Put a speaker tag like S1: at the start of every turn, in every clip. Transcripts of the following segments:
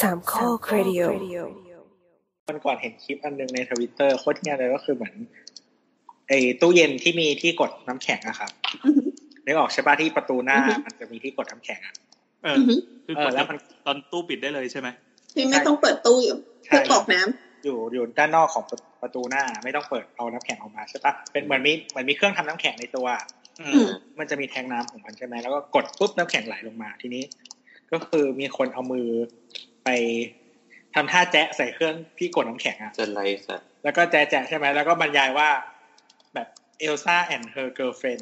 S1: สามข้อครดิโอ
S2: วันก่อนเห็นคลิปอันหนึงในทวิตเตอร์โคตรเงี้ยเลยก็คือเหมือนไอ้ตู้เย็นที่มีที่กดน้ำแข็งอะครับ
S3: อือหือ
S2: นึกออกใช่ปะที่ประตูหน้า
S3: อือฮึ
S2: มันจะมีที่กดน้ำแข็งอะ
S4: เออ
S3: อือหือ
S4: คือ
S2: เอก อ
S4: ด
S2: แล้วมัน
S4: ตอนตู้ปิดได้เลยใช่ไหม
S3: พี่ไม่ต้องเปิดตู้อยู่เค
S2: ใช่
S3: รื่องกรอกน้ำ
S2: อยู่อยู่ด้านนอกของประประตูหน้าไม่ต้องเปิดเอาน้ำแข็งออกมาใช่ปะเป็นเหมือนมีเหมือนมีเครื่องทำน้ำแข็งในตัวอะ
S4: อื
S3: อื
S4: ม
S3: ม
S2: มันจะมีแทงน้ำของมันใช่ไหมแล้วก็กดปุ๊บน้ำแข็งไหลลงมาทีนี้ ก็คือมีคนเอามือไปทำท่าแจ๊ะใส่เครื่องที่กดน้ำแข็งอะ
S5: จะไรสัตว์
S2: แล้วก็แจ๊ะแจ๊ะใช่ไหม แล้วก็บรรยายว่า แบบเอลซ่าแอนด์เฮอร์เกิร์ลเฟน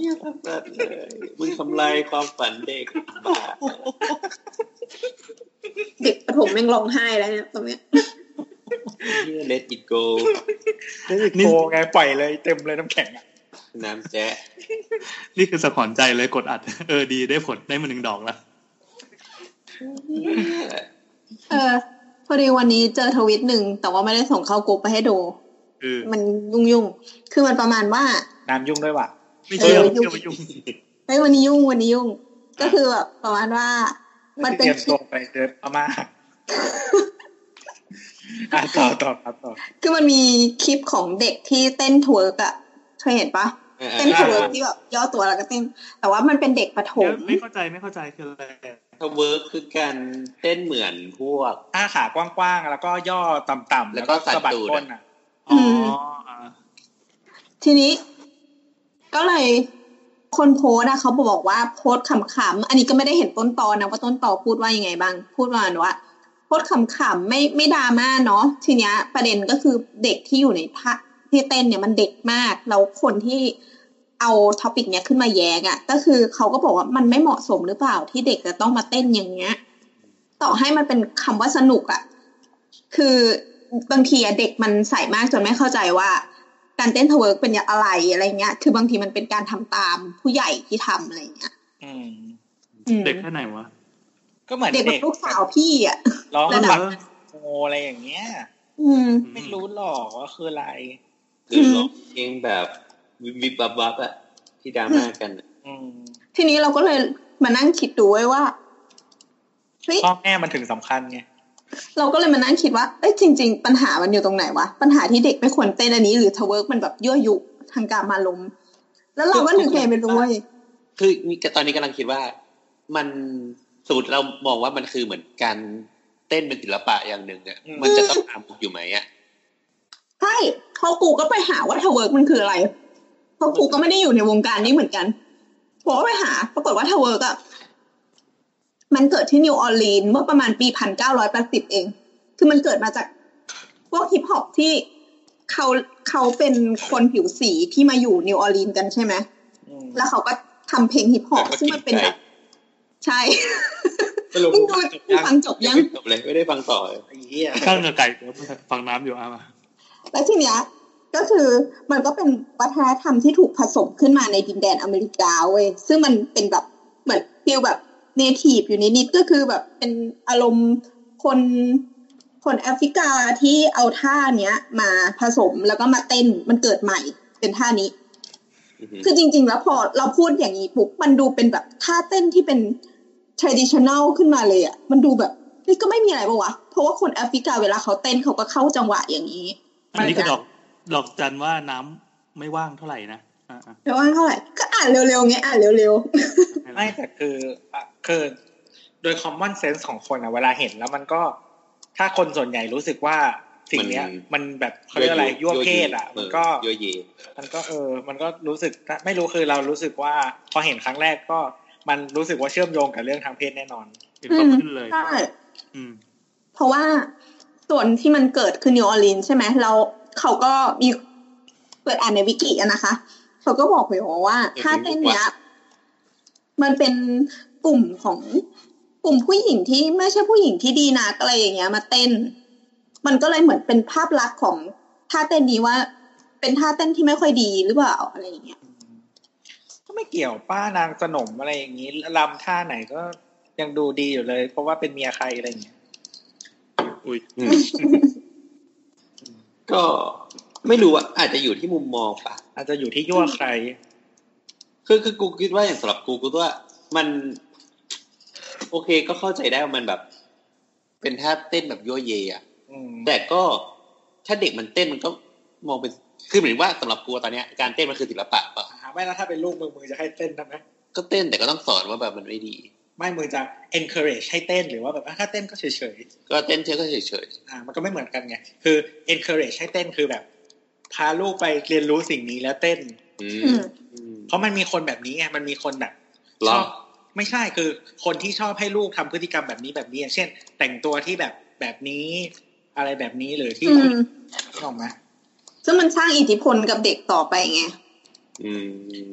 S5: เนี่ยทำแบบเลยมึงทำลายความฝันเด็กบ้า
S3: เด็กประถมแม่งร้องไห้แล้วเนี่ยตอนเนี้ย
S5: เนี่ยเลติโก
S2: โกไงปล่อยเลยเต็มเลยน้ำแข็งอะ
S5: น้ำแจ๊ะ
S4: นี่คือสะขอนใจเลยกด อัด เออดีได้ผลได้มาหนึ่งดอกแล้ว
S5: เนี่ย
S3: เออพอดีวันนี้เจอทวิตหนึ่งแต่ว่าไม่ได้ส่งเข้ากรุ๊ปไปให้ดู
S4: คือ
S3: มันยุ่งยุ่งๆคือมันประมาณว่า
S2: น้ำยุ่งด้วยว่ะ
S4: ไม่เชื่อ
S3: เออ
S4: ไม่เชื่อไม่ยุ่ง
S3: เฮ้ยวันนี้ยุ่งวันนี้ยุ่ง ก็คือแบบประมาณว่า มัน
S2: เต
S3: เป็น
S2: รียม
S3: คลิ
S2: ตั
S3: ป
S2: วไปเจอพม่า อ่ะต่อต่อครับต่อ
S3: คือมันมีคลิปของเด็กที่เต้นทเวิร์กอะเคยเห็นปะ
S5: เออ
S3: เต้นท
S2: ถูก
S3: เวิร์กที่แบบย่อตัวแล้วก็เต้น แต่ว่ามันเป็นเด็กประถม
S4: ไม่เข้าใจไม่เข้าใจคืออะไร
S5: ถ้าเวิร์กคือการเต้นเหมือนพวก
S2: อ้าขากว้างๆ แล้วก็ย่อต่ำๆ
S5: แล้วก็
S2: สะบัด
S5: สั่นตูด
S2: ก้นอ่ะ
S4: อ๋อ
S3: ม
S4: อ่า
S3: ทีนี้ ก็เลยคนโพสต์อะเขาบอกว่าโพสต์ขำๆอันนี้ก็ไม่ได้เห็นต้นตอนนะว่าต้นตอพูดว่ายังไงบ้าง พูดประมาณว่าโพสต์ขำๆไม่ไม่ดราม่าเนาะทีเนี้ย ประเด็นก็คือเด็กที่อยู่ในท่าที่เต้นเนี่ยมันเด็กมากแล้วคนที่เอาท็อปิกเนี้ยขึ้นมาแย้งอะก็คือเขาก็บอกว่ามันไม่เหมาะสมหรือเปล่าที่เด็กจะต้องมาเต้นอย่างเงี้ย ต่อให้มันเป็นคำว่าสนุกอะคือบางทีอะเด็กมันใส่มากจนไม่เข้าใจว่า การเต้นทเวิร์กเป็นอะไรอะไรเงี้ย คือบางทีมันเป็นการทำตามผู้ใหญ่ที่ทำอะไรเงี้ย
S2: อืม
S3: อืม
S4: เด็กแค่ไหนวะ
S2: ก็เหมือน
S3: เด็กแบบลูกสาวพี่อ่ะ
S2: ร้อง
S3: ระดั
S2: แบบ บโมอะไรอย่างเงี้ย
S3: อืม
S2: ไม่รู้หรอกว่าคืออะไร
S5: หรือร้องเพลงแบบวิบวิบวับวับอะที่ดราม่ากันอะ
S2: อืม
S3: ทีนี้เราก็เลยมานั่งคิดดูไว้ว่าเฮ้ย
S2: พ่อแม่มันถึงสำคัญไง
S3: เราก็เลยมานั่งคิดว่าเอ้ยจริง ๆ ปัญหามันอยู่ตรงไหนวะปัญหาที่เด็กไม่ควรเต้นอันนี้ หรือทเวิร์กมันแบบยั่วยุทางการมาลมณ์แล้วเราก็นึกไงไม่รู้เว้ย
S5: คือนี่ตอนนี้กำลังคิดว่า มันสมมติเรามองว่ามันคือเหมือนการเต้นเป็นศิลปะอย่างหนึ่งอะ
S2: อืม
S5: มันจะต้องตามอยู่ไหมอะ
S3: ใช่เขากูก็ไปหาว่าทเวิร์กมันคืออะไรเพราะกูก็ไม่ได้อยู่ในวงการนี้เหมือนกันบอกว่าไปหา ปรากฏว่าทเวิร์กอะ มันเกิดที่นิวออร์ลีนส์เมื่อประมาณปีพันเก้าร้อยแปดสิบเอง คือมันเกิดมาจากพวกฮิปฮอปที่เขาเขาเป็นคนผิวสีที่มาอยู่นิวออร์ลีนส์กันใช่ไหม
S2: อืม
S3: แล้วเขาก็ทำเพลงฮิปฮอปซึ่งมันเป็นแบบใช่
S2: ส รุป
S3: มึงดูมึงฟังจบยั
S5: ยั
S3: ง ง
S5: ไม่จบเลยไม่ได้ฟังต่อเลย
S2: ไอ้เหี้ย
S4: ข้างเรือไก่เดี๋ยวฟังน้ำอยู่อ่ะมา
S3: แล้วทีเนี้ยก็คือมันก็เป็นวัฒนธรรมที่ถูกผสมขึ้นมาในดินแดนอเมริกาเว้ยซึ่งมันเป็นแบบเหมือนฟีลแบบเนทีฟอยู่นิดๆก็คือแบบเป็นอารมณ์คนคนแอฟริกาที่เอาท่าเนี้ย มาผสมแล้วก็มาเต้นมันเกิดใหม่เป็นท่านี้
S5: อือหือ
S3: คือจริง ๆ แล้วพอเราพูดอย่างนี้ปุ๊บมันดูเป็นแบบท่าเต้นที่เป็น traditional ขึ้นมาเลยอะ่ะ มันดูแบบนี่ก็ไม่มีอะไรปะวะเพราะว่าคนแอฟริกาเวลาเขาเต้นเขาก็เข้าจังหวะอย่างนี้
S4: อันนี้คือดอกดอกจันว่าน้ำไม่ว่างเท่าไหร่นะอ่าอ่า
S3: จะว่างเท่าไหร่ ก็อ่านเร็วๆไงอ่านเร็ว
S2: ไม่แต่คืออ่ะคือโดย common sense ของคนอะเวลาเห็นแล้วมันก็ ถ้าคนส่วนใหญ่รู้สึกว่าสิ่งเนี้ย มันแบบเขาเรียกอะไรยั่วเพศอะมันก็
S5: ยั่วเย
S2: มันก็เออ มันก็รู้สึกนะไม่รู้คือเรารู้สึกว่า พอเห็นครั้งแรกก็มันรู้สึกว่าเชื่อมโยงกับเรื่องทางเพศแน่นอน
S4: เห็นก็ขึ้นเลย
S3: ๆใช่
S4: อืม
S3: เพราะว่าส่วนที่มันเกิดคือนิวออร์ลีนใช่ไหมเราเขาก็มีเปิดอ่านในวิกิอะนะคะ เขาก็บอกไว้ว่า
S5: เออ
S3: ถ้าเต้นเนี้ยมันเป็นกลุ่มของกลุ่มผู้หญิงที่ไม่ใช่ผู้หญิงที่ดีนักอะไรอย่างเงี้ย มาเต้น มันก็เลยเหมือนเป็นภาพลักษณ์ของท่าเต้นนี้ว่า เป็นท่าเต้นที่ไม่ค่อยดีหรือเปล่าอะไรอย่างเงี้ย
S2: ก็ไม่เกี่ยวป้านางสนมอะไรอย่างนี้ลำท่าไหนก็ยังดูดีอยู่เลย เพราะว่าเป็นเมียใครอะไรอย่างเงี้ย
S4: อุ้ย
S5: อืม ก็ไม่รู้อ่ะอาจจะอยู่ที่มุมมองปะ
S2: อาจจะอยู่ที่ยั่วใคร
S5: คือคือกูคิดว่าอย่างสำหรับกูกูว่ามัน โอเคก็เข้าใจได้ว่ามันแบบ เป็นท่าเต้นแบบยั่วเยอะ
S2: อืม
S5: แต่ก็ถ้าเด็กมันเต้นมันก็มองเป็นคือเหมือนว่าสำหรับกูตอนเนี้ยการเต้นมันคือศิลปะปะ
S2: อ่าไม่แล้วถ้าเป็นลูกมือมือจะให้เต้นทำไหม
S5: ก็เต้นแต่ก็ต้องสอนว่าแบบมันไม่ดี
S2: ไม่มือจะ encourage ให้เต้นหรือว่าแบบอ่ะถ้าเต้นก็เฉยๆ
S5: ก็เต้นเฉยก็เฉยเฉย
S2: อ่ามันก็ไม่เหมือนกันไง คือ encourage ให้เต้นคือแบบ พาลูกไปเรียนรู้สิ่งนี้แล้วเต้น
S5: ๆอื
S3: อื
S5: ม
S3: ม
S5: อืม
S2: เพราะมันมีคนแบบนี้ไง มันมีคนแบบ
S5: ล
S2: ช
S5: อ
S2: อง บไม่ใช่คือ คนที่ชอบให้ลูกทำพฤติกรรมแบบนี้แบบนี้อย่างเช่น แต่งตัวที่แบบแบบนี้ อะไรแบบนี้หรือที่
S3: อืม
S2: ชอบไหม
S3: ซึ่งมันสร้างอิทธิพลกับเด็กต่อไปไง
S5: อืม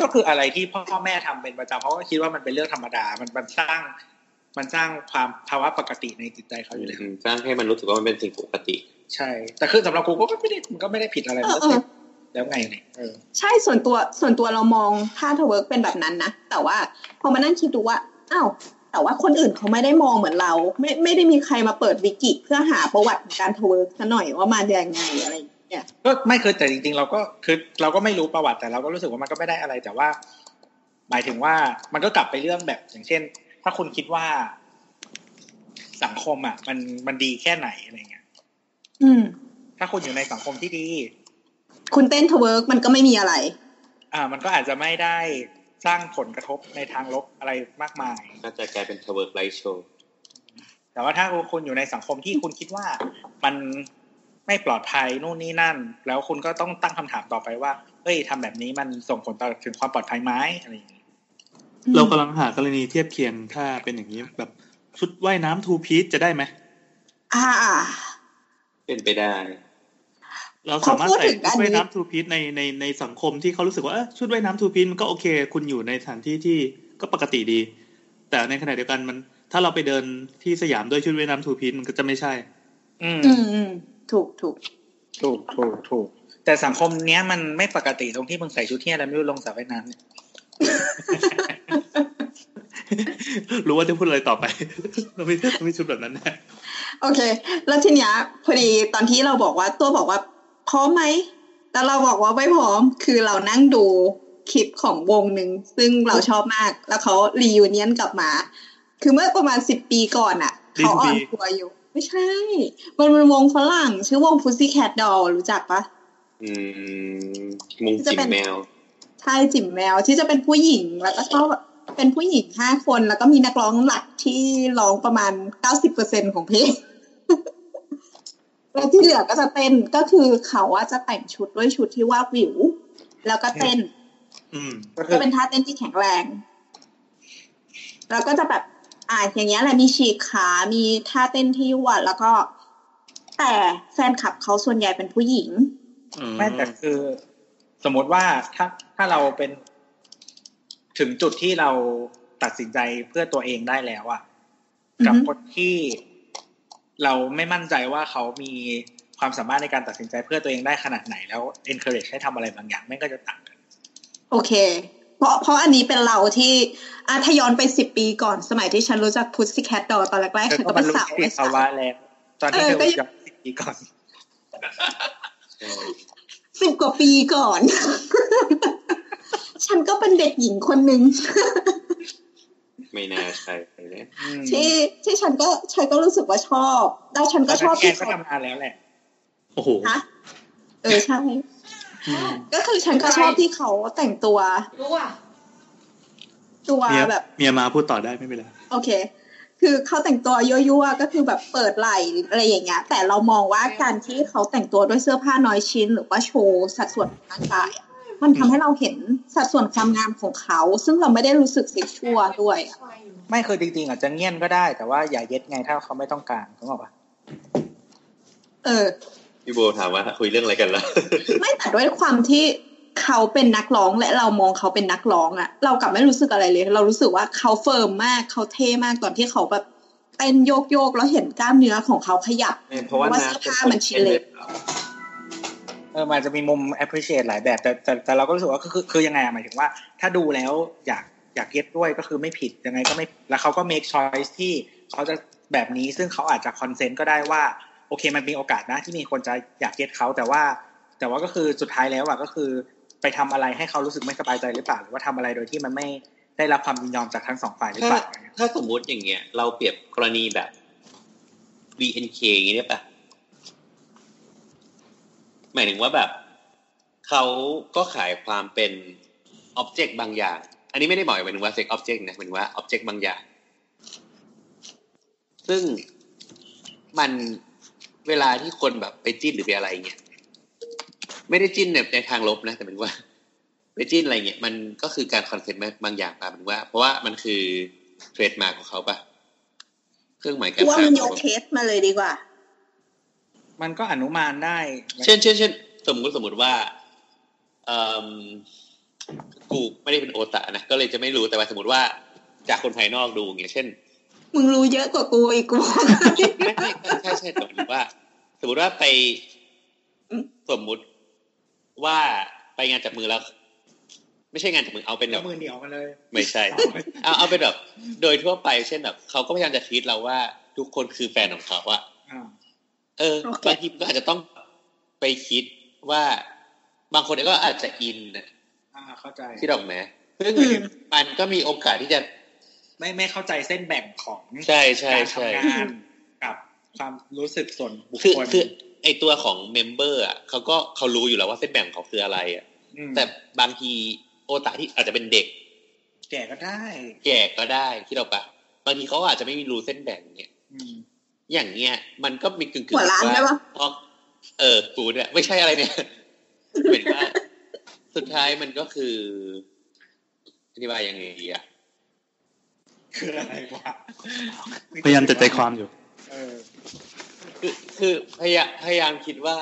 S2: ก็คืออะไรที่พ่อพ่อแม่ทำเป็นประจำเพราะว่าคิดว่ามันเป็นเรื่องธรรมดา มันมันสร้าง มันสร้างความภาวะปกติในจิตใจเขาอยู่แล้ว
S5: อืมสร้างให้มันรู้สึกว่ามันเป็นสิ่งปกติ
S2: ใช่ แต่คือสำหรับกูก็ไม่ได้มันก็ไม่ได้ผิดอะไรมันก็เต้นแล้วไงเนี่ยเออ
S3: ใช่ส่วนตัวส่วนตัวเรามองท่าทเวิร์กเป็นแบบนั้นนะ แต่ว่าพอมานั่งคิดดูว่าอ้าวแต่ว่าคนอื่นเขาไม่ได้มองเหมือนเรา ไม่ไม่ได้มีใครมาเปิดวิกิเพื่อหาประวัติของการทเวิร์กซะหน่อยว่ามาได้ยังไงอะไรอย่างเงี้ย
S2: ก็ไม่คือแต่จริงๆ เราก็คือเราก็ไม่รู้ประวัติแต่เราก็รู้สึกว่ามันก็ไม่ได้อะไรแต่ว่า หมายถึงว่ามันก็กลับไปเรื่องแบบอย่างเช่น ถ้าคุณคิดว่า สังคมอ่ะ มันมันดีแค่ไหนอะไรเงี้ย
S3: อืม
S2: ถ้าคุณอยู่ในสังคมที่ดี
S3: คุณเต้นทเวิร์กมันก็ไม่มีอะไร
S2: อ่า มันก็อาจจะไม่ได้สร้างผลกระทบในทางลบอะไรมากมาย
S5: น่าจะกลายเป็นทเวิร์กไลท์โชว์
S2: แต่ว่าถ้าคุณอยู่ในสังคมที่คุณคิดว่ามันไม่ปลอดภัยนู่นนี่นั่น แล้วคุณก็ต้องตั้งคำถามต่อไปว่าเอ้ยทำแบบนี้มันส่งผลต่อถึงความปลอดภัยไหมอะไรอย่างเงี้ย
S4: เรากำลังหากรณีเทียบเคียงถ้าเป็นอย่างนี้แบบชุดว่ายน้ำทูพีซจะได้ไหม
S3: อ่า
S5: เป็นไปได้
S4: เราสามารถ
S3: พอพูด
S4: ใส่
S3: ถึงอัน
S4: ชุดว่าย
S3: นี้
S4: น้ำทูพีซในในในสังคมที่เขารู้สึกว่าเอ้อชุดว่ายน้ำทูพีซมันก็โอเค คุณอยู่ในสถานที่ที่ก็ปกติดี แต่ในขณะเดียวกันมัน ถ้าเราไปเดินที่สยามด้วยชุดว่ายน้ำทูพีซมันก็จะไม่ใช่
S2: อืม
S3: อืมอืมถูกถูก
S2: ถูกถูกถูก แต่สังคมเนี้ยมันไม่ปกติตรงที่มึงใส่ชุดเที่ยแล้วไม่รู้ลงสระว่ายน้ำเนี่ย
S4: รู้ว่าจะพูดอะไรต่อไป เราไม่เราไม่ชุดแบบนั้นนะ
S3: โอเค แล้วทีเนี้ยพอดีตอนที่เราบอกว่าตัวบอกว่าพร้อมไหมแต่เราบอกว่าไม่พร้อม คือเรานั่งดูคลิปของวงหนึ่งซึ่งเราชอบมาก แล้วเขารียูเนียนกลับมา คือเมื่อประมาณสิบปีก่อนอะ่ะ
S4: Green
S3: เขาออน
S4: Bee
S3: ทัวร์อยู่ ไม่ใช่ มันเป็นวงฝรั่ง ชื่อวง Pussycat Doll รู้จักปะ
S5: อืมมุงจิ๋มแมว
S3: ใช่จิ๋มแมวที่จะเป็นผู้หญิงแล้วก็ชอบเป็นผู้หญิงห้าคน แล้วก็มีนักร้องหลักที่ร้องประมาณเก้าสิบเปอร์เซ็นของ เพลง แล้วที่เหลือก็จะเต้นก็คือเขาว่าจะแต่งชุดด้วยชุดที่ว่าบวิว แล้วก็เต้น
S4: อืม
S2: ก็คื
S3: ก็
S2: อ
S3: เป็นท่าเต้นที่แข็งแรง แล้วก็จะแบบ อ่าอย่างเงี้ยแหละมีฉีกขา มีท่าเต้นที่หวัด แล้วก็ แต่แฟนคลับเขาส่วนใหญ่เป็นผู้หญิง
S2: ไม่แต่คือ สมมติว่าถ้าถ้าเราเป็น ถึงจุดที่เราตัดสินใจเพื่อตัวเองได้แล้วอะ
S3: อือฮึ
S2: กับคนที่เราไม่มั่นใจว่าเขามีความสามารถในการตัดสินใจเพื่อตัวเองได้ขนาดไหนแล้ว encourage ให้ทำอะไรบางอย่างแม่งก็จะต่างกัน
S3: โอเค เพราะเพราะอันนี้เป็นเราที่อ่ะถ้าย้อนไปสิบปีก่อนสมัยที่ฉันรู้จักพุทธิแคทดอตอนแรก
S2: เธ
S3: ๆ
S2: อ
S3: ฉัน
S2: ก็
S3: ก็
S2: บร
S3: เป็น
S2: รลุ
S3: สาว
S2: นิ
S3: ไอ้
S2: ติ
S3: สา
S2: ภาว วะแล้วตอนที่
S3: เอ
S2: เธ
S3: อ
S2: อ
S3: ก็
S2: ย้อนสิบปีก่อน
S3: สิบกว่าปีก่อน ฉันก็เป็นเด็กหญิงคนหนึ่ง
S5: ไม่น่าใช่เลย
S2: อืม
S3: ที่ที่ฉันก็ฉันก็รู้สึกว่าชอบ แล้วฉันก็ชอบ
S2: แอน
S3: ที่
S2: ก็
S3: เขา
S2: ทำงานแล้วแหละ
S4: โอ้โห
S3: ฮะเออใช่
S4: อืม
S3: ก็คือฉันก็ชอบที่เขาแต่งตัว
S6: รู้อ่ะ
S3: ตัว
S4: เมีย
S3: แบบ
S4: เมียมาพูดต่อได้ไม่เป็นไร
S3: โอเค คือเขาแต่งตัวยั่วๆ ก็คือแบบเปิดไหล่อะไรอย่างเงี้ย แต่เรามองว่าการที่เขาแต่งตัวด้วยเสื้อผ้าน้อยชิ้น หรือว่าโชว์สัดส่วนของร่างกายอะมันทำให้เราเห็นสัดส่วนความงามของเขา ซึ่งเราไม่ได้รู้สึกเซ็กชวลด้วยอะ
S2: ไม่คือจริงๆอาจจะเงียนก็ได้ แต่ว่าอย่าเย็ดไงถ้าเขาไม่ต้องการถูกป่ะ
S3: เออ
S5: พี่โบถามว่าคุยเรื่องอะไรกันล่ะ
S3: ไม่แต่ด้วยความที่เขาเป็นนักร้องและเรามองเขาเป็นนักร้องอะเรากลับไม่รู้สึกอะไรเลย เรารู้สึกว่าเขาเฟิร์มมากเขาเท่มากตอนที่เขาแบบเต้นโยกๆแล้วเห็นกล้ามเนื้อของเขาขยับ
S5: เพราะว่า
S3: เพราะว่า
S5: น้ำ
S3: เสื้อผ้ามันชิ้นเล็ก
S2: เออมันอาจจะมีมุม appreciate หลายแบบ แต่แต่แต่เราก็รู้สึกว่าคือคือคือยังไงอะหมายถึงว่า ถ้าดูแล้วอยากอยากเย็ดด้วยก็คือไม่ผิดยังไงก็ไม่ผิดแล้วเขาก็ make choice ที่เขาจะแบบนี้ซึ่งเขาอาจจะ consent ก็ได้ว่า โอเคมันมีโอกาสนะที่มีคนจะอยากเย็ดเขาแต่ว่า แต่ว่าก็คือสุดท้ายแล้วอะก็คือไปทำอะไรให้เขารู้สึกไม่สบายใจหรือเปล่าหรือว่าทำอะไรโดยที่มันไม่ ได้รับความยินยอมจากทั้งสองฝ่ายหรือ
S5: ถ้า
S2: เปล่า
S5: ถ้าสมมุติอย่างเงี้ย เราเปรียบกรณีแบบ VNK อย่างนี้ได้ปะหมายถึงว่าแบบเขาก็ขายความเป็นอ็อบเจกต์บางอย่าง อันนี้ไม่ได้หมายหมายถึงว่าเซ็กอ็อบเจกต์นะหมายถึงว่าอ็อบเจกต์บางอย่าง ซึ่งมันเวลาที่คนแบบไปจิ้นหรือไปอะไรเงี้ยไม่ได้จิ้นแบบในทางลบนะ แต่หมายถึงว่า ไปจิ้นอะไรเงี้ยมันก็คือการคอนเซ็ปต์บางอย่างป่ะหมายถึงว่า เพราะว่ามันคือเทรดมาของเขาป่ะเครื่องหมายการ
S3: กูว่า
S5: ค้า
S3: มัน
S5: ข
S3: โย
S5: อ
S3: น
S5: งเขา
S3: เคสมาเลยดีกว่า
S2: มันก็อนุมานได้
S5: เช่นเช่นเช่นสมมุติสมมติว่าเอิ่มกูไม่ได้เป็นโอตะนะ ก็เลยจะไม่รู้แต่ว่าสมมติว่า จากคนภายนอกดูอย่างเงี้ยเช่น
S3: มึงรู้เยอะกว่ากูอีกกู บอกเลย
S5: ไม่ไม่ใช่ใช่แต่หมายถึงว่า สมมติว่าไปสมมุติว่าไปงานจับมือแล้ว ไม่ใช่งานจับมือเอาเป็นแบ
S2: แล้
S5: บ
S2: วมือเหนียวมาเลย
S5: ไม่ใช่ เอาเอาเป็นแบบ โดยทั่วไปเช่นแบบเขาก็พยายามจะทีตเราว่าทุกคนคือแฟนของเขาอะ
S2: อ่า
S5: เออบางทีมันก็อาจจะต้องไปคิดว่าบางคนก็อาจจะอินน่ะ
S2: อ่าเข้าใจ
S5: ที่ดอกแม้ซึ่งมันก็มีโอกาสที่จะ
S2: ไม่ไม่เข้าใจเส้นแบ่งของ
S5: ใช่ใช่
S2: การ
S5: ใช่
S2: ทำงานกับความรู้สึกส่วนบุค
S5: คือ
S2: คล
S5: คือไอตัวของเมมเบอร์อ่ะเขาก็เขารู้อยู่แล้วว่าเส้นแบ่งของเขาคืออะไรอ่ะ
S2: ม
S5: แต่บางทีโอตาที่อาจจะเป็นเด็ก
S2: แก่ก็ได้
S5: แก่ก็ได้ที่เราปะบางทีเขาอาจจะไม่มีรู้เส้นแบ่งเนี่ย
S2: อืม
S5: อย่างเงี้ยมันก็มีกึ่งๆ
S3: หัวล้านได้ปะ
S5: ว่าเออกูเนี่ยไม่ใช่อะไรเนี่ย เหมือนว่าสุดท้ายมันก็คืออธิบายยังไงดีอ่ะ
S2: คืออะไรวะ
S4: พยายามจะใจความอยู่
S2: เออ
S5: คือคือพยายามพยายามคิดว่า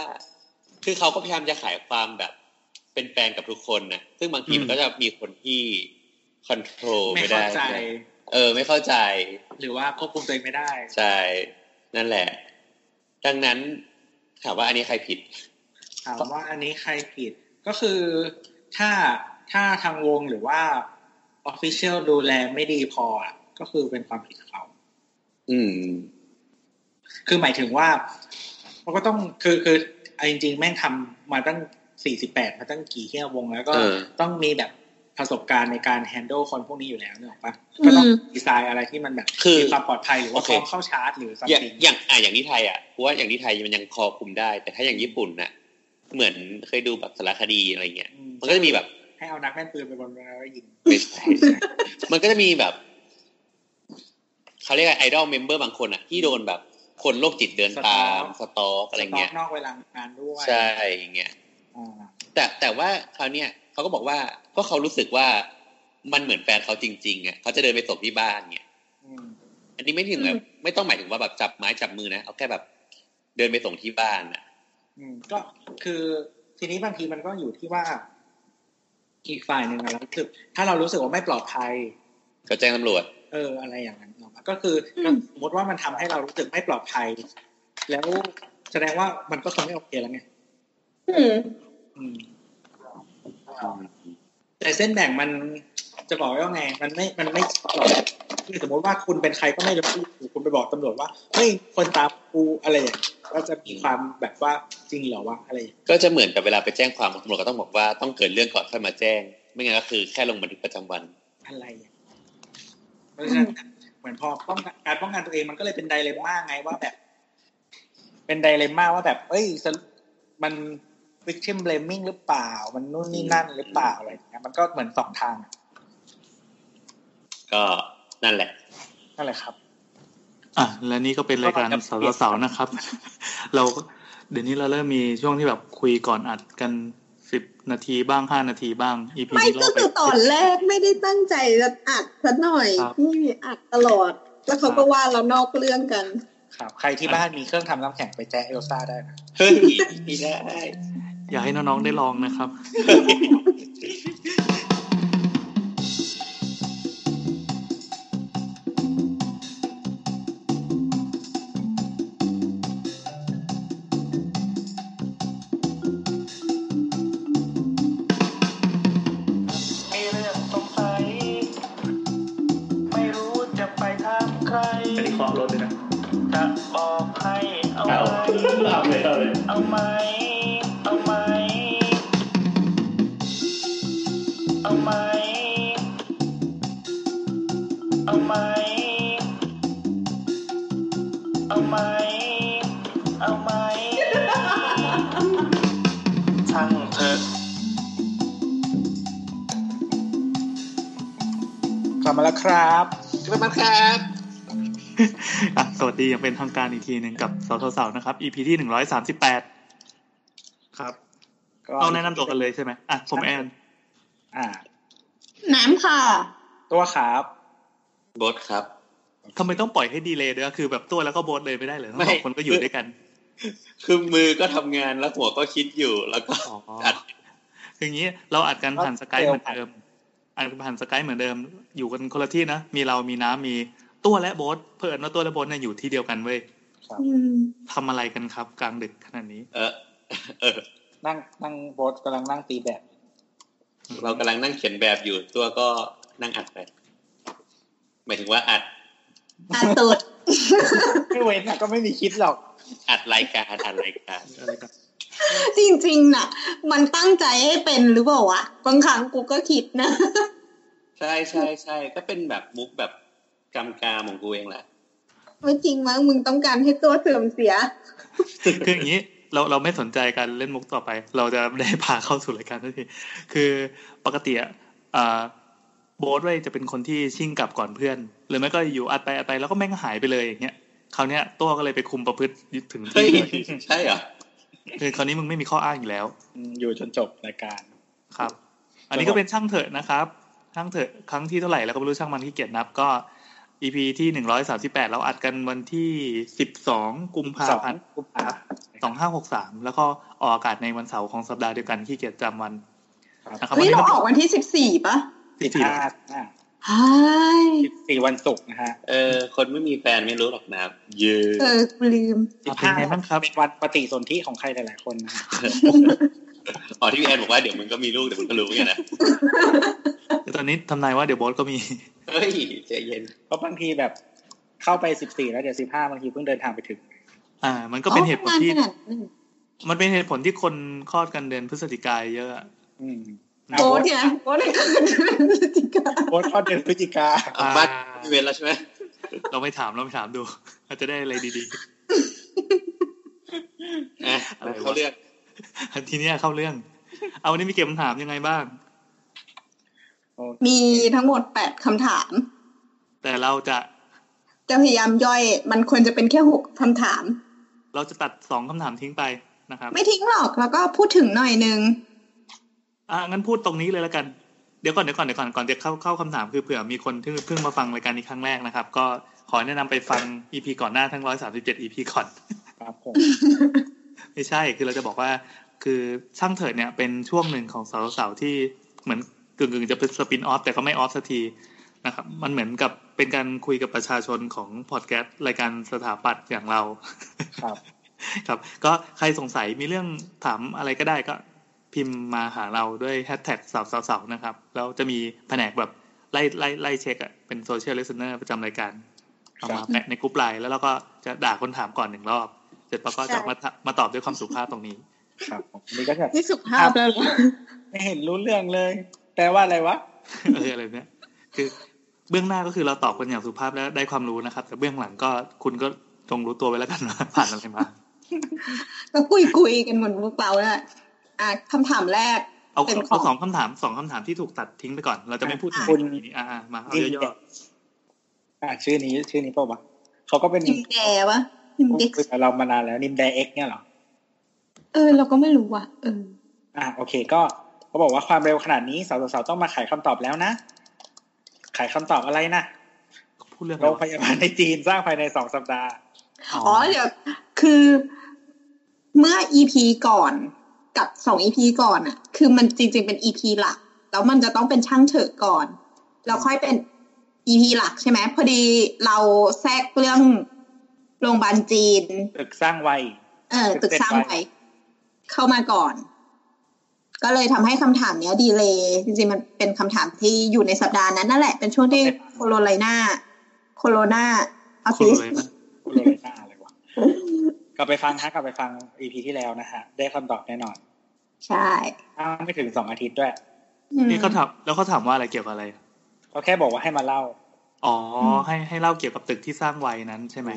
S5: คือเขาก็พยายามจะขายความแบบ เป็นแฟนกับทุกคนนะซึ่งบางที
S4: อืม
S5: มันก็จะมีคนที่คอนโทรล
S2: ไม่
S5: ไม่ได้
S2: เข้าใจ
S5: เออ ไม่เข้าใจ
S2: หรือว่าควบคุมตัวเองไม่ได้
S5: ใช่ นั่นแหละ ดังนั้นถามว่าอันนี้ใครผิด
S2: ถามว่าอันนี้ใครผิดก็คือถ้าถ้าทางวงหรือว่าออฟฟิเชียลดูแลไม่ดีพออะก็คือเป็นความผิดของเขา
S5: อืม
S2: คือหมายถึงว่าเขาก็ต้องคือคือเอาจริงๆ แม่งทำมาตั้งสี่สิบแปดมาตั้งกี่เที่ยววงแล้วก็
S5: เออ
S2: ต้องมีแบบประสบการณ์ในการแฮนด์ลคนพวกนี้อยู่แล้วเนอะปะ
S3: อืม
S2: ก็ต้องดีไซน์อะไรที่มันแบบ
S5: คือ
S2: มีความปลอดภัยหรือว่าพ
S5: โอเค
S2: ร้อมเข้าชาร์จหรือซัม
S5: อย่าง
S2: ติง
S5: อย่างอ่ะอย่างที่ไทยอ่ะเพราะว่าอย่างที่ไทยมันยังคอคุมได้ แต่ถ้าอย่างญี่ปุ่นน่ะ เหมือนเคยดูแบบสารคดีอะไรเงี้ย มันก็จะมีแบบ
S2: ให้เอานักแม่นปืนไปบนเวลายิง
S5: ไม่ใช่มันก็จะมีแบบเขาเรียกไอดอลเมมเบอร์บางคนอ่ะ ที่โดนแบบคนโรคจิตเดินตามสตอกอะไรเงี้ย
S2: สต็กนอกเวลางานด้วย
S5: ใช่อย่างเงี้ย
S2: อ่า
S5: แต่แต่ว่าคราวเนี้ยเขาก็บอกว่าก็เขารู้สึกว่ามันเหมือนแฟนเขาจริงๆอ่ะเขาจะเดินไปส่งที่บ้านเงี้ย
S2: อืม
S5: อันนี้ไม่ถึงแบบไม่ต้องหมายถึงว่าแบบจับไม้จับมือนะเอาแค่แบบ เดินไปส่งที่บ้านอ่ะ
S2: อืมก็คือทีนี้บางทีมันก็อยู่ที่ว่าอีกฝ่ายหนึ่งอะเรารู้สึกถ้าเรารู้สึกว่าไม่ปลอดภัย
S5: เขาแจ้งตำรวจ
S2: เอออะไรอย่างนั้นเนาะก็คือ
S3: อื
S2: ก็
S3: ม
S2: สมมติว่ามันทำให้เรารู้สึกไม่ปลอดภัย แล้วแสดงว่ามันก็คงไม่โอเคแล้วไง
S3: อืม
S2: อืม แต่เส้นแบ่งมันจะบอกว่าไง มันไม่มันไม่คือสมมติว่าคุณเป็นใครก็ไม่รู้คุณไปบอกตำรวจว่าเฮ้ยคนตามกูอะไรอย่างเงี้ยก็จะมีความแบบว่าจริงเหรอวะอะไรอย่างเงี้ย
S5: ก็จะเหมือนกับเวลาไปแจ้งความตำรวจก็ต้องบอกว่าต้องเกิดเรื่องก่อนค่อยมาแจ้ง ไม่งั้นก็คือแค่ลงบันทึกประจำวัน
S2: อะไรอย่างเงี้ยเพราะฉะนั้นเหมือนพอป้องกันการป้องกันตัวเองมันก็เลยเป็นไดเลมม่าไงว่าแบบ เป็นไดเลมม่าว่าแบบ เอ้ยสรุปมันวิกเชมเบลมิงหรือเปล่า มันนู่นนี่นั่นหรือเปล่าอะไรอย่างเงี้ยมันก็เหมือนสองทางอะ
S5: ก็นั่ นแหละ
S2: นั่นแหละครับ
S4: อ่ะและนี่ก็เป็นรายการสาวๆนะครับ เราเดี๋ยวนี้เราเริ่มมีช่วงที่แบบคุยก่อนอัดกันสิบนาทีบ้างห้านาทีบ้าง อีพี
S3: ไม่
S4: นี้
S3: ก็
S4: เราไป
S3: คือตอนแรกไม่ได้ตั้งใจจะอัดซะหน่อย
S4: ครับ
S3: นี่อัดตลอด แล้วเขาก็ว่าเรานอกเรื่องกัน
S2: ครับ ใครที่บ้านมีเครื่องทำน้ำแข็งไปแจ้เอลซ่าได้นะ
S5: เฮ้ยไม่ได้
S4: อยากให้น้องๆได้ลองนะครับ
S6: มีเรื่องสงสัย ไม่รู้จะไปถามใคร
S4: อันนี้ขอรถเลยนะ
S6: จะบอกให้เอาไหม
S4: เอาเลยเอาเลย
S6: เอาไหมเอาไหมเอาไหม
S2: ลับมาแล้วครับ
S5: ขอบคุณมากครับ
S4: อ่ะสวัสดีอย่างเป็นทางการอีกทีหนึ่งกับสาวสาวๆนะครับ EP ที่หนึ่งร้อยสามสิบแปดครับ
S2: ก็
S4: เราแนะนำตัวกันเลยใช่ไหมอ่ะผมแอน
S2: อ่า
S3: น้ำค่ะ
S2: ตัวครับ
S5: โบทครับ
S4: ทำไมต้องปล่อยให้ดีเลย์ด้วยคือแบบตัวแล้วก็โบสเลยไม่ได้เลยทั้งสองคนก็อยู่ด้วยกัน
S5: คือมือก็ทำงานแล้วหัวก็คิดอยู่แล้วก็
S4: อ๋อ
S5: จัด
S4: อย่างนี้เราอัดกันผ่านสกายเหมือนเดิมอัดกันผ่านสกายเหมือนเดิม อยู่กันคนละที่นะ มีเรามีน้ำมีตัวและโบสเพื่อนว่าตัวและโบสเนี่ยอยู่ที่เดียวกันเว้ย
S3: อืม
S4: ทำอะไรกันครับ กลางดึกขนาดนี้
S5: เออเออ
S2: นั่งนั่งโบสกำลังนั่งตีแบบ
S5: เรากำลังนั่งเขียนแบบอยู่ ตัวก็นั่งอัดไปหมายถึงว่าอัด
S3: อาตูด
S2: ไม่เว้นนะก็ไม่มีคิดหรอก
S5: อัดรายการอัดรายการ
S4: อะไรกัน
S3: จริงๆน่ะ มันตั้งใจให้เป็นหรือเปล่าวะบางครั้งกูก็คิดนะ
S5: ใช่ใช่ใช่ก็เป็นแบบมุกแบบกำกามของกูเองแหละ
S3: ไม่จริงมั้งมึงต้องการให้ตัวเสื่อมเสีย
S4: คืออย่างนี้เราเราไม่สนใจการเล่นมุกต่อไป เราจะได้พาเข้าสู่รายการทันทีคือปกติอ่ะอ่าโบสเว้ยจะเป็นคนที่ชิ่งกลับก่อนเพื่อน หรือไม่ก็อยู่อัดไปอัดไปแล้วก็แม่งหายไปเลยอย่างเงี้ยคราวเนี้ยตัวก็เลยไปคุมประพฤติถึง
S5: เฮ้ย
S4: ที่เลย
S5: ใช่เหรอ
S4: คือคราวนี้มึงไม่มีข้ออ้างอยู่แล้ว
S2: อยู่จนจบรายการ
S4: ครับ อันนี้ก็เป็นช่างเถอะนะครับ ช่างเถอะครั้งที่เท่าไหร่แล้วก็ไม่รู้ช่างมันที่เกียจนับก็ EP ที่หนึ่งร้อยสามสิบแปดเราอัดกันวันที่สิบสองกุมภา
S2: สอง
S4: พันธ์
S2: กุมภาพันธ์
S4: สองห้าหกสามแล้วก็ออกอากาศในวันเสาร์ของสัปดาห์เดียวกันที่เกียจจำวัน
S2: ครับ
S4: นะครับ
S3: เฮ้ย
S4: นี้
S3: เราออกวันที่สิบสี่ปะ
S4: สิบสี่
S2: สี่ห้าอ่า
S3: ฮาย
S2: สี่วันศุกร์นะฮะ
S5: เออ คนไม่มีแฟนไม่รู้หรอกนะเยอ
S3: เอะอลืม
S4: เป็นไงบ้างครับ
S2: เป็นวันปฏิสนธิของใครหลาย ๆ คนนะฮะ
S5: อ๋อที่พี่แอนบอกว่าเดี๋ยวมึงก็มีลูกเดี๋ยวมึงก็รู้ไงนะ
S4: ตอนนี้ทำนายว่าเดี๋ยวโบสก็มี
S5: เฮ้ยใจเย็น
S2: เพราะบางทีแบบเข้าไปสิบสี่แล้วเดี๋ยวสิบห้าบางทีเพิ่งเดินทางไปถึง
S4: อ่า มันก็เป็นเหตุผลที่
S3: อ๋อทำงานขนาดนั้น
S4: มันเป็นเหตุผลที่คนคลอดกันเดือนพฤศจิกายนเยอะอะ
S2: อืม
S3: โพสต์เนี่ยโพสต์ในการ พฤติกรรม
S2: โบสข้อเดือนพฤศจิกา
S5: เอาบ้านพี่เวนแล้วใช่ไหม
S4: เราไม่ถามเราไม่ถามดู อาจจะได้อะไรดีๆ
S5: อ่ะมาเขาเรื่อง
S4: ทีเนี้ยเข้าเรื่อง เอาวันนี้มีเก็บคำถามยังไงบ้าง
S3: มีทั้งหมดแปดคำถาม
S4: แต่เราจะ
S3: จะพยายามย่อยมันควรจะเป็นแค่หกคำถาม
S4: เราจะตัดสองคำถามทิ้งไปนะครับ
S3: ไม่ทิ้งหรอกแล้วก็พูดถึงหน่อยนึง
S4: อ่ะงั้นพูดตรงนี้เลยแล้วกัน เดี๋ยวก่อนเดี๋ยวก่อนเดี๋ยวก่อนก่อนจะเข้าเข้าคำถามคือเผื่อมีคนที่เพิ่งมาฟังรายการนี้ครั้งแรกนะครับ ก็ขอแนะนำไปฟัง EP ก่อนหน้าทั้ง 137 EP ก่อน
S2: ครับผม
S4: ไม่ใช่ คือเราจะบอกว่า คือช่างเถิดเนี่ยเป็นช่วงหนึ่งของสาวๆที่เหมือนกึ่งๆจะเป็นสปินออฟแต่ก็ไม่ออฟสักทีนะครับ มันเหมือนกับเป็นการคุยกับประชาชนของพอดแคสต์รายการสถาปัตย์อย่างเรา
S2: ครับ
S4: ครับ ก็ใครสงสัยมีเรื่องถามอะไรก็ได้ก็พิมพ์มาหาเราด้วยแฮชแท็กสาวสาวสาวนะครับ แล้วจะมีแผนกแบบไล่ไล่ไล่เช็คอะเป็นโซเชียลเลสเนอร์ประจำรายการ เอามาแปะในกรุ๊ปไลน์แล้วเราก็จะด่าคนถามก่อนหนึ่งรอบ เสร็จแล้วก็จะมาถมาตอบด้วยความสุภาพตรงนี้
S2: ครับผมอันนี่ก็แบบ
S3: นี่สุภาพแล้วเหรอ
S2: ไม่เห็นรู้เรื่องเลย แต่ว่าอะไรวะ
S4: เออ อะไรแบบเนี้ยคือเบื้องหน้าก็คือเราตอบกันอย่างสุภาพและได้ความรู้นะครับ แต่เบื้องหลังก็คุณก็จงรู้ตัวไว้แล้วกันว่า ผ่านอะไร มา
S3: ก็คุยคุยๆกันเหมือนเปล่าๆเลยอ่ะคำถามแรก
S4: เอา
S3: เป็นของ
S4: เอาสองคำถามสองคำถามที่ถูกตัดทิ้งไปก่อน เราจะไม่พูดถึง
S2: คุณ
S4: อันนี้อ่ามาเอา
S2: จิม
S4: ย่
S2: เด็
S4: อก
S2: อ่าชื่อนี้ชื่อนี้เปล่าวะเขาก็เป็น
S3: จิมแดวะจิมเด็ก
S2: คุยกับเรามานานแล้วนิมแดเอ็กเนี่ยเหรอ
S3: เออ เราก็ไม่รู้ว่ะเออ
S2: อ่ะโอเคก็เขาบอกว่าความเร็วขนาดนี้สาวๆต้องมาขายคำตอบแล้วนะ ขายคำตอบอะไรนะ
S4: ๆพูดเรื่องอะ
S2: โร
S4: ไรง
S2: พ
S4: วะ
S2: ยาบาล ในจีนสร้างภายในสองสัปดาห์
S3: อ๋อเดี๋ยวคือเมื่อ EP ก่อนกับสอง EP ก่อนอะคือมันจริงๆเป็น EP หลัก แล้วมันจะต้องเป็นช่างเถอะก่อน แล้วค่อยเป็น EP หลักใช่ไหมพอดีเราแทรกเรื่องโรงพยาบาลจีน
S2: ตึกสร้างไว
S3: เออ
S2: ตึ
S3: ตึ
S2: ก
S3: ก
S2: ส
S3: ส
S2: ร้า
S3: ร้างง
S2: ไว้
S3: ไว้เข้ามาก่อน ก็เลยทำให้คำถามเนี้ยดีเลยจริงๆมันเป็นคำถามที่อยู่ในสัปดาห์นั้นนั่นแหละ เป็นช่วงที่โคโรไลนาโคโรนาออฟ
S4: คุณ
S3: ฟิศ
S4: เลยนะ
S2: กูโรเลยหน้าอะไรวะกลับไปฟังฮะกลับไปฟังอีพีที่แล้วนะฮะ ได้คำตอบแน่นอน
S3: ใช่
S2: อ้างไม่ถึงสองอาทิตย์ด้วย
S3: อืม
S4: นี่เขาถามแล้วเขาถามว่าอะไรเกี่ยวกับอะไร
S2: เขาแค่บอกว่าให้มาเล่า
S4: อ๋ออ
S3: ม
S4: ให้ให้เล่าเกี่ยวกับตึกที่สร้างไว้นั้นใช่ไหม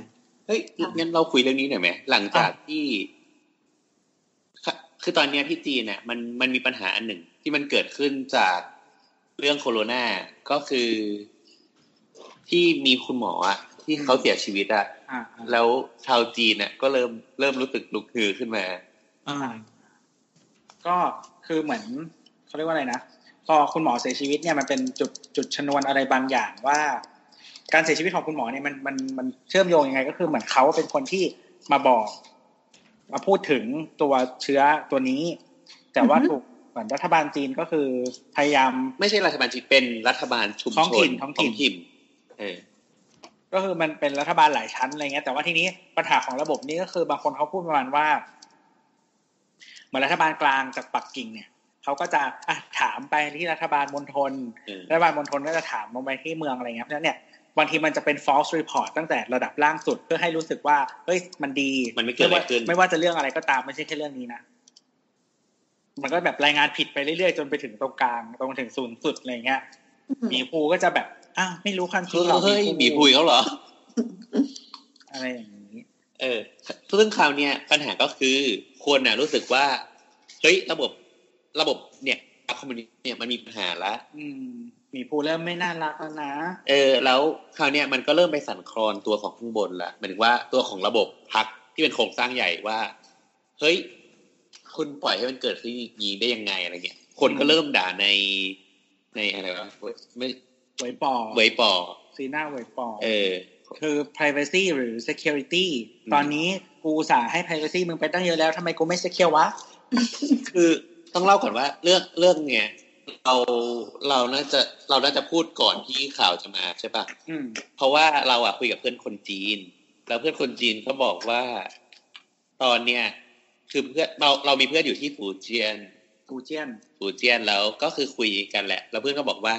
S5: เฮ้ยงั้นเราคุยเรื่องนี้หน่อยไหมหลังจากที่ค่ะคือตอนเนี้ยที่จีนเนี่ยมันมันมีปัญหาอันหนึ่งที่มันเกิดขึ้นจากเรื่องโคโรนาก็คือ ที่มีคุณหมออะที่เขาเสียชีวิตอะ
S2: อ่าแล้ว
S5: แล้วชาวจีนเนี่ยก็เริ่มเริ่มรู้สึกลุกฮือขึ้นมา
S4: อ่า
S2: ก็คือเหมือนเขาเรียกว่าอะไรนะพอคุณหมอเสียชีวิตเนี่ยมันเป็นจุดจุดชนวนอะไรบางอย่างว่า การเสียชีวิตของคุณหมอเนี่ยมันมันมันเชื่อมโยงยังไง ก็คือเหมือนเขาเป็นคนที่มาบอก มาพูดถึงตัวเชื้อตัวนี้ แต่ว่า
S3: อือฮึ
S2: ถูกเหมือนรัฐบาลจีนก็คือพยายาม
S5: ไม่ใช่รัฐบาลจีนเป็นรัฐบาลชุม
S2: ท้
S5: ชน
S2: องถิ่นท้องถิ่น
S5: ถิ่นเออ
S2: ก็คือมันเป็นรัฐบาลหลายชั้นอะไรเงี้ยแต่ว่าทีนี้ปัญหาของระบบนี้ก็คือบางคนเขาพูดประมาณว่า เหมือนรัฐบาลกลางจากปักกิ่งเนี่ยเขาก็จะอ่ะถามไปที่รัฐบาลมณฑล
S5: อืม
S2: รัฐบาลมณฑลก็จะถามลงไปที่เมืองอะไรเงี้ยเพราะฉะนั้นเนี่ยบางทีมันจะเป็น false report ตั้งแต่ระดับล่างสุดเพื่อให้รู้สึกว่าเฮ้ยมันดี
S5: มันไม่เกิดอะไรขึ้น
S2: ว่าไม่ว่าจะเรื่องอะไรก็ตามไม่ใช่แค่เรื่องนี้นะมันก็แบบรายงานผิดไปเรื่อยๆจนไปถึงตรงกลางตรงถึงศูนย์สุดอะไรเงี้ยหมีภูก็จะแบบอ้าวไม่รู้ความจริงหรอก
S5: เฮ้ย
S2: ห
S5: มี
S2: ภู
S5: พุยเขาเหรอ
S2: อะไรอย่างนี้
S5: เออซึ่งคราวเนี้ยปัญหาก็คือคนน่ะรู้สึกว่าเฮ้ยระบบระบบเนี่ยคอมมิวนิสต์เนี่ยมันมีปัญหาละ
S2: อืมหมีภูเริ่มไม่น่ารักแล้วนะ
S5: เออ แล้วคราวเนี้ยมันก็เริ่มไปสั่นคลอนตัวของข้างบนละหมายถึงว่าตัวของระบบพักที่เป็นโครงสร้างใหญ่ว่า เฮ้ย คุณปล่อยให้มันเกิดขึ้นอย่างนี้ได้ยังไงอะไรเงี้ย คนก็เริ่มด่าในในอะไรวะไม่
S2: ไวยปอ
S5: ไวยปอ
S2: ซีน่าไวยปอ
S5: เออ
S2: คือ privacy หรือ security
S5: อืม
S2: ตอนนี้กูอุตสาห์ให้ privacy มึงไปตั้งเยอะแล้วทำไมกูไม่ secure วะ
S5: คือต้องเล่าก่อนว่าเรื่องเรื่องเนี่ยเราเราน่าจะเราน่าจะพูดก่อนที่ข่าวจะมาใช่ปะ
S2: อืม
S5: เพราะว่าเราอะคุยกับเพื่อนคนจีน แล้วเพื่อนคนจีนก็บอกว่าตอนเนี้ยคือเพื่อนเราเรามีเพื่อนอยู่ที่ฝูเจียน
S2: กูเจียน
S5: ฝูเจียนแล้วก็คือคุยกันแหละ แล้วเพื่อนก็บอกว่า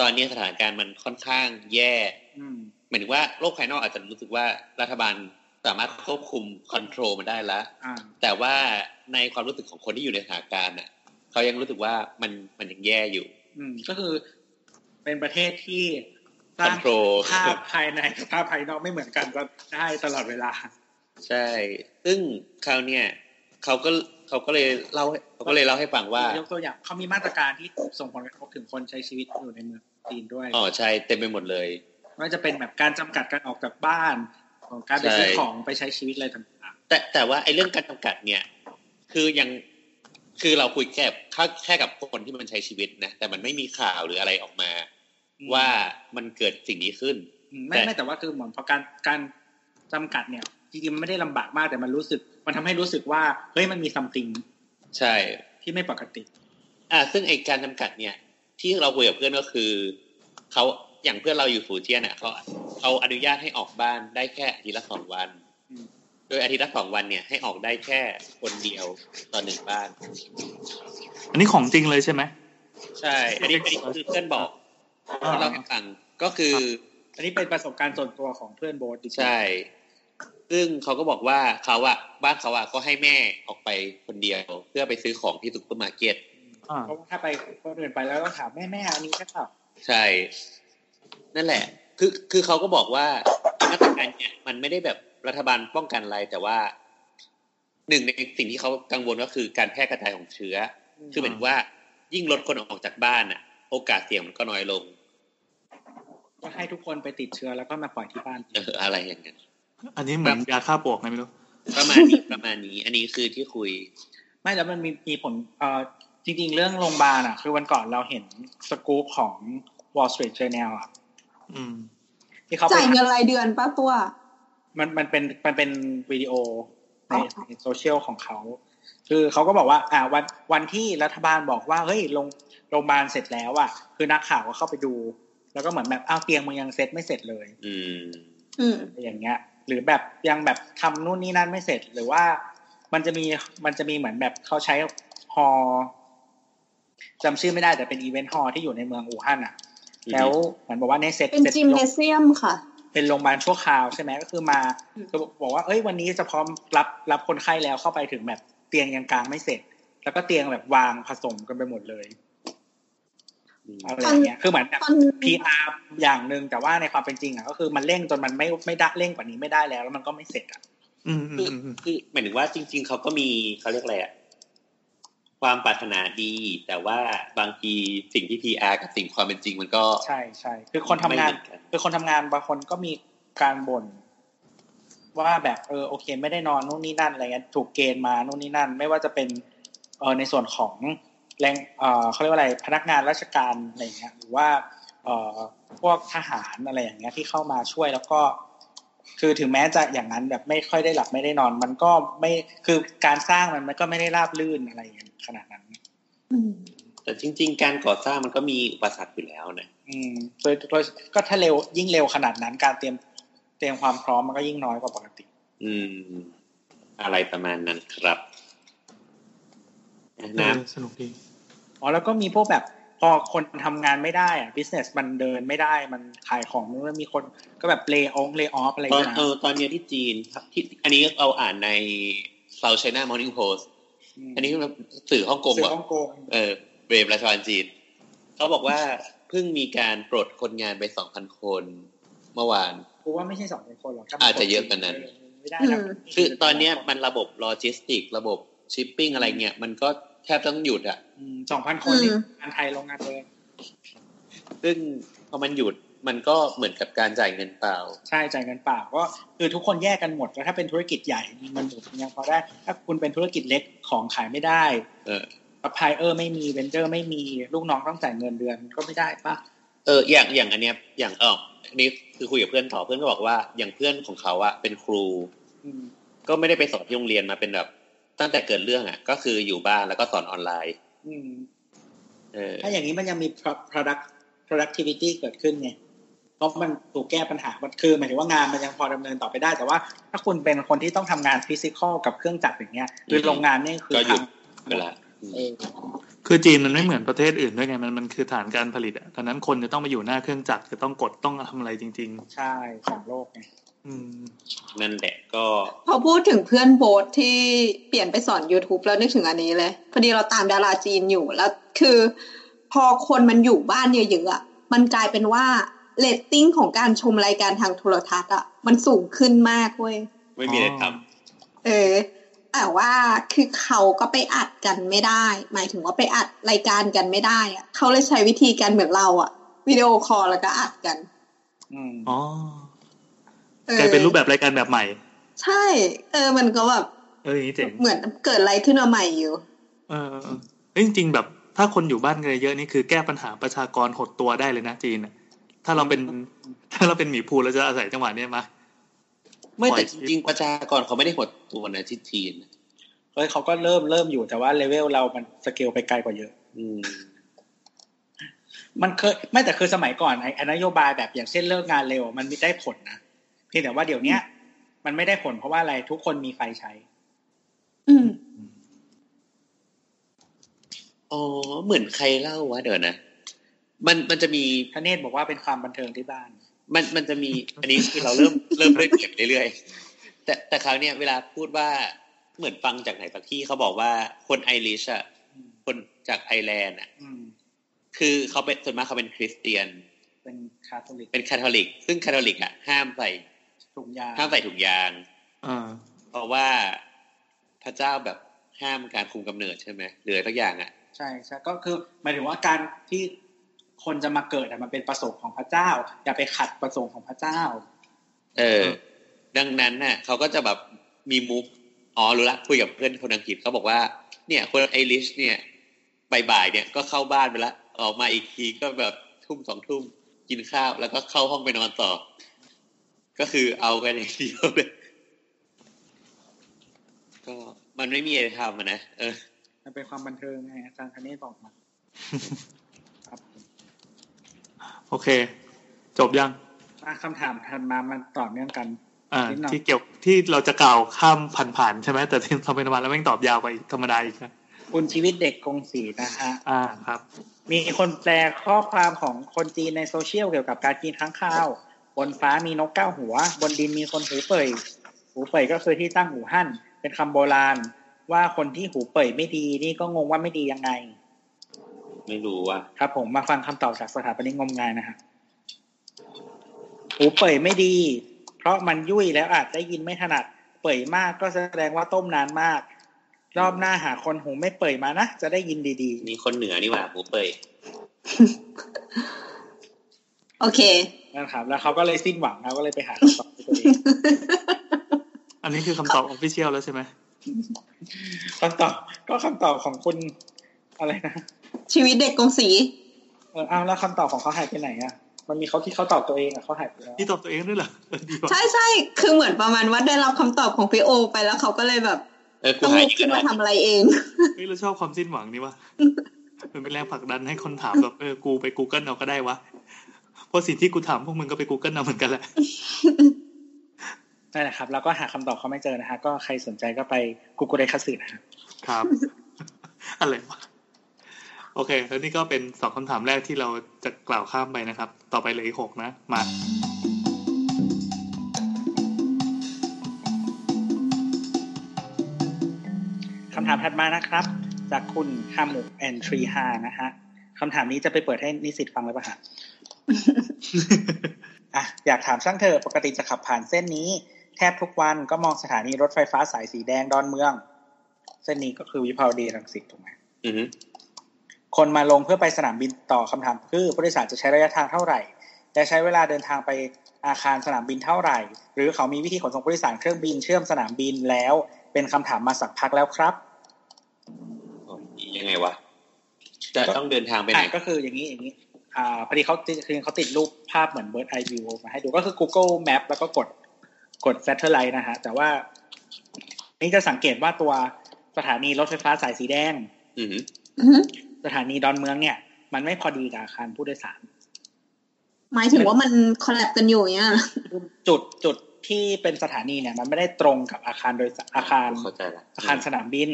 S5: ตอนเนี้ยสถานการณ์มันค่อนข้างแย่
S2: อืม
S5: หมายถึงว่าโลกภายนอกอาจจะรู้สึกว่ารัฐบาลสามารถควบคุมคอนโทรลมันได้แล้ว
S2: อ่า
S5: แต่ว่าในความรู้สึกของคนที่อยู่ในสถานการณ์น่ะเขายังรู้สึกว่ามันมันยังแย่อยู่
S2: อืม ก็คือเป็นประเทศที่ส
S5: คอ
S2: ร้าน ง
S5: โทรล
S2: ภาพภายในกับภาพภายนอกไม่เหมือนกันก็ได้ตลอดเวลา
S5: ใช่ ซึ่งคราวเนี่ยเขาก็เขาก็เลยเล่าให้เขาก็เลยเล่าให้ฟังว่า
S2: ยกตัวอย่างเขามีมาตรการที่ส่งผลกระทบถึงคนใช้ชีวิตอยู่ในเมืองจีนด้วย
S5: อ๋อใช่ เต็มไปหมดเลย
S2: ไม่ว่าจะเป็นแบบการจำกัดการออกจากบ้านของการไปซื้อ
S5: ใช่
S2: ของไปใช้ชีวิตอะไรต่าง
S5: แต่แต่ว่าไอ้เรื่องการจำกัดเนี่ย คือยังคือเราคุยแค่แค่กับคนที่มันใช้ชีวิตนะ แต่มันไม่มีข่าวหรืออะไรออกมา
S2: ๆ
S5: ว่ามันเกิดสิ่งนี้ขึ้น
S2: อืมไม่
S5: แต่
S2: ไม่แต่ว่าคือเหมือนพอการการจำกัดเนี่ยจริงๆมันไม่ได้ลำบากมากแต่มันรู้สึก มันทำให้รู้สึกว่าเฮ้ยมันมีซัมติง
S5: ใช่
S2: ที่ไม่ปกติ
S5: อ่าซึ่งไอการจำกัดเนี่ย ที่เราคุยกับเพื่อนก็คือเขาอย่างเพื่อนเราอยู่ฝูเจียนเนี่ยเขาเขาอนุญาตให้ออกบ้านได้แค่อาทิตย์ละสองวัน
S2: อืม
S5: โดยอาทิตย์ละสองวันเนี่ยให้ออกได้แค่คนเดียวต่อหนึ่งบ้าน
S4: อันนี้ของจริงเลยใช่ไหม
S5: ใช่ อันนี้อันนี้คือเพื่อนบอก
S4: อ่า
S5: เราให้ฟังก็คือ
S2: อันนี้เป็นประสบการณ์ส่วนตัวของเพื่อนโบสดิ
S5: ใช่ ซึ่งเขาก็บอกว่าเขาอะบ้านเขาอะก็ให้แม่ออกไปคนเดียวเพื่อไปซื้อของที่ซุปเปอร์มาร์เก็ต
S4: อ่า
S2: เพราะว่าถ้าไปคนอื่นไปแล้วต้องถามแม่แม่อันนี้ใช่เปล่า
S5: ใช่ นั่นแหละ คือคือเขาก็บอกว่ามาตรการเนี่ยมันไม่ได้แบบรัฐบาลป้องกันอะไรแต่ว่าหนึ่งในสิ่งที่เขากังวลก็คือการแพร่กระจายของเชื้อ คือเหมือนว่ายิ่งลดคนออกจากบ้านอ่ะ โอกาสเสี่ยงมันก็น้อยลง
S2: ก็ให้ทุกคนไปติดเชื้อแล้วก็มาปล่อยที่บ้าน
S5: เอออะไรอย่างเงี้ย
S4: อันนี้เหมือนยาฆ่าปลวกไงไม่รู้
S5: ประมาณนี้ประมาณนี้ อันนี้คือที่คุย
S2: ไม่แล้วมันมีมีผลเอ่อจริง ๆ เรื่องโรงพยาบาลอ่ะ คือวันก่อนเราเห็นสกู๊ปของ Wall Street Journal อ่ะ
S4: อืม
S2: ที่เขาไป
S3: จ่ายเงินรายเดือนป้าตัว
S2: มันมันเป็นมันเป็นวิดีโอใน
S3: อ๋อค่ะ
S2: ในโซเชียลของเขา คือเขาก็บอกว่า อ่าวันวันที่รัฐบาลบอกว่าเฮ้ยโรงโรงพยาบาลเสร็จแล้วอ่ะคือนักข่าวก็เข้าไปดู แล้วก็เหมือนแบบอ้าวเตียงมึงยังเสร็จไม่เสร็จเลย
S5: อืม
S3: อืม
S2: อะไรอย่างเงี้ย หรือแบบยังแบบทำนู่นนี่นั่นไม่เสร็จหรือว่า มันจะมีมันจะมีเหมือนแบบเขาใช้ฮอจำชื่อไม่ได้แต่เป็นอีเวนต์ฮอที่อยู่ในเมืองอู่ฮั่นอ่ะ
S5: อือฮึ
S2: แล้วเหมือนบอกว่าในยเสร็จ
S3: เป็น
S2: สร็จ
S3: จิมเนเซียมค่ะ
S2: เป็นโรงพยาบาลชั่วคราวใช่ไหมก็คือมา
S3: อืม
S2: ก็บอกว่าเอ้ยวันนี้จะพร้อมรับรับคนไข้แล้วเข้าไปถึงแบบเตียงยังกลางไม่เสร็จ แล้วก็เตียงแบบวางผสมกันไปหมดเลย
S5: อืม
S2: อะไรอย่างเงี้ยคือเหมือนแบบ
S3: ตอน
S2: PR อย่างหนึ่งแต่ว่าในความเป็นจริงอ่ะก็คือมันเร่งจนมันไม่ไม่ได้เร่งกว่านี้ไม่ได้แล้ว แล้วมันก็ไม่เสร็จอ่ะ
S4: อืมอื
S5: คือ
S4: มอืม
S5: คือหมายถึงว่าจริง ๆเขาก็มีเขาเรียกอะไรอ่ะ ความปรารถนาดี แต่ว่าบางทีสิ่งที่ PR กับสิ่งความเป็นจริงมันก็
S2: ใช่ใช่คือคนทำงาน
S5: ไม่เหมือกั
S2: คือคนทำงานบางคนก็มีการบ่นว่าแบบเออโอเค ไม่ได้นอนนู่นนี่นั่นอะไรเงี้ยถูกเกณฑ์มานู่นนี่นั่น ไม่ว่าจะเป็นเออในส่วนของแรงเออเขาเรียกว่าอะไรพนักงานราชการอะไรเงี้ยหรือว่าเออพวกทหารอะไรอย่างเงี้ยที่เข้ามาช่วยแล้วก็ คือถึงแม้จะอย่างนั้นแบบไม่ค่อยได้หลับไม่ได้นอน มันก็ไม่คือการสร้างมันมันก็ไม่ได้ราบลื่นอะไรอย่างขนาดนั้น
S3: อืม
S5: แต่จริง ๆ การก่อสร้างมันก็มีอุปสรรคอยู่แล้วนะ
S2: อืมโดยโดยก็ถ้าเร็วยิ่งเร็วขนาดนั้น การเตรียมเตรียมความพร้อมมันก็ยิ่งน้อยกว่าปกติ
S5: อืม อะไรประมาณนั้นครับ
S4: เอ
S5: นะ
S4: อสนุกดี
S2: อ๋อแล้วก็มีพวกแบบพอคนทำงานไม่ได้อะบิสเนสมันเดินไม่ได้มันขายของมันมีคนก็แบบเลย์องเลย์ออฟอะไรอ
S5: ต
S2: ย่า
S5: อง น
S2: เงี้ย
S5: เออตอนเนี้ยที่จีนที่อันนี้เราอ่านใน South China Morning Post
S2: ม
S5: อันนี้สื่อฮ่องกง
S2: สื่
S5: แบ
S2: อบ ฮ่องกง
S5: เออเบรมราชวานจีน เขาบอกว่าเพิ่งมีการปลดคนงานไปสองพันคนเมื่อวาน
S2: กูว่าไม่ใช่สองคนหรอกถ้
S5: อาจจะเยอะกว่านั้น
S2: ไม่ได้นะ
S3: อืม
S5: คือตอนเนี้ยมันระบบโลจิสติก ระบบชิปปิ้งอะไรเงี้ยมันก็แทบต้องหยุดอะ
S2: สองพันคนนี่
S3: อืม
S2: งานไทยโรงงานเลย
S5: ซึ่งพอมันหยุดมันก็เหมือนกับการจ่ายเงินเปล่า
S2: ใช่จ่ายเงินเปล่าก็คือทุกคนแยกกันหมดแล้วถ้าเป็นธุรกิจใหญ่มันหมดยังพอได้ ถ้าคุณเป็นธุรกิจเล็กของขายไม่ได้
S5: เออ
S2: ซัพพลายเออร์ไม่มีเวนเจอร์ไม่มีลูกน้องต้องจ่ายเงินเดือนก็ไม่ได้ปะ
S5: เอออย่างอย่างอันเนี้ยอย่างเอออันนี้คือคุยกับเพื่อนต่อเพื่อนก็บอกว่าอย่างเพื่อนของเขาอะเป็นครู
S2: อืม
S5: ก็ไม่ได้ไปสอนที่โรงเรียนมาเป็นแบบ ตั้งแต่เกิดเรื่องอะก็คืออยู่บ้านแล้วก็สอนออนไลน์
S2: อืม
S5: เออ
S2: ถ้าอย่างนี้มันยังมี pro- product productivity เกิดขึ้นไงเพราะมันถูกแก้ปัญหามันคือหมายถึงว่างานมันยังพอดำเนินต่อไปได้ แต่ว่าถ้าคุณเป็นคนที่ต้องทำงานฟิสิก a l กับเครื่องจักรอย่างเงี้ยคือโรงงานนี่คือ
S5: ก็หยุด
S2: พัง
S5: ไปละอืม
S2: เออ
S4: คือจีนมันไม่เหมือนประเทศอื่นด้วยไงมันมันคือฐานการผลิตอะดังนั้นคนจะต้องมาอยู่หน้าเครื่องจักรจะต้องกดต้องทำอะไรจริง
S2: ใช่ของโลกไง
S4: ๆ อืม
S5: นั่นแหละก็
S3: พอพูดถึงเพื่อนโบสที่เปลี่ยนไปสอน YouTube แล้วนึกถึงอันนี้เลย พอดีเราตามดาราจีนอยู่แล้วคือ พอคนมันอยู่บ้านเยอะๆอะมันกลายเป็นว่าเรตติ้งของการชมรายการทางโทรทัศน์อะมันสูงขึ้นมากเว้ย
S5: ไม่มีอะไรท
S3: เออ แต่ว่าคือเขาก็ไปอัดกันไม่ได้ หมายถึงว่าไปอัดรายการกันไม่ได้อะเขาเลยใช้วิธีการเหมือนเราอะวิดีโอคอลแล้วก็อัดกัน
S2: อืม
S4: อ๋อ
S3: ออก
S4: ลายเป็นรูปแบบรายการแบบใหม่
S3: ใช่ เออ มันก็แบบ
S4: เอออย่างนี้เจ๋ง
S3: เหมือนเกิดอะไรขึ้นมาใหม่อยู่
S4: เออเออเอ้ยจริงๆแบบ ถ้าคนอยู่บ้านกันเยอะนี่คือแก้ปัญหาประชากรหดตัวได้เลยนะจีนอะถ้าเราเป็นถ้าเราเป็นหมีภูเราจะอาศัยจังหวะเนี้ยมา
S5: ำไม่แต่
S4: ป
S5: จ
S4: ล่อย
S5: ริง ๆ ประชากรเขาไม่ได้หดตัวนะที่จีน
S2: เฮ้ยเขาก็เริ่มเริ่มอยู่แต่ว่าเลเวลเรามันสเกลไปไกลกว่าเยอะ
S5: อืม
S2: มันเคยไม่แต่คือสมัยก่อนไอ้ไอ้นโยบายแบบอย่างเช่นเลิกงานเร็ว มันมีได้ผลนะเพียงแต่ว่าเดี๋ยวเนี้ย มันไม่ได้ผลเพราะว่าอะไรทุกคนมีไฟใช้
S3: อืม
S5: อ๋อเหมือนใครเล่าวะเดี๋ยวนะ มันมันจะมี
S2: ทเนศบอกว่าเป็นความบันเทิงที่บ้าน
S5: มันมันจะมี อันนี้คือเราเริ่ม เริ่มเล่นเก็บเรื่อยๆแต่แต่คราวเนี้ยเวลาพูดว่าเหมือนฟังจากไหนสักที่เขาบอกว่าคนไอริชอ่ะ
S2: อืม
S5: คนจากไอร์แลนด์อ่ะ
S2: อืม
S5: คือเขาเป็นส่วนมากเขาเป็นคริสเตียน
S2: เป็นคาทอลิก
S5: เป็นคาทอลิก ซึ่งคาทอลิกอ่ะห้ามใส่
S2: ถุงยา
S5: ห้ามใส่ถุงยาง
S4: อ่า
S5: เพราะว่าพระเจ้าแบบห้ามการคุมกำเนิดใช่ไหมเหลือทุกอย่างอ่ะ
S2: ใช่ใช่ก็คือหมายถึงว่าการที่คนจะมาเกิดอะมันเป็นประสงค์ของพระเจ้า อย่าไปขัดประสงค์ของพระเจ้า
S5: เออ ดังนั้นน่ะเขาก็จะแบบมีมุกอ๋อรู้ละคุยกับเพื่อนคนอังกฤษเขาบอกว่า เนี่ย คนไอริชเนี่ยบ่ายๆเนี่ยก็เข้าบ้านไปละออกมาอีกทีก็แบบทุ่มสองทุ่มกินข้าว แล้วก็เข้าห้องไปนอนต่อ ก็คือเอากันอย่างเดียวเลยก็มันไม่มีอะไรทำอะนะเออ
S2: มันเป็นความบันเทิงไงอาจารย์ทเนศบอกมา ครับ
S4: โอเค จบยัง
S2: อ่ะคำถามถัดมามันต่อเนื่องกัน
S4: อ่า
S2: นิดหน่อย
S4: ที่เกี่ยวที่เราจะกล่าวข้ามผ่านๆใช่ไหมแต่ที่ทำเป็นธรรมดาแล้วแม่งตอบยาวไปธรรมดาอีกนะ
S2: คุณชีวิตเด็กกงสีนะฮะ
S4: อ่าครับ
S2: มีคนแปลข้อความของคนจีนในโซเชียลเกี่ยวกับการกินค้างคาว บนฟ้ามีนกเก้าหัว บนดินมีคนหูเป่ยหูเป่ยก็คือที่ตั้งหูหั่น เป็นคำโบราณ ว่าคนที่หูเป่ยไม่ดีนี่ก็งงว่าไม่ดียังไง
S5: ไม่รู้ว่า
S2: ครับผมมาฟังคำตอบจากสถาปนิกงมงายนะฮะหูเป่ยไม่ดี เพราะมันยุ่ยแล้วอาจได้ยินไม่ถนัด เป่ยมากก็แสดงว่าต้มนานมาก รอบหน้าหาคนหูไม่เปิดมานะ จะได้ยินดี
S5: มีคนเหนือนี่หว่าหมูเปย
S3: โอเค
S2: ๆนะครับ แล้วเขาก็เลยสิ้นหวังเขาก็เลยไปหาคำตอบให้ตัวเอง
S4: อันนี้คือคำตอบออฟฟิเชียลแล้วใช่ไหม
S2: คำตอบก็คำตอบของคุณอะไรนะ
S3: ชีวิตเด็กกรงสี
S2: เอออ้าวแล้วคำตอบของเขาหายไปไหนอ่ะ มันมีเขาที่เขาตอบตัวเองอ่ะเขาหายไปแล้ว
S4: นี่ตอบตัวเองด้วยเหรอเออดีว่ะ
S3: ใช่ใช่คือเหมือนประมาณว่าได้รับคำตอบของพี่โอ ไปแล้วเขาก็เลยแบบ
S5: เออกู
S3: ต้อง
S5: หาย
S3: ลุก
S5: อีก
S3: ขึ้น
S5: แล้
S3: มาวทำอะไรเอง
S4: เฮ้ยเราชอบความสิ้นหวังนี่ว่ะมันเป็นแรงผลักดันให้คนถามแบบเออกูไป Google เอาก็ได้วะเพราะสิ่งที่กูถามพวกมึงก็ไป Google เอาเหมือนกันแหละ
S2: นั่นแหละครับ แล้วก็หาคำตอบเขาไม่เจอนะฮะก็ใครสนใจก็ไปกูกูไดคัสึนะฮะ
S4: ครับ อะไรวะโอเค แล้วนี่ก็เป็นสองคำถามแรกที่เราจะกล่าวข้ามไปนะครับ ต่อไปเหลยอีกหกนะมา
S2: คำถามถัดมานะครับ จากคุณฮามุแอนทรีฮานะฮะคำถามนี้จะไปเปิดให้นิสิตฟังเลยปะฮะ อ่ะอยากถามช่างเธอะปกติจะขับผ่านเส้นนี้ แทบทุกวันก็มองสถานีรถไฟฟ้าสายสีแดงดอนเมือง เส้นนี้ก็คือวิภาวดีรังสิตถูกไหม
S5: อือหือ
S2: คนมาลงเพื่อไปสนามบินต่อคำถามคือผู้โดยสารจะใช้ระยะทางเท่าไหร่ จะใช้เวลาเดินทางไปอาคารสนามบินเท่าไหร่ หรือเขามีวิธีขนส่งผู้โดยสารเครื่องบินเชื่อมสนามบินแล้ว เป็นคำถามมาสักพักแล้วครับ
S5: โอ้ยยังไงวะจะต้องเดินทางไปไหน
S2: อ่ะก็คืออย่างนี้อย่างนี้อ่าพอดีเขาติดคือเขาติดรูปภาพเหมือน Bird Eye View มาให้ดูก็คือ Google Map แล้วก็กดกด Satellite นะฮะแต่ว่า นี่จะสังเกตว่าตัวสถานีรถไฟฟ้าสายสีแดง
S5: อือหือ
S2: สถานีดอนเมืองเนี่ย มันไม่พอดีกับอาคารผู้โดยสาร
S3: หมายถึงว่ามันคอลแลบกันอยู่อย่างเงี้ยเหรอ
S2: จุดจุดที่เป็นสถานีเนี่ย มันไม่ได้ตรงกับอาคารโดยสอาคาร
S5: กูเข้าใจละ
S2: อาคารสนามบิน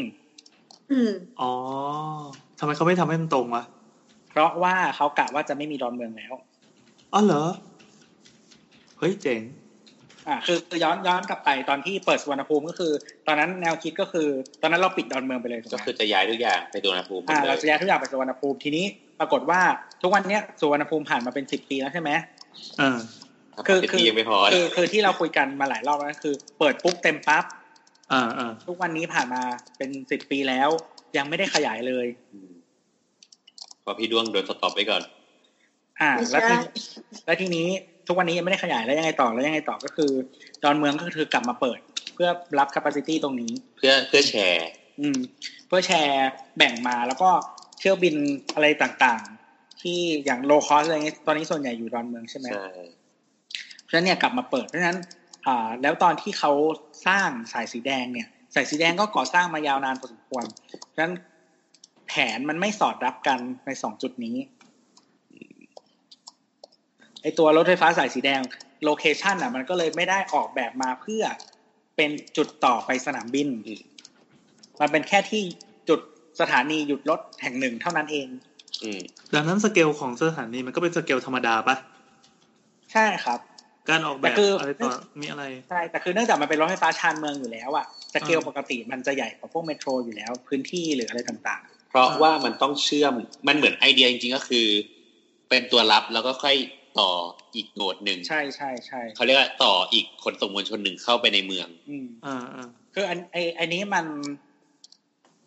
S3: อืม
S4: อ๋อทำไมเขาไม่ทำให้มันตรงวะ
S2: เพราะว่าเขากะว่าจะไม่มีดอนเมืองแล้ว
S4: อ๋อเหรอ เฮ้ยเจ๋ง
S2: อ่าคือคือย้อนย้อนกลับไปตอนที่เปิดสุวรรณภูมิก็คือ ตอนนั้นแนวคิดก็คือ ตอนนั้นเราปิดดอนเมืองไปเลยถูกไหม
S5: ก็คือจะย้ายทุกอย่างไปตัวนภูมิหมด
S2: อ่า
S5: เล
S2: เรา
S5: ย
S2: จะย้ายทุกอย่างไปสุวรรณภูมิทีนี้ ปรากฏว่าทุกวันเนี้ยสุวรรณภูมิผ่านมาเป็นสิบปีแล้วใช่ไหม
S4: เออ
S2: คือ
S5: เป็น
S2: คือ
S5: ที่ยังไม่พอ
S2: คือคือที่เราคุยกันมาหลายรอบแล้วนะคือ เปิดปุ๊บเต็มปั๊บ
S4: อ่าอ่า
S2: ทุกวันนี้ผ่านมาเป็นสิบปีแล้ว ยังไม่ได้ขยายเลย
S5: มขอพี่ด้วงโดนสต็อปไว้ก่อน
S2: อ่า
S3: ไม่
S2: แล้ว
S3: ใช่
S2: ทีแล้วทีนี้ทุกวันนี้ยังไม่ได้ขยายแล้วยังไงต่อแล้วยังไงต่อก็คือดอนเมืองก็คือกลับมาเปิด เพื่อรับแคปซิตี้ตรงนี้
S5: เพื่อเพื่อแชร์
S2: อืมเพื่อแชร์แบ่งมาแล้วก็เที่ยวบินอะไรต่างๆ ที่อย่างโลคอสอะไรเงี้ยตอนนี้ส่วนใหญ่อยู่ดอนเมืองใช่ไหม
S5: ใช่
S2: เพราะฉะนั้นเนี่ยกลับมาเปิดเพราะฉะนั้นอ่าแล้วตอนที่เขาสร้างสายสีแดงเนี่ยสายสีแดงก็ก่อสร้างมายาวนานพอสมควรเพราะฉะนั้นแผนมันไม่สอดรับกันในสองจุดนี้ไอตัวรถไฟฟ้าสายสีแดงโลเคชันอ่ะมันก็เลยไม่ได้ออกแบบมาเพื่อเป็นจุดต่อไปสนามบิน มันเป็นแค่ที่จุดสถานีหยุดรถแห่งหนึ่งเท่านั้นเอง
S5: อืม
S4: ดังนั้นสเกลของสถานีมันก็เป็นสเกลธรรมดาปะ
S2: ใช่ครับ
S4: การออกแบ
S2: แต่
S4: บ
S2: คือ
S4: อะไรต่อมีอะไร
S2: ใช่แต่คือเนื่องจากมันเป็นรถไฟฟ้าชานเมืองอยู่แล้วอะสเกล
S4: อ่า
S2: ปกติมันจะใหญ่กว่าพวกเมโทรอยู่แล้ว พื้นที่หรืออะไรต่าง
S5: เพราะว่ามันต้องเชื่อม มันเหมือนไอเดียจริงๆก็คือ เป็นตัวรับแล้วก็ค่อยต่ออีกโหนดหนึ่ง
S2: ๆ ใช่ใช่ใช่
S5: เขาเรียกว่าต่ออีกขนส่งมวลชนหนึ่งเข้าไปในเมือง
S2: อืม
S4: อ่าอ่า
S2: คืออันไอไอันนี้มัน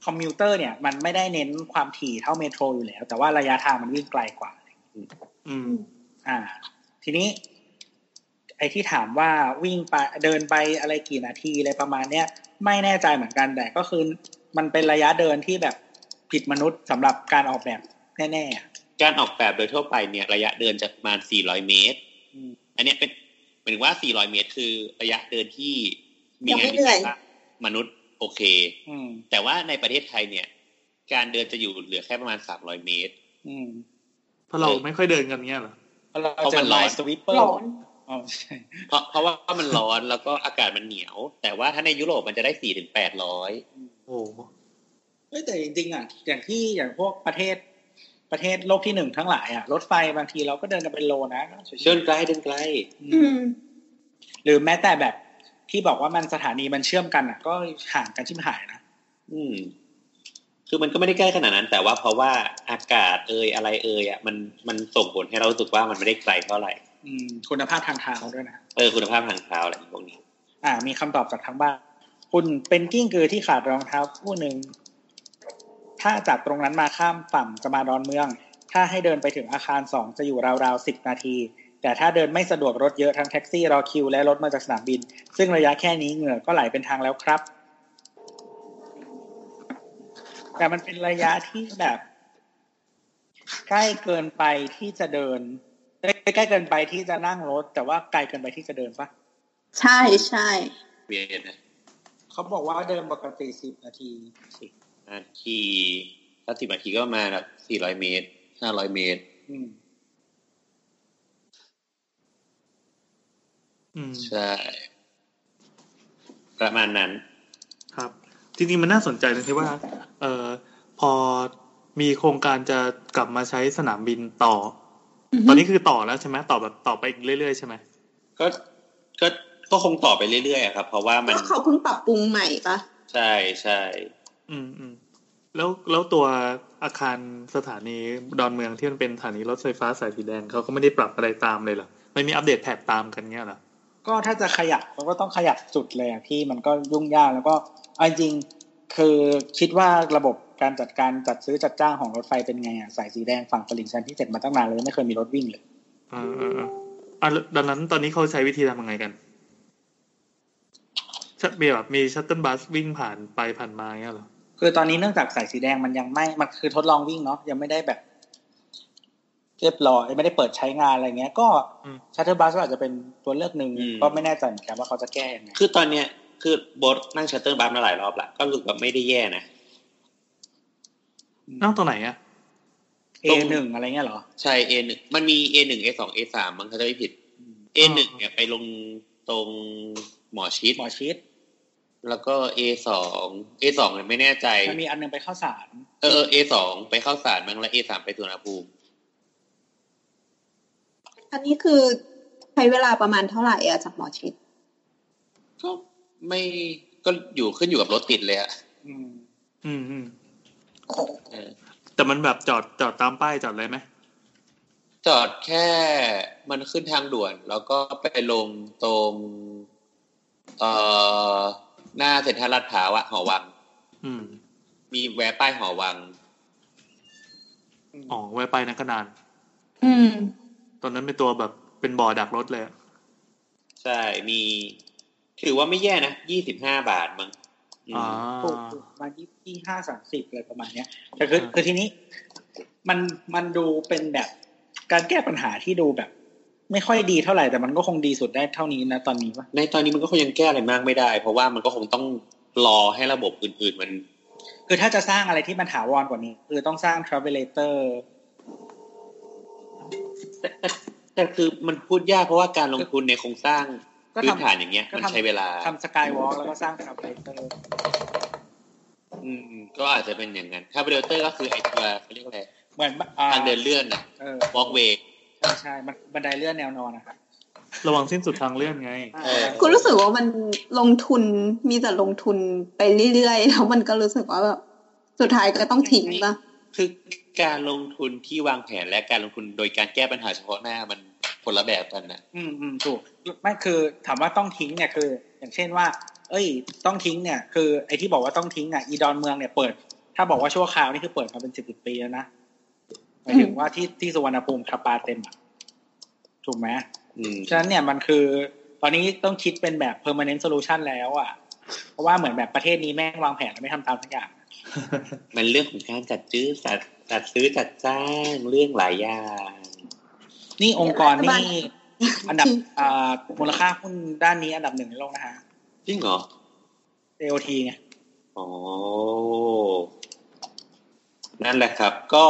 S2: คอมมิวเตอร์เนี่ย มันไม่ได้เน้นความถี่เท่าเมโทรอยู่แล้ว แต่ว่าระยะทางมันวิ่งไกลกว่า
S4: อืม
S2: อ่า ทีนี้ ไอที่ถามว่าวิ่งไปเดินไปอะไรกี่นาทีอะไรประมาณเนี้ยไม่แน่ใจเหมือนกันแต่ก็คือมันเป็นระยะเดินที่แบบผิดมนุษย์สำหรับการออกแบบแน่ๆอะ
S5: การออกแบบโดยทั่วไปเนี่ย ระยะเดินจะประมาณ 400 เมตร
S2: อืม
S5: อันเนี้ยเป็นหมายถึงว่า 400 เมตรคือระยะเดินที่มี
S3: ยัง
S5: งา
S3: ไม่
S5: น
S3: เหนื่อย
S5: ว่ามนุษย์โอเค
S2: อืม
S5: แต่ว่าในประเทศไทยเนี่ย การเดินจะอยู่เหลือแค่ประมาณ 300 เมตร
S2: อืม
S4: เพราะเราไม่ค่อยเดินกันเงี้ยเหรอ
S2: เพราะเราเจอไลน์สวิปเปอร์
S3: หลอน
S2: อ๋อใช่
S5: เพราะเพราะว่ามันร้อนแล้วก็อากาศมันเหนียว แต่ว่าถ้าในยุโรปมันจะได้ 4-800
S4: โอ้โห
S2: เอ้ยแต่จริงๆอ่ะ อย่างที่อย่างพวกประเทศประเทศโลกที่หนึ่งทั้งหลายอ่ะ รถไฟบางทีเราก็เดินกันเป็นโลนะ
S5: เดินไกลเดินไกล
S3: อืม
S2: หรือแม้แต่แบบที่บอกว่ามันสถานีมันเชื่อมกันอ่ะ ก็ห่างกันชิบหายนะ
S5: อืม คือมันก็ไม่ได้ใกล้ขนาดนั้น แต่ว่าเพราะว่าอากาศเอ่ยอะไรเอ่ยอ่ะมันมันส่งผลให้เรารู้สึกว่ามันไม่ได้ไกลเท่าไหร่
S2: อืม คุณภาพทางเท้าด้วยนะ
S5: เออคุณภาพทางเท้าอะไรพวกนี้
S2: อ่า มีคำตอบจากทางบ้าน คุณเป็นกิ้งกือที่ขาดรองเท้าคู่หนึ่ง ถ้าจากตรงนั้นมาข้ามฝั่งจะมาดอนเมือง ถ้าให้เดินไปถึงอาคารสองจะอยู่ราวๆสิบนาที แต่ถ้าเดินไม่สะดวกรถเยอะทั้งแท็กซี่รอคิวและรถมาจากสนามบิน ซึ่งระยะแค่นี้เหงื่อก็ไหลเป็นทางแล้วครับ แต่มันเป็นระยะที่แบบ ใกล้เกินไปที่จะเดินเอ้ยใกล้เกินไปที่จะนั่งรถ แต่ว่าไกลเกินไปที่จะเดินปะ
S3: ใช่ใช่
S5: เวียนนะ
S2: เขาบอกว่าเดินปกติสิบนาทีสิ
S5: นาทีถ้าสิบนาทีก็ประมาแบบสี่ร้อยเมตรห้าร้อยเมตร
S2: อืม
S4: อืม
S5: ใช่ ประมาณนั้น
S4: ครับจริงๆมันน่าสนใจตรงที่ว่าเออพอมีโครงการจะกลับมาใช้สนามบินต่ออตอนนี้คือต่อแล้วใช่ไหมต่อแบบต่อไปอีกเรื่อยๆใช่ไหม
S5: ก็ก็ก็คงต่อไปเรื่อยๆอะครับ เพราะว่ามัน
S3: ก็เขาเพิ่งปรับปรุงใหม่ปะ
S5: ใช่ใช่
S4: อืมอืมแล้วแล้วตัวอาคารสถานีดอนเมืองที่มันเป็นสถานีรถไฟฟ้าสายสีแดงเขาก็ไม่ได้ปรับอะไรตามเลยเหรอไม่มีอัปเดตแพทตามกันเงี้ยเหรอ
S2: ก็ถ้าจะขยับมันก็ต้องขยับจุดเลยอะพี่มันก็ยุ่งยากแล้วก็เอาจริงๆคือคิดว่าระบบการจัดการจัดซื้อจัดจ้างของรถไฟเป็นไงอะสายสีแดงฝั่งตลิ่งชันที่เสร็จมาตั้งนานเลยไม่เคยมีรถวิ่งเลย
S4: อ่าอ่าอ่าอ่ะแล้วดังนั้นตอนนี้เขาใช้วิธีทำยังไงกันมีแบบมีชัตเติลบัสวิ่งผ่านไปผ่านมาเงี้ยเหรอ
S2: คือตอนนี้เนื่องจากสายสีแดงมันยังไม่มันคือทดลองวิ่งเนาะยังไม่ได้แบบ เรียบร้อยไม่ได้เปิดใช้งานอะไรเงี้ย ก็
S4: อืม
S2: ชัตเตอร์บัสก็อาจจะเป็นตัวเลือกหนึ่งก็ไม่แน่ใจเหมือนกันว่าเขาจะแก้ยังไง
S5: คือตอนเนี้ยคือโบทนั่งชัตเตอร์บัสมาหลายรอบละก็รู้สึกแบบไม่ได้แย่นะ
S4: นอกตรงไหนอะ
S2: เอหนึ่งอะไรเงี้ยเหรอ
S5: ใช่ A หนึ่งมันมี A หนึ่ง A สอง A สามมั้งถ้าจะไม่ผิด A หนึ่งเนี่ยไปลงตรงหมอชิด
S2: หมอชิด
S5: แล้วก็ A สอง A สองเนี่ยไม่แน่ใจ
S2: มันมีอันหนึงไปเข้าสาร
S5: เออ A สองไปเข้าสารมั้งแล้ว A สามไปสุวรรณภูมิ
S3: อันนี้คือใช้เวลาประมาณเท่าไหร่อะจากหมอชิด
S5: ก็ไม่ก็อยู่ขึ้นอยู่กับรถติดเลยอะ
S2: อืม
S4: อืมอืม
S5: เออ
S4: แต่มันแบบจอดจอดตามป้ายจอดอะไรไหม
S5: จอดแค่มันขึ้นทางด่วน แล้วก็ไปลงตรง เอ่อ หน้าเซ็นทรัลลาดพร้าวอะหอวัง
S4: อืม
S5: มีแวะป้ายหอวัง
S4: อ๋อไว้ไปนะก็นาน
S3: อืม
S4: ตอนนั้นเป็นตัวแบบเป็นบ่อดักรถเลยอะ
S5: ใช่มี ถือว่าไม่แย่นะยี่สิบห้าบาทมั้งอืม
S4: อ่า
S2: ถูกถูกประมาณยี่ที่ห้าสามสิบอะไรประมาณเนี้ยแต่คือ
S4: อ่า
S2: คือทีนี้มันมันดูเป็นแบบ การแก้ปัญหาที่ดูแบบ ไม่ค่อยดีเท่าไหร่แต่มันก็คงดีสุดได้เท่านี้นะตอนนี้ว่า
S5: ในตอนนี้มันก็คงยังแก้อะไรมากไม่ได้ เพราะว่ามันก็คงต้องรอให้ระบบอื่นๆ มัน
S2: คือถ้าจะสร้างอะไรที่มันถาวรกว่านี้ คือต้องสร้าง travelator
S5: แต่คือมันพูดยากเพราะว่าการลงทุนในโครงสร้าง
S2: ก็
S5: พื้น
S2: ทำ
S5: ฐานอย่างเงี้ย
S2: ก็
S5: มัน
S2: ทำ
S5: ใช้เวลา
S2: ทำ skywalk แล้วก็สร้าง travelator
S5: อืมก็อาจจะเป็นอย่างนั้นถ้าเบลเตอร์ก็คือไอตัวเขาเรียกอะไร
S2: เหมือนอ่า
S5: ทางเดินเลื่อนอะ
S2: เออ
S5: วอล์กเวย์
S2: ใช่ใช่มันบันไดเลื่อนแนวนอนนะครับ
S4: ระหวังสิ้นสุดทางเลื่อนไง
S5: เออ
S3: กูรู้สึกว่ามันลงทุนมีแต่ลงทุนไปเรื่อยๆ แล้วมันก็รู้สึกว่าแบบสุดท้ายก็ต้องทิ้งปะ
S5: คือการลงทุนที่วางแผนและการลงทุนโดยการแก้ปัญหาเฉพาะหน้ามันคนละแบบกันนะ
S2: อืมอืมถูกไม่คือถามว่าต้องทิ้งเนี่ยคือ อย่างเช่นว่า เอ้ย ต้องทิ้งเนี่ย คือไอ้ที่บอกว่าต้องทิ้งอ่ะอีดอนเมืองเนี่ยเปิด ถ้าบอกว่าชั่วคราวนี่คือเปิดมาเป็นสิบสิบปีแล้วนะหมายถึงว่าที่ที่สุวรรณภูมิคาปาเต็มอ่ะถูกไหม
S5: อืม
S2: ฉะนั้นเนี่ยมันคือ ตอนนี้ต้องคิดเป็นแบบ permanent solution แล้วอ่ะ เพราะว่าเหมือนแบบประเทศนี้แม่งวางแผนแล้วไม่ทำตามสักอย่าง
S5: มันเรื่องของการจัดซื้อจัดจัดซื้อจัดจ้างเรื่องหลายอย่าง
S2: นี่องค์กรนี่อันดับอ่ามูลค่าหุ้นด้านนี้อันดับหนึ่งในโลกนะฮะ
S5: จริงเหรอ
S2: AOT ไง
S5: อ๋อนั่นแหละครับ ก็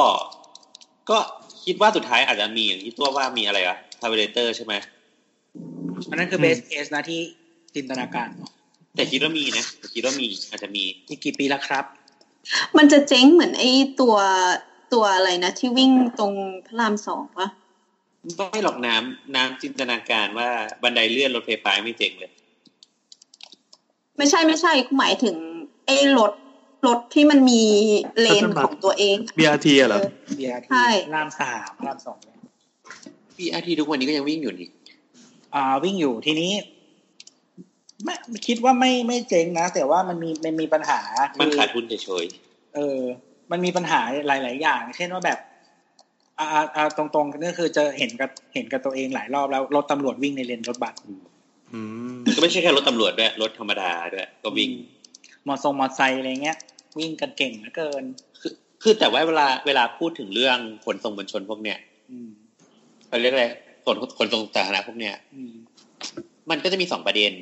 S5: ก็คิดว่าสุดท้ายอาจจะมีอย่างที่ตัวว่ามีอะไรวะทาเวเลเตอร์ใช่ไหม
S2: อันนั้นคือ
S4: ม
S2: เบสเคสนะที่จินตนาการเนอะ
S5: แต่คิดว่ามีนะแต่คิดว่ามีอาจจะมี
S2: อีกกี่ปีแล้วครับ
S3: มันจะเจ๊งเหมือนไอ้ตัวตัวอะไรนะ ที่วิ่งตรงพระรามสองปะ
S5: ไม่หรอกน้ำน้ำจินตนาการว่าบันไดเลื่อนรถไฟฟ้าไม่เจ๋งเลย
S3: ไม่ใช่ไม่ใช่กูหมายถึงไอ้รถรถที่มันมีเลนของตัวเอง
S4: BRT อะเหรอ
S2: BRT
S3: ใช่
S2: รามสามรามสองเนี่ย
S5: พี่อาทีทุกวันนี้ก็ยังวิ่งอยู่นี่
S2: อ่าวิ่งอยู่ทีนี้ ไม่คิดว่าไม่ไม่เจ๊งนะ แต่ว่ามันมีมันมีปัญหาคื
S5: มัน
S2: อ
S5: ขาดทุนเฉย
S2: เออ มันมีปัญหาหลาย ๆ อย่าง เช่นว่าแบบ อ่าอ่าอ่าตรงๆนี่คือจะเห็นกับเห็นกับตัวเองหลายรอบแล้วรถตำรวจวิ่งในเลนรถบัส
S4: อืม
S5: ๆก็ไม่ใช่แค่รถตำรวจด้วยรถธรรมดาด้วยก็วิ่ง
S2: มอทรงมอไซค์อะไรเงี้ย วิ่งกันเก่งเหลือเกิน
S5: คือคือแต่ว่าเวลาเวลาพูดถึงเรื่องขนส่งมวลชนพวกเนี้ย
S2: อืม
S5: เขาเรียกอะไรขนขนส่งสาธารณะพวกเนี้ย
S2: อืม
S5: มันก็จะมีสองประเด็น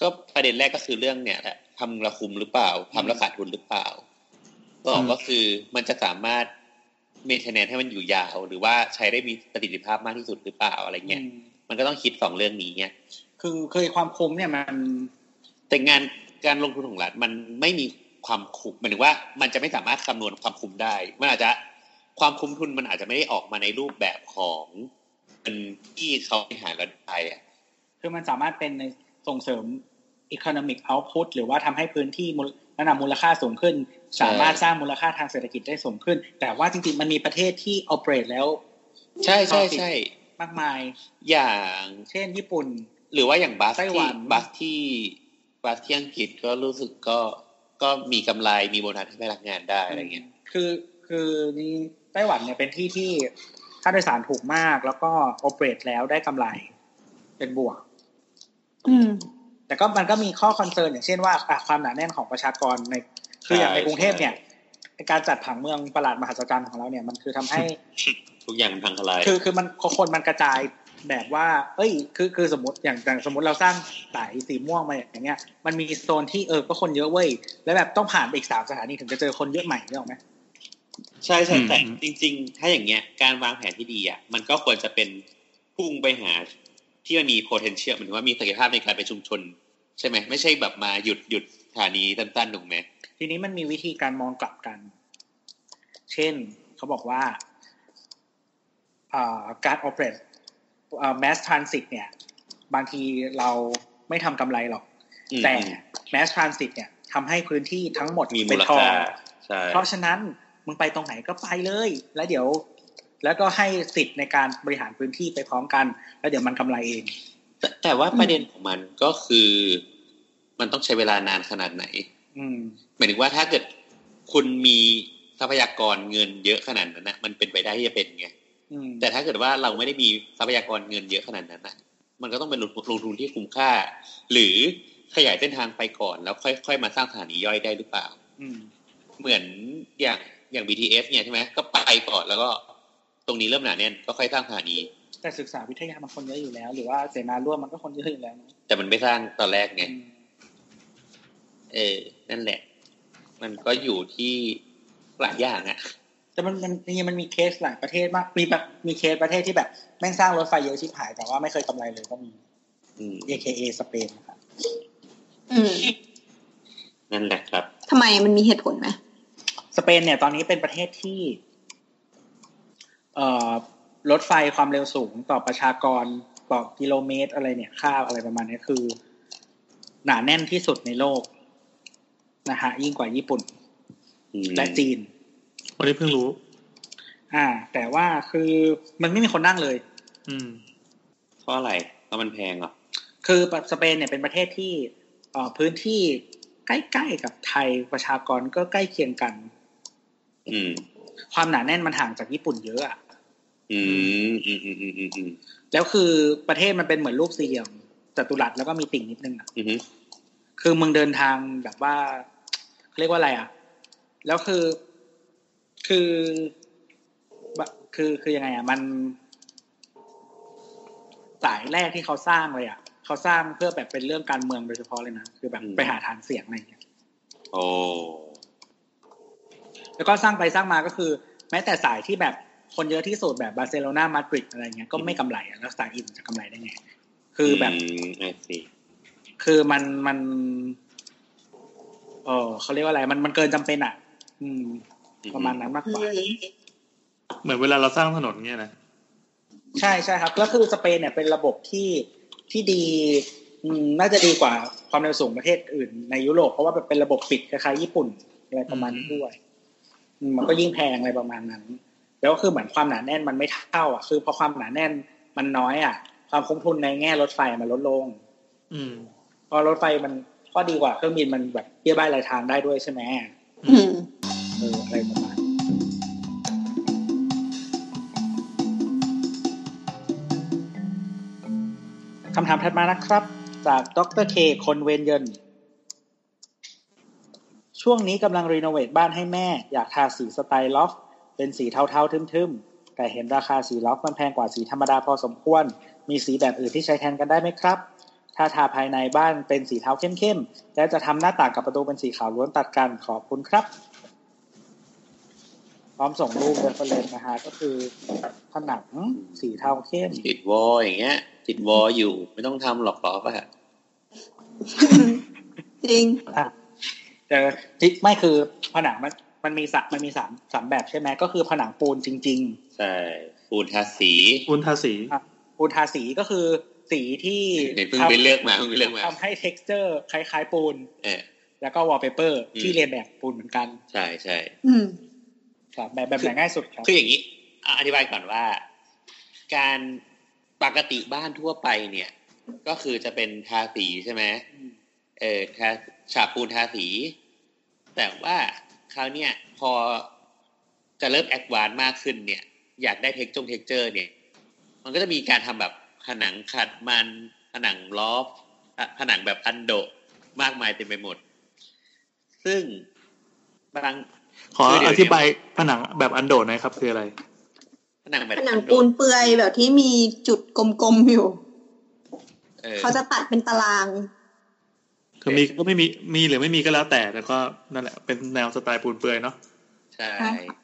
S5: ก็ประเด็นแรกก็คือเรื่องเนี่ยแหละทำระคุมหรือเปล่าทำแล้วขาดทุนหรือเปล่าก็บอกก็คือมันจะสามารถเมนเทนแนนให้มันอยู่ยาว หรือว่าใช้ได้มีประสิทธิภาพมากที่สุดหรือเปล่าอะไรเงี้ย
S2: อืม
S5: มันก็ต้องคิดสองเรื่องนี้เนี่ย
S2: คือเคยความคมเนี่ยมัน
S5: แต่งานการลงทุนของรัฐมันไม่มีความคุ้มหมายถึงว่ามันจะไม่สามารถคำนวณความคุ้มได้ มันอาจจะความคุ้มทุนมันอาจจะไม่ได้ออกมาในรูปแบบของเงินที่เขาบริหารกันไปอ่ะ
S2: คือมันสามารถเป็นในส่งเสริม economic output หรือว่าทำให้พื้นที่มูลระดับมูลค่าสูงขึ้น สามารถสร้างมูลค่าทางเศรษฐกิจได้สูงขึ้น แต่ว่าจริง ๆ มันมีประเทศที่ operate แล้ว
S5: ใช่ใช่ใช่
S2: มากมาย
S5: อย่าง
S2: เช่น ญี่ปุ่น
S5: หรือว่าอย่างบัส
S2: ไต้หวั
S5: ที่
S2: น
S5: บัสที่บัสที่อังกฤษก็รู้สึกก็ก็มีกำไรมีโบนัสให้พนักงานได้อะไรเงี้ย
S2: คือคือนี่ไต้หวันเนี่ยเป็นที่ที่ค่าโดยสารถูกมาก แล้วก็ operate แล้วได้กำไรเป็นบวก
S3: อืม
S2: แต่ก็มันก็มีข้อคอนเซิร์นอย่างเช่นว่าอ่ะความหนาแน่นของประชากรในคืออย่างในกรุงเทพเนี่ยการจัดผังเมืองประหลาดมหัศจรรย์ของเราเนี่ยมันคือทำให้
S5: ทุกอย่างมันพังทลาย
S2: คือคือมันคนมันกระจายแบบว่า เอ้ย คือคือสมมติอย่างอย่างสมมติเราสร้างสายสีม่วงมาอย่างเงี้ย มันมีโซนที่เออก็คนเยอะเว้ย แล้วแบบต้องผ่านไปอีกสามสถานีถึงจะเจอคนเยอะใหม่เนี่ยหรอกไหม
S5: ใช่ใช่
S4: อืม
S5: แต่จริง ๆ ถ้าอย่างเงี้ยการวางแผนที่ดีอ่ะมันก็ควรจะเป็นพุ่งไปหาที่มันมี potential หมายถึงว่ามีศักยภาพในการเป็นชุมชน ใช่ไหมไม่ใช่แบบมาหยุดหยุดสถานีตั้นๆถูกไหม
S2: ทีนี้มันมีวิธีการมองกลับกัน เช่นเขาบอกว่าอ่าการ operate อ่า mass transit เนี่ย บางทีเราไม่ทำกำไรหรอก
S5: อืม
S2: แต่ mass transit เนี่ยทำให้พื้นที่ทั้งหมด
S5: มีมู
S2: เป็น
S5: ล
S2: ทอ
S5: ค่าง ใช่
S2: เพราะฉะนั้นมึงไปตรงไหนก็ไปเลย แล้วเดี๋ยว แล้วก็ให้สิทธิ์ในการบริหารพื้นที่ไปพร้อมกัน แล้วเดี๋ยวมันกำไรเอง
S5: แต่แต่ว่าประเด็นของมันก็คือ มันต้องใช้เวลานานขนาดไหน
S2: อืม
S5: หมายถึงว่าถ้าเกิดคุณมีทรัพยากรเงินเยอะขนาดนั้นนะมันเป็นไปได้ที่จะเป็นไง
S2: อืม
S5: แต่ถ้าเกิดว่าเราไม่ได้มีทรัพยากรเงินเยอะขนาดนั้นนะมันก็ต้องเป็นลงทุนลงทุนที่คุ้มค่า หรือขยายเส้นทางไปก่อนแล้วค่อยๆมาสร้างสถานีย่อยได้หรือเปล่า
S2: อืม
S5: เหมือนอย่างอย่าง BTS เนี่ยใช่ไหมก็ไปก่อนแล้วก็ตรงนี้เริ่มหนาแน่นก็ค่อยสร้างสถานี
S2: แต่ศึกษาวิทยามันคนเยอะอยู่แล้ว หรือว่าเสนาร่วมมันก็คนเยอะอยู่แล้วนะ
S5: แต่มันไม่สร้างตอนแรกไง
S2: อืม
S5: เออ นั่นแหละ มันก็อยู่ที่หลายอย่างอะ
S2: แต่มันมันจริงๆมันมีเคสหลายประเทศมากมีแบบมีเคสประเทศที่แบบแม่งสร้างรถไฟเยอะชิบหาย แต่ว่าไม่เคยกำไรเลยก็มี
S5: อืม
S2: AKA สเปนนะครับ
S3: อืม
S5: นั่นแหละครับ
S3: ทำไมมันมีเหตุผลไหม
S2: สเปนเนี่ยตอนนี้เป็นประเทศที่ เอ่อรถไฟความเร็วสูงต่อประชากรต่อกิโลเมตรอะไรเนี่ย ค่าอะไรประมาณเนี้ยคือ หนาแน่นที่สุดในโลกนะฮะยิ่งกว่าญี่ปุ่น
S5: อืม
S2: และจีน
S4: วันนี้เพิ่งรู้
S2: อ่า แต่ว่าคือมันไม่มีคนนั่งเลย
S4: อืม
S5: เพราะอะไรเพราะมันแพงเหรอ
S2: คือสเปนเนี่ยเป็นประเทศที่เอ่อพื้นที่ใกล้ๆกับไทยประชากรก็ใกล้เคียงกัน
S5: อืม
S2: ความหนาแน่นมันห่างจากญี่ปุ่นเยอะอะ
S5: อืมอืมอืมอืมอืมอืม
S2: แล้วคือประเทศมันเป็นเหมือนรูปสี่เหลี่ยมจัตุรัสแล้วก็มีติ่งนิดนึงอะ
S5: อืม
S2: คือมึงเดินทางแบบว่าเขาเรียกว่าอะไรอ่ะ แล้วคือคือแบบคือคือยังไงอ่ะ มัน สายแรกที่เขาสร้างเลยอ่ะ เขาสร้างเพื่อแบบเป็นเรื่องการเมืองโดยเฉพาะเลยนะ คือแบบ
S5: อืม
S2: ไปหาฐานเสียงอะไรอย่างเงี้ย
S5: โอ้
S2: แล้วก็สร้างไปสร้างมาก็คือ แม้แต่สายที่แบบคนเยอะที่สุดแบบบาร์เซโลนามาดริดอะไรเงี้ยก็ไม่กำไรอะแล้วสายอินจะกำไรได้ไง คือแบบ
S5: มไอซี
S2: คือมันมันเออเขาเรียกว่าอะไร มันมันเกินจำเป็นอ่ะ อืม ประมาณนั้นมากกว่า
S4: เหมือนเวลาเราสร้างถนนเงี้ยนะ
S2: ใช่ใช่ครับ แล้วคือสเปนเนี่ยเป็นระบบที่ที่ดีอืมน่าจะดีกว่าความเร็วสูงประเทศอื่นในยุโรปเพราะว่าเป็นระบบปิดคล้ายๆญี่ปุ่นอะไรประมาณนี้ด้วยอืมมันก็ยิ่งแพงอะไรประมาณนั้น แล้วก็คือเหมือนความหนาแน่นมันไม่เท่า อ่ะ คือพอความหนาแน่นมันน้อยอ่ะ ความคุ้มทุนในแง่รถไฟมันลดลง
S4: อืม
S2: อรถไฟมันก็ดีกว่าเครื่องบินมันแบบเบี้ยบ้ายรายทางได้ด้วยใช่ไหม
S3: อืม
S2: เอออะไรประมาณคำถามถัดมานะครับ จากดรเคคนเวนเยนช่วงนี้กำลังรีโนเวทบ้านให้แม่ อยากทาสีสไตล์ลอฟ เป็นสีเทาๆทึมๆ แต่เห็นราคาสีล็อกมันแพงกว่าสีธรรมดาพอสมควร มีสีแบบอื่นที่ใช้แทนกันได้ไหมครับ ถ้าทาภายในบ้านเป็นสีเทาเข้มๆ และจะทำหน้าต่างกับประตูเป็นสีขาวล้วนตัดกันขอบคุณครับ พร้อมส่งรูปเรฟเฟรนนะฮะก็คือผนังสีเทาเข้ม
S5: ติดวอลอย่างเงี้ย ติดวอลอยู่ไม่ต้องทำหรอกหรอป่ะ
S3: จริง
S2: แต่ที่ไม่คือผนังมันมันมีสักมันมีสามสามแบบใช่ไหมก็คือผนังปูนจริง ๆ
S5: ใช่ปูนทาสี
S4: อุณทาสี
S2: อ่ะ ปูนทาสีก็คือสีที่
S5: เดี๋ยวเพิ่งไปเลือกมาเพิ่งไปเลือกมา
S2: ทำให้ texture คล้ายๆปูน
S5: เออ
S2: แล้วก็ wallpaper
S5: อืม
S2: ที่เรียนแบบปูนเหมือนกัน
S5: ใช่ใช่
S3: อืม
S2: ครับแบบแบบไหนง่ายสุดครับ
S5: คืออย่างนี้อ่ะอธิบายก่อนว่า การปกติบ้านทั่วไปเนี่ย ก็คือจะเป็นทาสีใช่ไหม
S2: อืม
S5: เออทาฉาบปูนทาสี แต่ว่าคราวเนี่ยพอจะเริ่มแอดวานซ์มากขึ้นเนี่ย อยากได้เท็กจงเท็กเจอร์ เนี่ย มันก็จะมีการทำแบบผนังขัดมัน ผนังลอฟอ่ะผนังแบบอันโดะมากมายเต็มไปหมด ซึ่งบาง
S4: ขอ
S5: คือเดี๋ยว
S4: อธิบายผนังแบบอันโดดหน่อยครับคืออะไร
S5: ผนังแบบ
S3: ผนัง
S5: อัโดะ
S3: ปูนเปลือยแบบที่มีจุดกลมๆอยู่
S5: ออ
S3: เขาจะตัดเป็นตาราง
S4: คือมีก็ไม่มีมีหรือไม่มีก็แล้วแต่แต่ก็นั่นแหละเป็นแนวสไตล์ปูนเปลือยเนาะ
S5: ใช่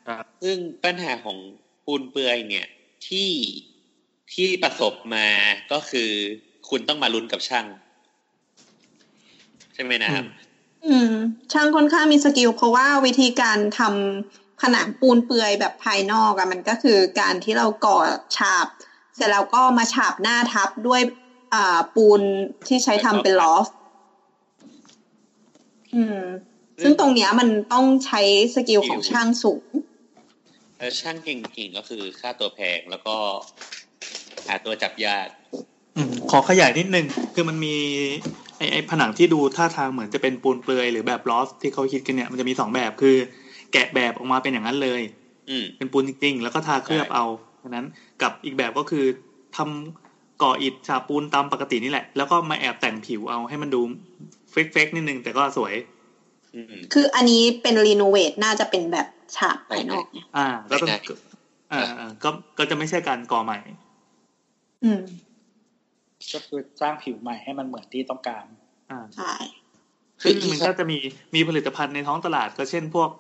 S4: ครับ
S5: ซึ่งปัญหาของปูนเปลือยเนี่ยที่ที่ประสบมาก็คือคุณต้องมาลุ้นกับช่าง ใช่ไหมนะครับ
S3: อืม ช่างค่อนข้างมีสกิลเพราะว่าวิธีการทำผนังปูนเปลือยแบบภายนอกอะมันก็คือการที่เราก่อฉาบ เสร็จแล้วก็มาฉาบหน้าทับด้วยอ่าปูนที่ใช้ทำเป็นลอฟอืม ซึ่งตรงเนี้ยมันต้องใช้สกิลของช่างสูง
S5: แล้วช่างเก่งๆก็คือค่าตัวแพงแล้วก็หาตัวจับยาก
S4: อืมขอขยายนิดนึง คือมันมีไอไอผนังที่ดูท่าทางเหมือนจะเป็นปูนเปลือยหรือแบบลอฟที่เขาคิดกันเนี่ยมันจะมีสองแบบคือ แกะแบบออกมาเป็นอย่างนั้นเลย
S5: อืม
S4: เป็นปูนจริงๆ แล้วก็ทาเคลือบ
S5: ใช่
S4: เอาอันนั้นกับอีกแบบก็คือทำก่ออิฐฉาบปูนตามปกตินี่แหละ แล้วก็มาแอบแต่งผิวเอาให้มันดูเฟกๆนิดนึง แต่ก็สวย
S5: อืม
S3: คืออันนี้เป็นรีโนเวทน่าจะเป็นแบบฉาบภายนอกนะ
S4: อ่า แล้วก็
S5: ได้
S4: อ่าอ่าก็ก็จะไม่ใช่การก่อใหม่
S3: อืม
S2: ก็คือสร้างผิวใหม่ให้มันเหมือนที่ต้องการ
S4: อ่า
S3: ใช่
S5: ซึ่
S4: ซึ่
S5: ง
S4: ง
S5: อี
S4: มัน
S5: ก
S4: ก็จะมีมีผลิตภัณฑ์ในท้องตลาดก็เช่นพวก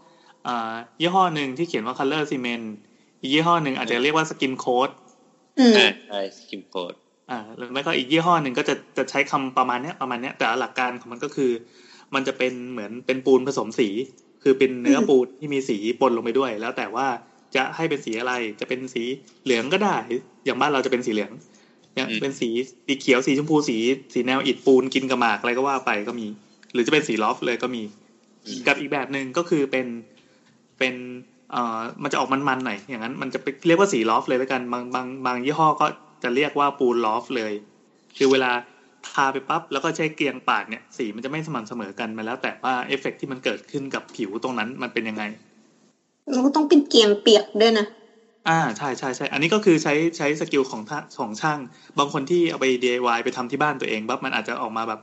S4: อ่ายี่ห้อหนึ่งที่เขียนว่า Color Cement อีกยี่ห้อหนึ่งอาจจะเรียกว่า Skin Coat
S3: อืม
S5: อ่าใช่สกิมโคด
S4: อ่าหรือไม่ก็อีกยี่ห้อหนึ่งก็จะจะใช้คำประมาณเนี้ยประมาณเนี้ยแต่หลักการของมันก็คือ มันจะเป็นเหมือนเป็นปูนผสมสี คือเป็นเนื้อ
S3: อืม
S4: ปูนที่มีสีปนลงไปด้วย แล้วแต่ว่าจะให้เป็นสีอะไรจะเป็นสีเหลืองก็ได้ อย่างบ้านเราจะเป็นสีเหลือง อย่างเป็นสีสีเขียวสีชมพูสีสีแนวอิฐปูนกินกระหมากอะไรก็ว่าไปก็มี หรือจะเป็นสีลอฟเลยก็มี กับอีกแบบหนึ่งก็คือเป็นเป็นเอ่อมันจะออกมันๆหน่อยอย่างนั้นมันจะเรียกว่าสีลอฟเลยแล้วกันบางบางบางยี่ห้อก็จะเรียกว่าปูนลอฟเลย คือเวลาทาไปปั๊บแล้วก็ใช้เกลียงปาดเนี่ยสีมันจะไม่สม่ำเสมอกันมาแล้ว แต่ว่าเอฟเฟกต์ที่มันเกิดขึ้นกับผิวตรงนั้นมันเป็นยังไง
S3: มันก็ต้องเป็นเกมเปียกด้วยนะ
S4: อ่าใช่ใช่ใช่อันนี้ก็คือใช้ใช้สกิลของท่าของช่าง บางคนที่เอาไป DIY ไปทำที่บ้านตัวเองปั๊บมันอาจจะออกมาแบบ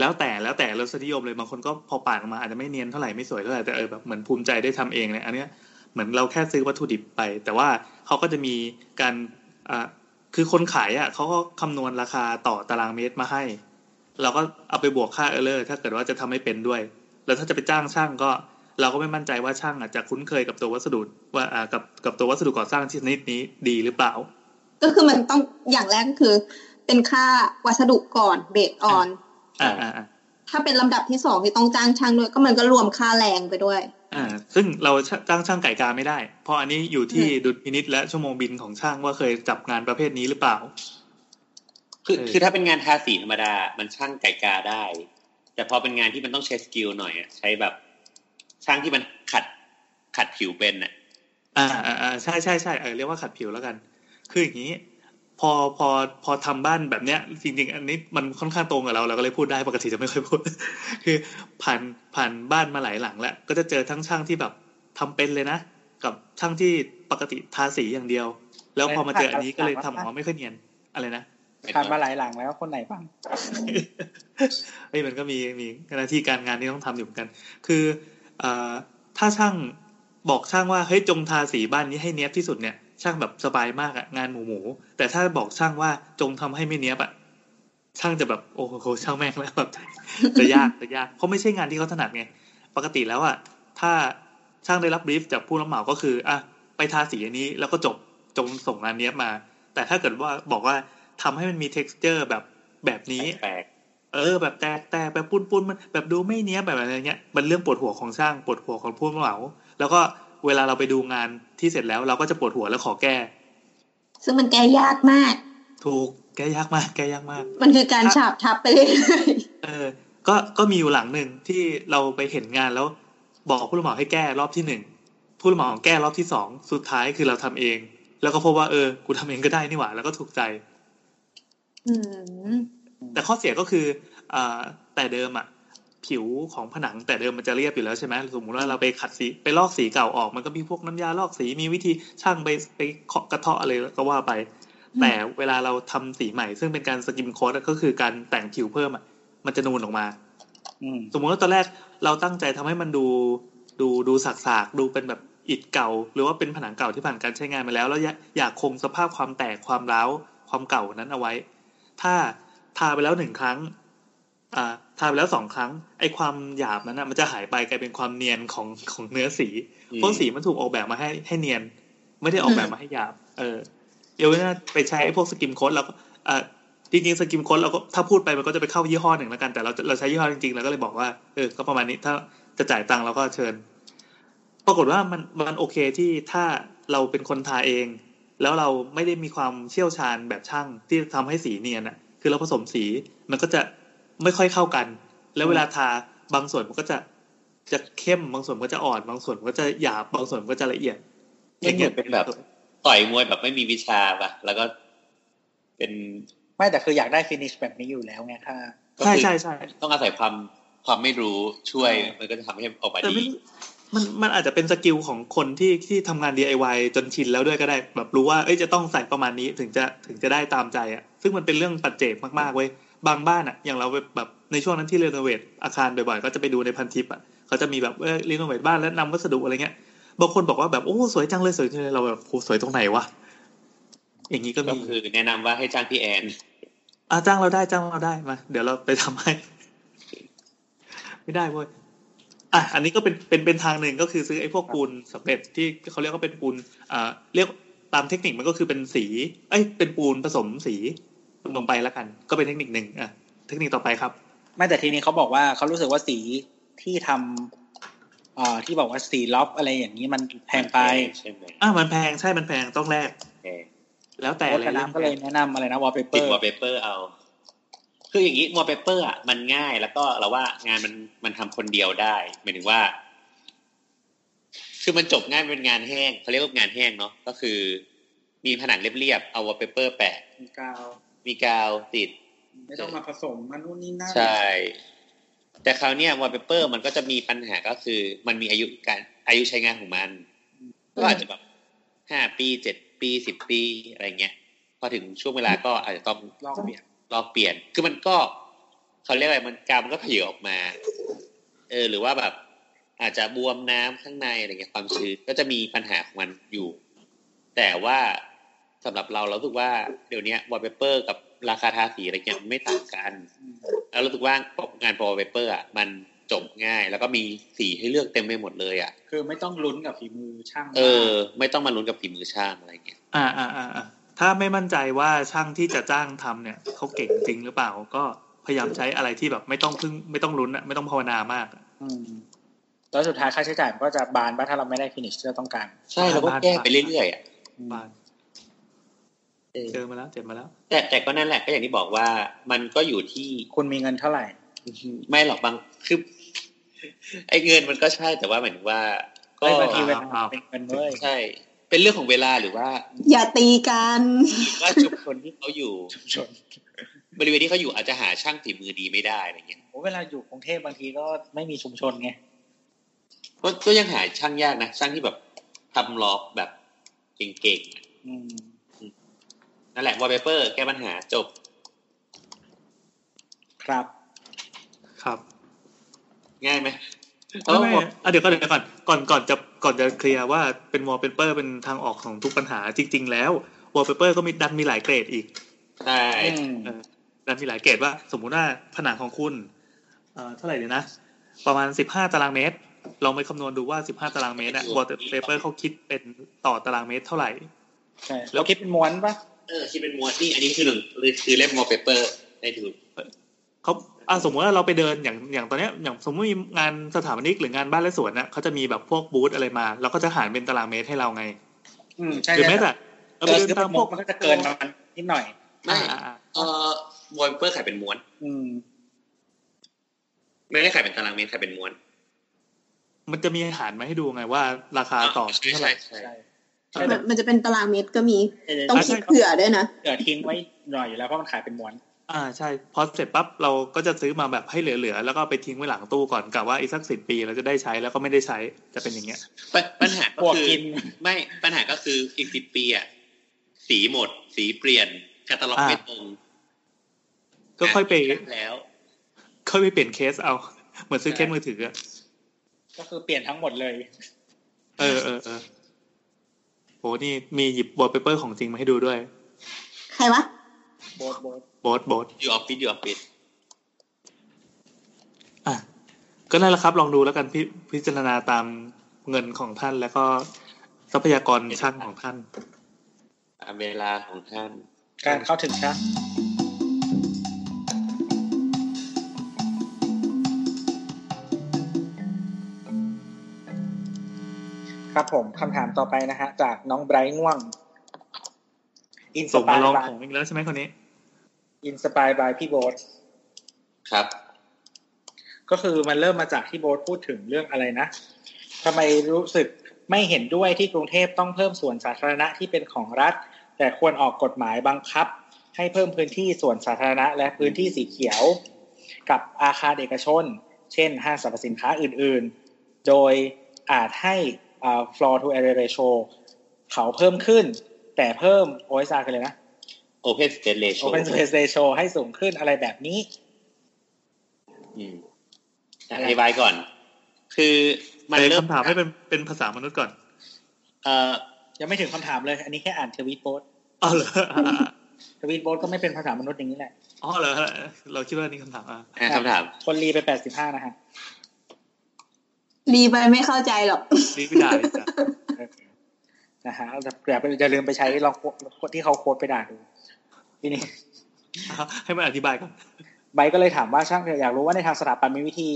S4: แล้วแต่แล้วแต่รสนิยมเลยบางคนก็พอปาดออกมาอาจจะไม่เนียนเท่าไหร่ไม่สวยเท่าไหร่แต่เออแบบเหมือนภูมิใจได้ทำเองเลยอันเนี้ยเหมือนเราแค่ซื้อวัตถุดิบไป แต่ว่าเขาก็จะมีการอ่าคือคนขายอ่ะเขาก็คำนวณราคาต่อตารางเมตรมาให้ เราก็เอาไปบวกค่าเออเลอร์ถ้าเกิดว่าจะทำให้เป็นด้วย แล้วถ้าจะไปจ้างช่างก็ เราก็ไม่มั่นใจว่าช่างอาจจะคุ้นเคยกับตัววัสดุว่าอ่ากับกับตัววัสดุก่อสร้างชนิดนี้ดีหรือเปล่า
S3: ก็คือมันต้องอย่างแรกก็คือ เป็นค่าวัสดุก่อนเบสออน
S4: อ่าอ่าอ่า
S3: ถ้าเป็นลำดับที่สองที่ต้องจ้างช่างด้วย ก็มันก็รวมค่าแรงไปด้วย
S4: อ่าซึ่งเราจ้างช่างไก่กาไม่ได้ เพราะอันนี้อยู่ที่ดุลพินิษและชั่วโมงบินของช่างว่าเคยจับงานประเภทนี้หรือเปล่า
S5: คือ
S4: เออ
S5: คือถ้าเป็นงานทาสีธรรมดา มันช่างไก่กาได้ แต่พอเป็นงานที่มันต้องใช้สกิลหน่อยอะใช้แบบช่างที่มันขัดขัดผิวเป็นอ่ะ
S4: อ่าอ่าอ่าใช่ใช่ใช่เออเรียกว่าขัดผิวแล้วกัน คืออย่างนี้ พอพอพอทำบ้านแบบเนี้ย จริง ๆ อันนี้มันค่อนข้างตรงกับเราเราก็เลยพูดได้ปกติจะไม่ค่อยพูด คือผ่านผ่านบ้านมาหลายหลังแล้ว ก็จะเจอทั้งช่างที่แบบทำเป็นเลยนะ กับช่างที่ปกติทาสีอย่างเดียว แล้วพอมาเจออันนี้ก็เลยทำออกมาไม่ค่อยเนียนอะไรนะ
S2: ผ่านมาหลายหลังแล้วคนไหนบ้าง
S4: เฮ้ยมันก็มีมีหน้าที่การงานที่ต้องทำอยู่เหมือนกัน คือเอ่อถ้าช่างบอกช่างว่าเฮ้ยจงทาสีบ้านนี้ให้เนี้ยบที่สุดเนี่ย ช่างแบบสบายมากอะงานหมูหมูแต่ถ้าบอกช่างว่าจงทำให้ไม่เนี้ยบอะช่างจะแบบโอ้โหช่างแม่งแล้วแบบ จะยากจะยากเพราะไม่ใช่งานที่เขาถนัดไงปกติแล้วอะถ้าช่างได้รับบรีฟจากผู้รับเหมาก็คืออ่ะไปทาสีอันนี้แล้วก็จบจงส่งงานเนี้ยบมา แต่ถ้าเกิดว่าบอกว่าทำให้มันมี t e x t อร์แบบแบบนี้
S5: แปลก
S4: เออแบบแตกแตกแบบปุ้นปุ้นมันแบบดูไม่เนี้ยบแบบอะไรเงี้ยมันเรื่องปวดหัวของช่างปวดหัวของผู้รับเหมาแล้วก็เวลาเราไปดูงานที่เสร็จแล้วเราก็จะปวดหัวแล้วขอแก้
S3: ซึ่งมันแก้ยากมาก
S4: ถูกแก้ยากมากแก้ยากมาก
S3: มันคือการฉาบทับไปเรื่อย
S4: เออ ก็ก็มีอยู่หลังหนึ่งที่เราไปเห็นงานแล้วบอกผู้รับเหมาให้แก้รอบที่หนึ่งผู้รับเหมาแก้รอบที่สองสุดท้ายคือเราทำเอง แล้วก็พบว่าเออกูทำเองก็ได้นี่หว่าแล้วก็ถูกใจ
S3: ๆอืม
S4: แต่ข้อเสียก็คืออ่าแต่เดิมอ่ะ ผิวของผนังแต่เดิมมันจะเรียบอยู่แล้วใช่ไหมสมมติว่าเราไปขัดสีไปลอกสีเก่าออก มันก็มีพวกน้ำยาลอกสีมีวิธีช่างไปไปเคาะกระเทาะอะไรก็ว่าไป แต่เวลาเราทำสีใหม่ ซึ่งเป็นการสกิมโค้ดก็คือการแต่งผิวเพิ่มอ่ะมันจะนูนออกมา
S2: อืม
S4: สมมติว่าตอนแรกเราตั้งใจทำให้มันดูดูดูสากๆ ดูเป็นแบบอิฐเก่า หรือว่าเป็นผนังเก่าที่ผ่านการใช้งานมาแล้วแล้วอยากอยากคงสภาพความแตกความร้าวความเก่านั้นเอาไว้ ถ้าทาไปแล้วหนึ่งครั้งอ่าทาไปแล้วสองครั้ง ไอ้ความหยาบนั้นนะมันจะหายไปกลายเป็นความเนียนของของเนื้อสี
S5: ๆ
S4: เพราะสีมันถูกออกแบบมาให้ให้เนียน ไม่ได้ออกแบบมาให้หยาบ เออเดี๋ยวน่าไปใช้ไอ้พวกสกิมโค้ดเราก็อ่า จริงๆสกิมโค้ดเราก็ถ้าพูดไปมันก็จะไปเข้ายี่ห้อหนึ่งแล้วกันแต่เราเราใช้ยี่ห้อจริงๆเราก็เลยบอกว่าเออก็ประมาณนี้ถ้าจะจ่ายตังค์เราก็เชิญ ปรากฏว่ามันมันโอเคที่ถ้าเราเป็นคนทาเอง แล้วเราไม่ได้มีความเชี่ยวชาญแบบช่างที่ทำให้สีเนียนอ่ะ คือเราผสมสีมันก็จะไม่ค่อยเข้ากัน แล้วเวลาทาบางส่วนมันก็จะจะเข้มบางส่วนมันก็จะอ่อนบางส่วนมันก็จะหยาบบางส่วนมันก็จะละเอียด
S5: มันเหมือนเป็นแบบ ต่อยมวยแบบไม่มีวิชาป่ะแล้วก็เป็น
S2: ไม่แต่คืออยากได้ฟินิชแบบนี้อยู่แล้วไงถ้า
S5: ก็
S4: ใช่
S5: คือ
S4: ใช่ใช่
S5: ต้องอาศัยความความไม่รู้ช่วย
S2: ใช่
S5: มันก็จะทำให้ออกมา
S4: แต่
S5: ดี
S4: ไม่รู้มันมันอาจจะเป็นสกิลของคนที่ที่ทำงาน DIY จนชินแล้วด้วยก็ได้ แบบรู้ว่าเอ้ยจะต้องใส่ประมาณนี้ถึงจะถึงจะได้ตามใจอ่ะ ซึ่งมันเป็นเรื่องปัจเจกมากๆเว้ยบางบ้านอ่ะอย่างเราแบบในช่วงนั้นที่รีโนเวทอาคารบ่อยๆก็จะไปดูในพันทิปอ่ะเขาจะมีแบบเออรีโนเวทบ้านแล้วนำวัสดุอะไรเงี้ยบางคนบอกว่าแบบโอ้สวยจังเลยสวยจังเลยเราแบบโหสวยตรงไหนวะอย่างนี้ก็
S5: ก็
S4: มี
S5: คือแนะนำว่าให้จ้างพี่แอน
S4: อ่ะจ้างเราได้จ้างเราได้มา เดี๋ยวเราไปทำให้ ไม่ได้เว้ย อ่ะ อันนี้ก็เป็น เป็น เป็นทางหนึ่งก็คือซื้อไอ้พวกปูนสำเร็จที่เขาเรียกว่าเป็นปูนอ่าเรียกตามเทคนิคมันก็คือเป็นสี เอ้ย เป็นปูนผสมสีลงไปแล้วกัน ก็เป็นเทคนิคหนึ่งอ่ะ เทคนิคต่อไปครับ
S2: ไม่แต่ทีนี้เขาบอกว่าเขารู้สึกว่าสีที่ทำเอ่อที่บอกว่าสีล็อบอะไรอย่างนี้มันแพงไป
S5: ใช่ไหม
S4: อ่ะ มันแพง ใช่ มันแพง ต้องแลก
S5: แอน
S4: แล้วแต่
S2: แต่
S4: เลยเรื่อง
S2: น้ำก็เลยแนะนำอะไรนะวอลเปเป
S5: ติ
S2: อ
S5: ด
S2: ร์
S5: วอลเปเปอร์เอา คืออย่างนี้วอลเปเปอร์อ่ะมันง่ายแล้วก็เราว่างานมันมันทำคนเดียวได้หมายถึงว่า คือมันจบง่ายมันเป็นงานแห้งเขาเรียกว่างานแห้งเนาะก็คือ มีผนังเรียบๆเอาวอลเปเปอร์แปะ
S2: กาว
S5: มีกาวติด
S2: ไม่ต้องมาผสมมันนู่นนี่นั่น
S5: ใช่ แต่คราวเนี้ยวอลเปเปอร์มันก็จะมีปัญหาก็คือ มันมีอายุการอายุใช้งานของมัน ก็อาจจะแบบห้าปีเจ็ดปีสิบปีอะไรเงี้ยพอถึงช่วงเวลาก็อาจจะต้อง
S2: ลอกเปลี่ยน
S5: ลองเปลี่ยน คือมันก็เขาเรียกอะไร มันกาวมันก็เผยออกมา เออ หรือว่าแบบ อาจจะบวมน้ำข้างในอะไรเงี้ย ความชื้นก็จะมีปัญหาของมันอยู่ แต่ว่าสำหรับเราเรารู้สึกว่าเดี๋ยวนี้วอลเปเปอร์กับราคาทาสีอะไรเงี้ยมันไม่ต่างกัน แล้วรู้สึกว่างานวอลเปเปอร์อ่ะมันจบง่าย แล้วก็มีสีให้เลือกเต็มไปหมดเลยอ่ะ
S2: คือไม่ต้องลุ้นกับฝีมือช่าง
S5: เออ ไม่ต้องมาลุ้นกับฝีมือช่างอะไรเงี้ย
S4: อ่าอ่าอ่าอ่าถ้าไม่มั่นใจว่าช่างที่จะจ้างทำเนี่ย เขาเก่งจริงหรือเปล่า ก็พยายามใช้อะไรที่แบบไม่ต้องพึ่ง ไม่ต้องลุ้นอะไม่ต้องภาวนามากอะ
S2: อืมแล้วสุดท้ายค่าใช้จ่ายมันก็จะบานบ้าถ้าเราไม่ได้ฟินิชที่เราต้องการ
S5: ใช่แล้วก็แก้ไปเรื่อยๆอ่ะ
S2: อืม
S4: บาท
S5: เออ
S4: เจอมาแล้วเจ็บมาแล้ว
S5: แต่แต่ก็นั่นแหละก็อย่างที่บอกว่ามันก็อยู่ที่
S2: คุณมีเงินเท่าไหร่
S5: ไม่หรอกบางคือ ไอ้เงินมันก็ใช่แต่ว่าหมายถึงว่า ก็
S2: เอ้ยบางที
S4: เว
S2: เว
S4: ลา
S2: ลาเป็นเงินเว้ย
S5: ใช่ เป็นเรื่องของเวลาหรือว่า
S3: อย่าตีกัน
S5: ว่าชุมชนที่เขาอยู่
S2: ชุมชน
S5: บริเวณที่เขาอยู่อาจจะหาช่างฝีมือดีไม่ได้อะไรเงี้ย
S2: ผมเวลาอยู่กรุงเทพบางทีก็ไม่มีชุมชนไง
S5: ก็ก็ยังหาช่างยากนะช่างที่แบบทำล็อกแบบเก่ง
S2: อืม
S5: ๆนั่นแหละวอลเปเปอร์แก้ปัญหาจบ
S2: ครับ
S4: ครับ
S5: ง่ายไหม
S4: เออเดี๋ยวก็เดี๋ยวก่อนก่อนก่อนจะก่อนจะเคลียร์ว่าเป็นวอลเปเปอร์เป็นทางออกของทุกปัญหาจริง ๆ แล้ววอลเปเปอร์ก็มีดันมีหลายเกรดอีก
S5: ใช่
S2: อืม
S4: เออแล้วมีหลายเกรดว่าสมมุติว่าผนังของคุณเอ่อเท่าไหร่เดี๋ยวนะ ประมาณสิบห้าตารางเมตร ลองไปคำนวณดูว่าสิบห้าตารางเมตรอะวอเตอร์เปเปอร์เขาคิดเป็นต่อตารางเมตรเท่าไหร่
S2: ใช่เราคิดเป็นม้วนปะ
S5: เออคิดเป็นมวลนี่อันนี้คือหนึ่งคือเล่มวอลเปเปอร์ในทุน
S4: เขาอ่ะสมมติว่าเราไปเดินอย่างอย่างตอนเนี้ยอย่างสมมติมีงานสถาปนิกหรืองานบ้านและสวนนะเขาจะมีแบบพวกบูธอะไรมาเราก็จะหารเป็นตารางเมตรให้เราไง
S2: อืมใช่
S4: หรือแม้
S2: ใช่
S4: แต่
S2: เอ
S4: เราไป
S2: อ
S4: เดิ
S2: คือน เป็
S4: ตาม
S2: น
S4: พ
S2: ม้ว
S4: วน ก
S2: มันก็จะเกินประมาณนิดหน่อย
S5: ไม่
S4: อ่าอ่า
S5: เอ่อวอลเปอร์ขายเป็นม้วน
S2: อืม
S5: ไม่ได้ขายเป็นตารางเมตรขายเป็นม้วน
S4: มันจะมีหารมาให้ดูไงว่าราคาต่อชิ้นเท่า
S5: ใช่
S4: ไห
S5: ใช่
S4: ร่
S5: ใช่
S2: ใช่
S3: มันมันจะเป็นตารางเมตรก็มี
S2: เออ
S3: ต้อง
S4: อ่ะ
S3: คิด
S4: ใช่ครับ
S3: เผื่อด้วยนะ
S2: เดี๋ยวทิ้งไว้หน่อยอยู่แล้วเพราะมันขายเป็นม้วน
S4: อ่าใช่พอเสร็จปั๊บเราก็จะซื้อมาแบบให้เหลือๆ แล้วก็ไปทิ้งไว้หลังตู้ก่อนกะว่าอีกสักสิบปีเราจะได้ใช้แล้วก็ไม่ได้ใช้จะเป็นอย่างเงี้ย
S5: ปัญปัญหา
S2: บ
S5: ก็
S2: วก
S5: คือ
S2: กิน
S5: ไม่ปัญหาก็คืออีกสิบปีอ่ะสีหมด สีเปลี่ยนแคตตาล็อก
S4: อ่า
S5: ไม่ตรง
S4: ก็ค่อยไป
S5: ะแล้ว
S4: ค่อยไปเปลี่ยนเคสเอา เหมือนซื้อเคสมือถืออะ
S2: ก็คือเปลี่ยนทั้งหมดเลย
S4: เออเออเออโหนี่มีหยิบ w อ l เปเปอร์ของจริงมาให้ดูด้วย
S3: ใครวะ
S2: โบดโบด
S4: โบสโบส
S5: อยู่ออฟฟิศอยู่ออฟฟิศ
S4: อ่ะก็นั่นแหละครับ ลองดูแล้วกันพิพิจารณาตามเงินของท่านแล้วก็ทรัพยากรช่างของท่าน
S5: ตามเวลาของท่าน
S2: การเข้าถึงช่างครับผมคำถามต่อไปนะฮะ จากน้องไบรท์ง่วง อินส
S4: ส่
S2: ปาม
S4: งาย ลอง
S2: บาย
S4: ของอีกแล้วใช่ไหมคนนี้
S2: อินสปายบายพี่โบท
S5: ครับ
S2: ก็คือมันเริ่มมาจากที่โบทพูดถึงเรื่องอะไรนะทำไมรู้สึกไม่เห็นด้วยที่กรุงเทพต้องเพิ่มสวนสาธารณะที่เป็นของรัฐ แต่ควรออกกฎหมายบังคับ ให้เพิ่มพื้นที่ส่วนสาธารณะและพื้นที่สีเขียว กับอาคารเอกชน เช่นห้างสรรพสินค้าอื่นๆ โดยอาจให้อ่า floor to area ratio เขาเพิ่มขึ้น แต่เพิ่ม OSR คืออะไรนะ
S5: โอเพนสเตนเลช
S2: open space ratio ให้สูงขึ้นอะไรแบบนี้
S5: อืมอธิบายก่อน คือมัน
S4: เลย
S5: เริ่ม
S4: คำถามให้เป็นเป็นภาษามนุษย์ก่อน
S5: เอ่อ
S2: ยังไม่ถึงคำถามเลย อันนี้แค่อ่านทวีตโพสต์
S4: อ๋อเหรอ
S2: ทวีตโพสต์ก็ไม่เป็นภาษามนุษย์อย่างนี้แหละ
S4: อ๋อเหรอเราคิดว่านี่คำถามอ่ะ
S5: อ่ะคำถาม
S2: คนรีไป 85 นะฮะ
S3: ดีไปไม่เข้าใจหรอก
S4: รีบไปด่าเลยจ้ะ
S2: เออนะฮะแต่อย่าลืมไปใช้ลองโค้ดที่เขาโค้ดไปด่าดูทีนี้
S4: ให้มันอธิบายก่อน
S2: ไบร์ทก็เลยถามว่าช่างเถอะอยากรู้ว่าในทางสถาปัตย์มีวิธี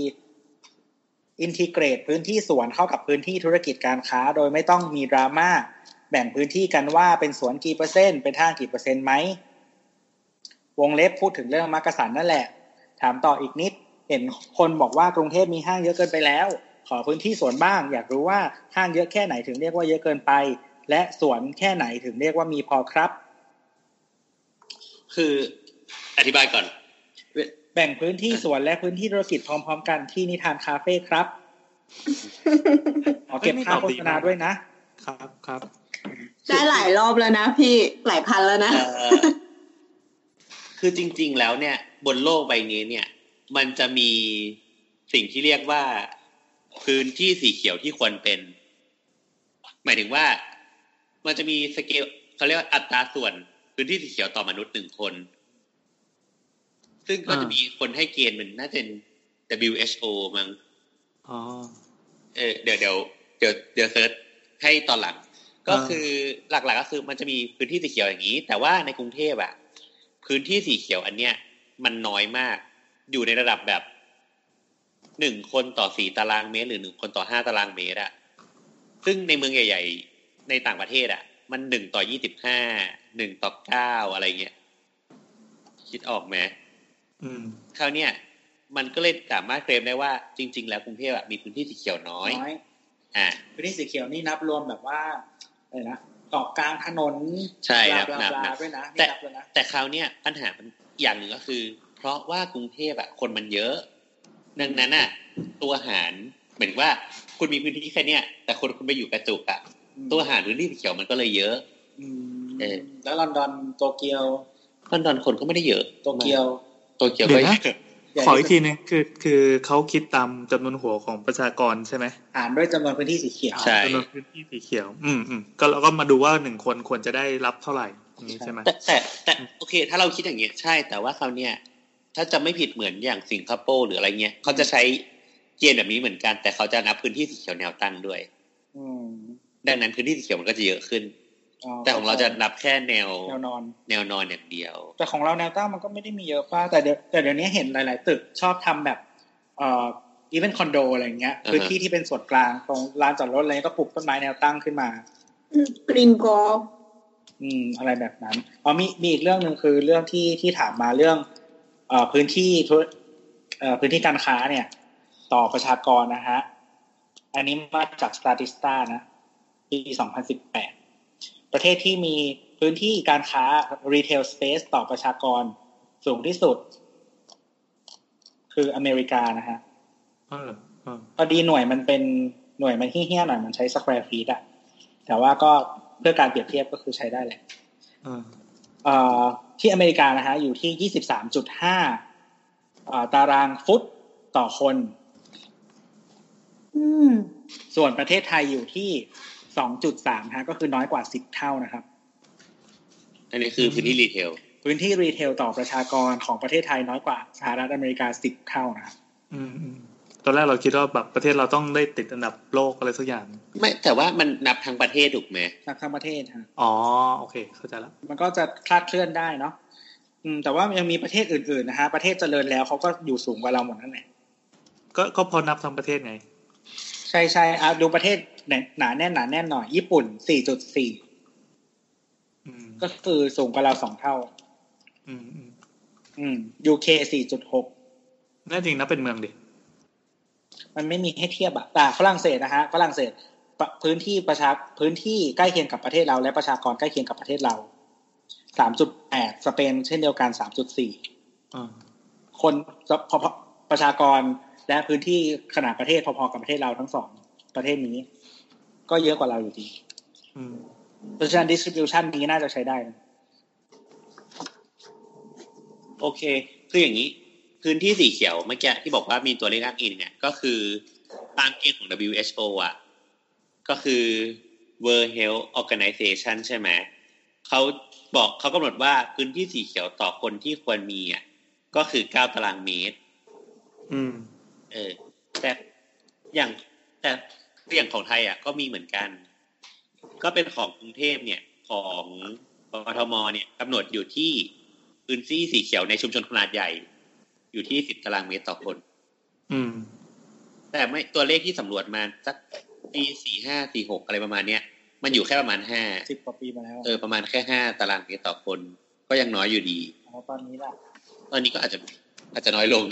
S2: อินทิเกรตพื้นที่สวนเข้ากับพื้นที่ธุรกิจการค้า โดยไม่ต้องมีดราม่าแบ่งพื้นที่กันว่าเป็นสวนกี่เปอร์เซ็นต์เป็นห้างกี่เปอร์เซ็นต์ไหมวงเล็บพูดถึงเรื่องมักกะสันนั่นแหละ ถามต่ออีกนิด เห็นคนบอกว่ากรุงเทพมีห้างเยอะเกินไปแล้ว ขอพื้นที่สวนบ้าง อยากรู้ว่าห้างเยอะแค่ไหนถึงเรียกว่าเยอะเกินไป และสวนแค่ไหนถึงเรียกว่ามีพอครับ
S5: คืออธิบายก่อน
S2: แบ่งพื้นที่สวนและพื้นที่ธุรกิจพร้อม ๆ กันที่นิทานคาเฟ่ครับ ขอเก็บค่าโฆษณาด้วยนะ
S4: ครับครับ
S3: ได้หลายรอบแล้วนะพี่หลายพันแล้วนะ
S5: เอ่อคือจริง ๆ แล้วเนี่ย บนโลกใบนี้เนี่ย มันจะมีสิ่งที่เรียกว่า พื้นที่สีเขียวที่ควรเป็น หมายถึงว่า มันจะมีสเกลเขาเรียกว่าอัตราส่วนพื้นที่สีเขียวต่อมนุษย์หนึ่งคน ซึ่งก็จะ
S4: อ่ามี
S5: มีคนให้เกณฑ์มันน่าจะเป็น WHO มั้ง
S4: อ๋อ
S5: เออเดี๋ยวเดี๋ยวเดี๋ยวเดี๋ยวเซิร์ชให้ตอนหลัง ก็
S4: อ่า
S5: คือหลักๆก็คือมันจะมีพื้นที่สีเขียวอย่างนี้ แต่ว่าในกรุงเทพอะพื้นที่สีเขียวอันเนี้ย มันน้อยมาก อยู่ในระดับแบบหนึ่งคนต่อสี่ตารางเมตร หรือหนึ่งคนต่อห้าตารางเมตรอะซึ่งในเมืองใหญ่ ๆ ในต่างประเทศอะมันหนึ่งต่อยี่สิบห้าหนึ่งต่อเก้าอะไรเงี้ยคิดออกไหม
S4: อืม
S5: คราวเนี้ยมันก็เลยสามารถเคลมได้ว่าจริง ๆ แล้วกรุงเทพอะมีพื้นที่สีเขียวน้อย
S2: น้อย
S5: อ่า
S2: พื้นที่สีเขียวนี่นับรวมแบบว่า อะไรนะเกาะกลางถนน
S5: ใช่นับบ
S2: ลาลา
S5: นับบนับ
S2: ด้วยนะนี่
S5: แต่
S2: นับด้วยนะ
S5: แต่คราวเนี้ยปัญหามันอย่างหนึ่งก็คือ เพราะว่ากรุงเทพอะคนมันเยอะ ดังนั้นอะตัวหารเหมือนว่าคุณมีพื้นที่แค่เนี้ยแต่คนคุณไปอยู่กระจุกอะตัวหารพื้นที่สีเขียวมันก็เลยเยอะ
S2: อืม
S5: เออ
S2: แล้วลอนดอนโตเกียว
S5: ลอนดอนคนก็ไม่ได้เยอะ
S2: โตเกียว
S5: โตเกียวก็
S4: เดี๋ยวนะ
S5: เยอะ
S4: ขออีกทีนึงคือคือเขาคิดตามจำนวนหัวของประชากรใช่ไหม
S2: หารด้วยจำนวนพื้นที่สีเขียว
S5: ใช่
S4: จำนวนพื้นที่สีเขียว อืมอืมก็เราก็มาดูว่าหนึ่งคนควรจะได้รับเท่าไหร่อย่างนี้ใช่ไหม
S5: แต่แต่แต่โอเค ถ้าเราคิดอย่างเงี้ยใช่ แต่ว่าเขาวเนี่ยถ้าจะไม่ผิดเหมือนอย่างสิงคโปร์หรืออะไรเงี้ยเขาจะใช้เกณฑ์แบบนี้เหมือนกัน แต่เขาจะนับพื้นที่สีเขียวแนวตั้งด้วย
S2: อืม
S5: ดังนั้นพื้นที่สีเขียวมันก็จะเยอะขึ้น แต่ของเราจะนับแค่แนว
S2: แนวนอน
S5: แนวนอนอย่างเดียว
S2: แต่ของเราแนวตั้งมันก็ไม่ได้มีเยอะป่ะแต่เดี๋ยวแต่เดี๋ยวนี้เห็นหลาย ๆ ตึกชอบทำแบบเอ่ออีเวนคอนโดอะไรอย่างเงี้ย
S5: อ่าฮะ
S2: พื้นที่ที่เป็นส่วนกลางตรงลานจอดรถอะไรก็ปลูกต้นไม้แนวตั้งขึ้นมา
S3: กรีนกอล
S2: อืมอะไรแบบนั้นอ๋อมีมีอีกเรื่องหนึ่งคือเรื่องที่ที่ถามมาเรื่องเอ่อพื้นที่ธุรเอ่อพื้นที่การค้าเนี่ย ต่อประชากรนะฮะ อันนี้มาจากสตาติสตานะปี 2018 ประเทศที่มีพื้นที่การค้า retail space ต่อประชากรสูงที่สุด คืออเมริกานะฮะ
S4: เออเออ
S2: พอดีหน่วยมันเป็นหน่วยมันเฮี้ยๆหน่อยมันใช้ square feet อะแต่ว่าก็เพื่อการเปรียบเทียบก็คือใช้ได้แหละ
S4: เออ
S2: เอ่อที่อเมริกานะฮะอยู่ที่ 23.5อ่าตารางฟุตต่อคน
S3: อืม
S2: ส่วนประเทศไทยอยู่ที่ 2.3 ฮะ ก็คือน้อยกว่า 10 เท่านะครับ
S5: อันนี้คือพื้นที่รีเทล
S2: พื้นที่รีเทลต่อประชากรของประเทศไทยน้อยกว่าสหรัฐอเมริกา 10 เท่านะครับ
S4: อืมอืมตอนแรกเราคิดว่าแบบประเทศเราต้องได้ติดอันดับโลกอะไรสักอย่าง
S5: ไม่แต่ว่ามันนับทั้งประเทศถูกไหม
S2: นับทั้งประเทศฮะ
S4: อ๋อโอเค เข้าใจละ
S2: มันก็จะคลาดเคลื่อนได้เนาะอืม แต่ว่ายังมีประเทศอื่นๆนะฮะ ประเทศเจริญแล้วเขาก็อยู่สูงกว่าเราหมดนั่นแหละ
S4: ก็ก็พอนับทั้งประเทศไง
S2: ใช่ใช่ๆอ่ะดูประเทศหนาแน่นหนาแน่นหน่อย ญี่ปุ่น 4.4
S4: อืม
S2: ก็คือสูงกว่าเราสองเท่า
S4: อืมอืม
S2: อืม UK 4.6
S4: แน่จริงนับเป็นเมืองดิ
S2: มันไม่มีให้เทียบอะแต่ฝรั่งเศสนะฮะ ฝรั่งเศสปะพื้นที่ประชาพื้นที่ใกล้เคียงกับประเทศเรา และประชากรใกล้เคียงกับประเทศเรา 3.8 สเปนเช่นเดียวกัน 3.4
S4: อ่า
S2: คนพอพอประชากรและพื้นที่ขนาดประเทศพอๆกับประเทศเราทั้งสองประเทศนี้ ก็เยอะกว่าเราอยู่ดี
S4: อืม
S2: เพราะฉะนั้น distribution นี้น่าจะใช้ได้นะ
S5: โอเค คืออย่างนี้ พื้นที่สีเขียวเมื่อกี้ที่บอกว่ามีตัวเลขอ้างอิงเนี่ยก็คือตามเกณฑ์ของ WHO อ่ะ ก็คือ World Health Organization ใช่ไหมเขาบอกเขากำหนดว่าพื้นที่สีเขียวต่อคนที่ควรมีอ่ะก็คือ 9 ตารางเมตร
S4: อืม
S5: เออ แต่อย่างแต่อย่างของไทยอ่ะก็มีเหมือนกัน ก็เป็นของกรุงเทพเนี่ย ของกทมเนี่ยกำหนดอยู่ที่พื้นที่สีเขียวในชุมชนขนาดใหญ่ อยู่ที่สิบตารางเมตรต่อคน
S4: อืม
S5: แต่ไม่ตัวเลขที่สำรวจมาสักปีสี่ห้าสี่หกอะไรประมาณเนี้ยมันอยู่แค่ประมาณห้า
S2: สิบกว่าปีมาแล้ว
S5: เออประมาณแค่ห้าตารางเมตรต่อคน ก็ยังน้อยอยู่ดี
S2: แล้วตอนนี้ล่ะ
S5: ตอนนี้ก็อาจจะอาจจะน้อยลง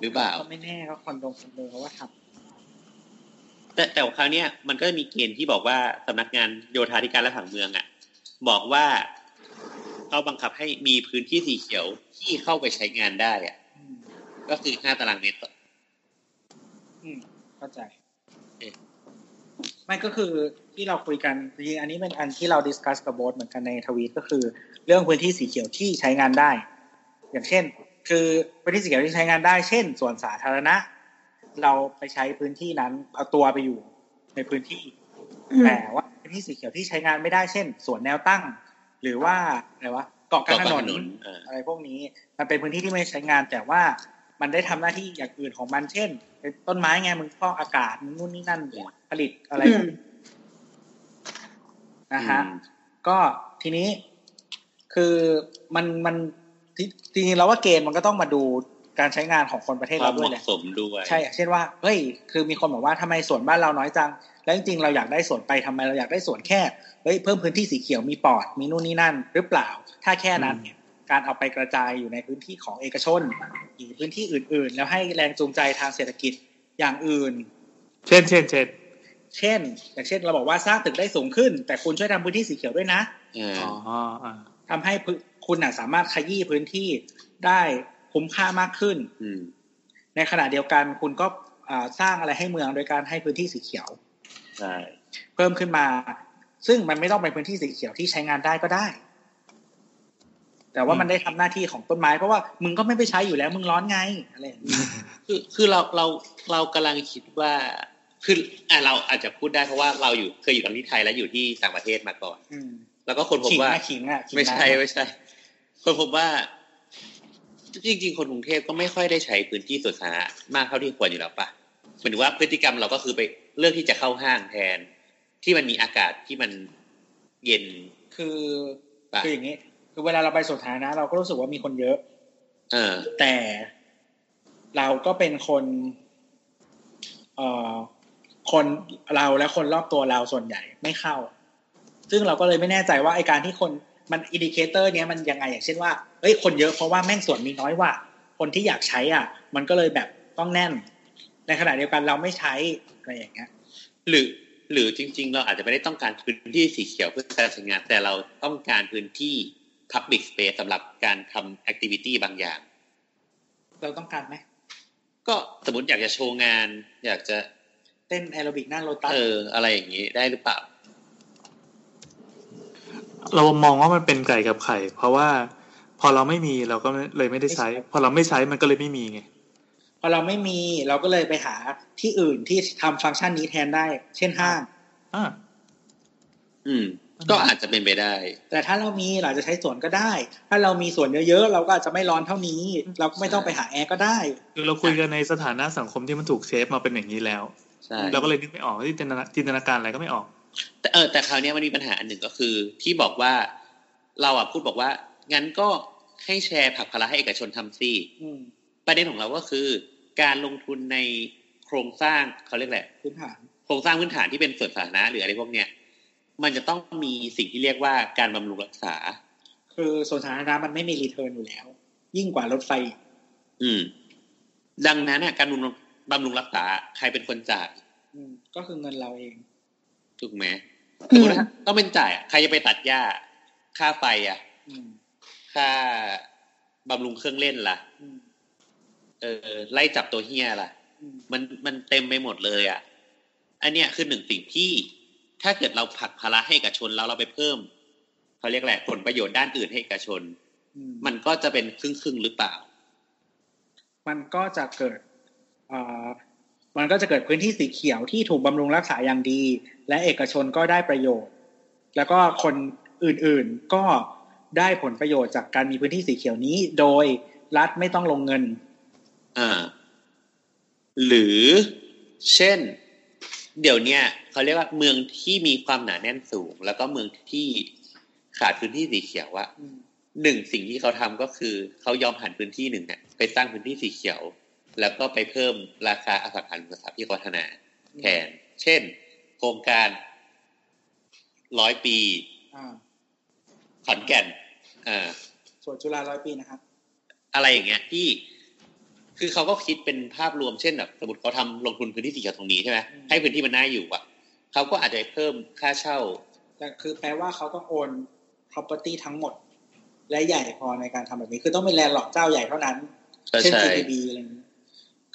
S5: หรือเปล่า
S2: ก็ไม่แน่ก็คอนโดคอนโดเขาว่าท
S5: แต่แต่คราวเนี้ยมันก็จะมีเกณฑ์ที่บอกว่าสำนักงานโยธาธิการและผังเมืองอะ่ะ บอกว่าเขาบังคับให้มีพื้นที่สีเขียวที่เข้าไปใช้งานได้อะ่ะ
S2: ำอืม
S5: ก็คือห้าตารางเมตรต่อ
S2: อืมเข้าใจ
S5: เอ๊ะ
S2: ไม่ก็คือที่เราคุยกันจริงๆอันนี้เป็นอันที่เราดิสคัสกับโบสเหมือนกันในทวีตก็คือ เรื่องพื้นที่สีเขียวที่ใช้งานได้ อย่างเช่น คือพื้นที่สีเขียวที่ใช้งานได้ เช่นส่วนสาธารณะ เราไปใช้พื้นที่นั้นเอาตัวไปอยู่ในพื้นที่ แต่ว่าพื้นที่สีเขียวที่ใช้งานไม่ได้เช่นสวนแนวตั้ง หรือว่าอะไรวะเกาะกลางถน
S5: ถนน
S2: น
S5: เออ
S2: อะไรพวกนี้มันเป็นพื้นที่ที่ไม่ได้ใช้งาน แต่ว่ามันได้ทำหน้าที่อย่างอื่นของมันเช่นเป็นต้นไม้ไงมึงฟอกอากาศมึงนู่นนี่นั่นผลิตอะไร
S3: อืม
S2: นะฮะ
S5: อืม
S2: ก็ทีนี้คือมันมันที่จริงๆแล้วว่าเกณฑ์มันก็ต้องมาดูการใช้งานของคนประเทศ
S5: ควา
S2: เรา
S5: ม
S2: ด้ว
S5: เห
S2: ย
S5: มาะ
S2: แหละ
S5: สมด้วย
S2: ใช่เช่นว่าเฮ้ยคือมีคนบอกว่าทำไมสวนบ้านเราน้อยจัง แล้วจริงๆเราอยากได้สวนไปทำไมเราอยากได้สวนแค่เฮ้ยเพิ่มพื้นที่สีเขียวมีปอดมีนู่นนี่นั่น หรือเปล่า ถ้าแค่นั้นเนี่ย การเอาไปกระจายอยู่ในพื้นที่ของเอกชนหรือพื้นที่อื่น ๆ แล้วให้แรงจูงใจทางเศรษฐกิจอย่างอื่น
S4: เช่นเช่นเช่น
S2: เช่น อย่างเช่นเราบอกว่าสร้างตึกได้สูงขึ้น แต่คุณช่วยทำพื้นที่สีเขียวด้วยนะ
S5: เออ
S4: อ๋ออ่า
S2: ทำให้พื้นคุณน่ะสามารถขยี้พื้นที่ได้คุ้มค่ามากขึ้น
S5: อืม
S2: ในขณะเดียวกันคุณก็อ่าสร้างอะไรให้เมืองโดยการให้พื้นที่สีเขียว
S5: ใช่
S2: เพิ่มขึ้นมา ซึ่งมันไม่ต้องเป็นพื้นที่สีเขียวที่ใช้งานได้ก็ได้ แต่ว่ามันได้ทำหน้าที่ของต้นไม้ เพราะว่ามึงก็ไม่ไปใช้อยู่แล้ว มึงร้อนไงอะไรอย่างนี้
S5: คือคือเราเราเรากำลังคิดว่าคืออ่ะเราอาจจะพูดได้เพราะว่าเราอยู่เคยอยู่ทั้งที่ไทยและอยู่ที่ต่างประเทศมาก่อน
S2: อืม
S5: แล้วก็คนพบ
S2: ขิง
S5: ว่า
S2: อะขิงอะขิงอะ
S5: ไม่ใช่ไม่ใช่ คนพบว่า จริง ๆ คนกรุงเทพก็ไม่ค่อยได้ใช้พื้นที่สวนสาธารณะมากเท่าที่ควรอยู่แล้วปะหมายถึงว่าพฤติกรรมเราก็คือไปเลือกที่จะเข้าห้างแทน ที่มันมีอากาศที่มันเย็น
S2: คือ
S5: ปะ
S2: คืออย่างนี้ คือเวลาเราไปสวนสาธารณะเราก็รู้สึกว่ามีคนเยอะ
S5: เออ
S2: แต่เราก็เป็นคนเอ่อคนเราและคนรอบตัวเราส่วนใหญ่ไม่เข้า ซึ่งเราก็เลยไม่แน่ใจว่าไอการที่คนมันอินดิเคเตอร์เนี้ยมันยังไงอย่างเช่นว่าเอ้ยคนเยอะเพราะว่าแม่งส่วนมีน้อยว่ะคนที่อยากใช้อ่ะ มันก็เลยแบบต้องแน่น ในขณะเดียวกันเราไม่ใช้อะไรอย่างเงี้ย
S5: หรือหรือจริง ๆ เราอาจจะไม่ได้ต้องการพื้นที่สีเขียวเพื่อการใช้งาน แต่เราต้องการพื้นที่ Public Space สำหรับการทำแอคทิวิตี้บางอย่าง
S2: เราต้องการไหม
S5: ก็สมมติอยากจะโชว์งาน อยากจะ
S2: เต้นแอโรบิกหน้าโลตัส
S5: เอออะไรอย่างนี้ได้หรือเปล่า
S4: เรามองว่ามันเป็นไก่กับไข่ เพราะว่าพอเราไม่มีเราก็เลยไม่ได้ใช้ พอเราไม่ใช้มันก็เลยไม่มีไง
S2: พอเราไม่มีเราก็เลยไปหาที่อื่นที่ทำฟังก์ชันนี้แทนได้ เช่นห้าง
S4: อ่า
S5: อืม ก็อาจจะเป็นไปได้
S2: แต่ถ้าเรามีเราจะใช้สวนก็ได้ ถ้าเรามีสวนเยอะๆ เราก็อาจจะไม่ร้อนเท่านี้ เราก็ไม่ต้องไปหาแอร์ก็ได้
S4: คือเราคุยกันในสถานะสังคมที่มันถูกเชฟมาเป็นอย่างนี้แล้ว
S5: ใช่
S4: เราก็เลยนึกไม่ออกที่จินตนาจินตนาการอะไรก็ไม่ออก
S5: แต่เออแต่คราวเนี้ยมันมีปัญหาอันหนึ่งก็คือ ที่บอกว่าเราอ่ะพูดบอกว่า งั้นก็ให้แชร์ผลักภาระให้เอกชนทำสิ
S2: อืม
S5: ประเด็นของเราก็คือ การลงทุนในโครงสร้างเขาเรียกแหละ
S2: พื้นฐาน
S5: โครงสร้างพื้นฐานที่เป็นส่วนสาธารณะหรืออะไรพวกเนี้ยมันจะต้องมีสิ่งที่เรียกว่าการบำรุงรักษา
S2: คือสวนสาธารณะมันไม่มีรีเทิร์นอยู่แล้ว ยิ่งกว่ารถไฟอีก
S5: อืม ดังนั้นอ่ะการบำรุงบำรุงรักษา ใครเป็นคนจ่าย
S2: อืมก็คือเงินเราเอง
S5: ถูกไหม
S3: อื
S5: สมม
S3: ม
S5: ติว่าต้องเป็นจ่ายอะใครจะไปตัดหญ้า ค่าไฟอ่ะ
S2: อืม
S5: ค่าบำรุงเครื่องเล่นล่ะ
S2: อืม
S5: เออ ไล่จับตัวเฮียล่ะ
S2: อืม
S5: มันมันเต็มไปหมดเลยอ่ะ อันเนี้ยคือหนึ่งสิ่งที่ ถ้าเกิดเราผลักภาระให้เอกชนแล้วเราไปเพิ่มเขาเรียกแหละไรผลประโยชน์ด้านอื่นให้เอกชน
S2: อืม
S5: มันก็จะเป็นครึ่งครึ่งๆหรือเปล่า
S2: มันก็จะเกิดเอ่อมันก็จะเกิดพื้นที่สีเขียวที่ถูกบำรุงรักษาอย่างดี และเอกชนก็ได้ประโยชน์ แล้วก็คนอื่นๆก็ได้ผลประโยชน์จากการมีพื้นที่สีเขียวนี้ โดยรัฐไม่ต้องลงเงิน
S5: อ่า หรือเช่น เดี๋ยวเนี้ยเขาเรียกว่าเมืองที่มีความหนาแน่นสูง แล้วก็เมืองที่ขาดพื้นที่สีเขียวอะ
S2: อืม
S5: หนึ่งสิ่งที่เขาทำก็คือเขายอมหันพื้นที่หนึ่งเนี่ยไปสร้างพื้นที่สีเขียว แล้วก็ไปเพิ่มราคาอสังหาริมทรัพย์ที่เขาพัฒนาแทน เช่น โครงการร้อยปี
S2: อ่า
S5: ขอนแก่นเอ่อ
S2: ส่วนจุฬาร้อยปีนะครับ
S5: อะไรอย่างเงี้ยที่ คือเขาก็คิดเป็นภาพรวมเช่นแบบสมมติเขาทำลงทุนพื้นที่สีเขียวตรงนี้ใช่ไหม
S2: อืม
S5: ให้พื้นที่มันน่าอยู่อ่ะเขาก็อาจจะไปเพิ่มค่าเช่า
S2: แต่คือแปลว่าเขาต้องโอน property ทั้งหมด และใหญ่พอในการทำแบบนี้ คือต้องเป็นแลนด์ลอร์ดเจ้าใหญ่เท่านั้น
S5: ก็
S2: เช่น
S5: ใช่
S2: GTB อะไรอย่างนี้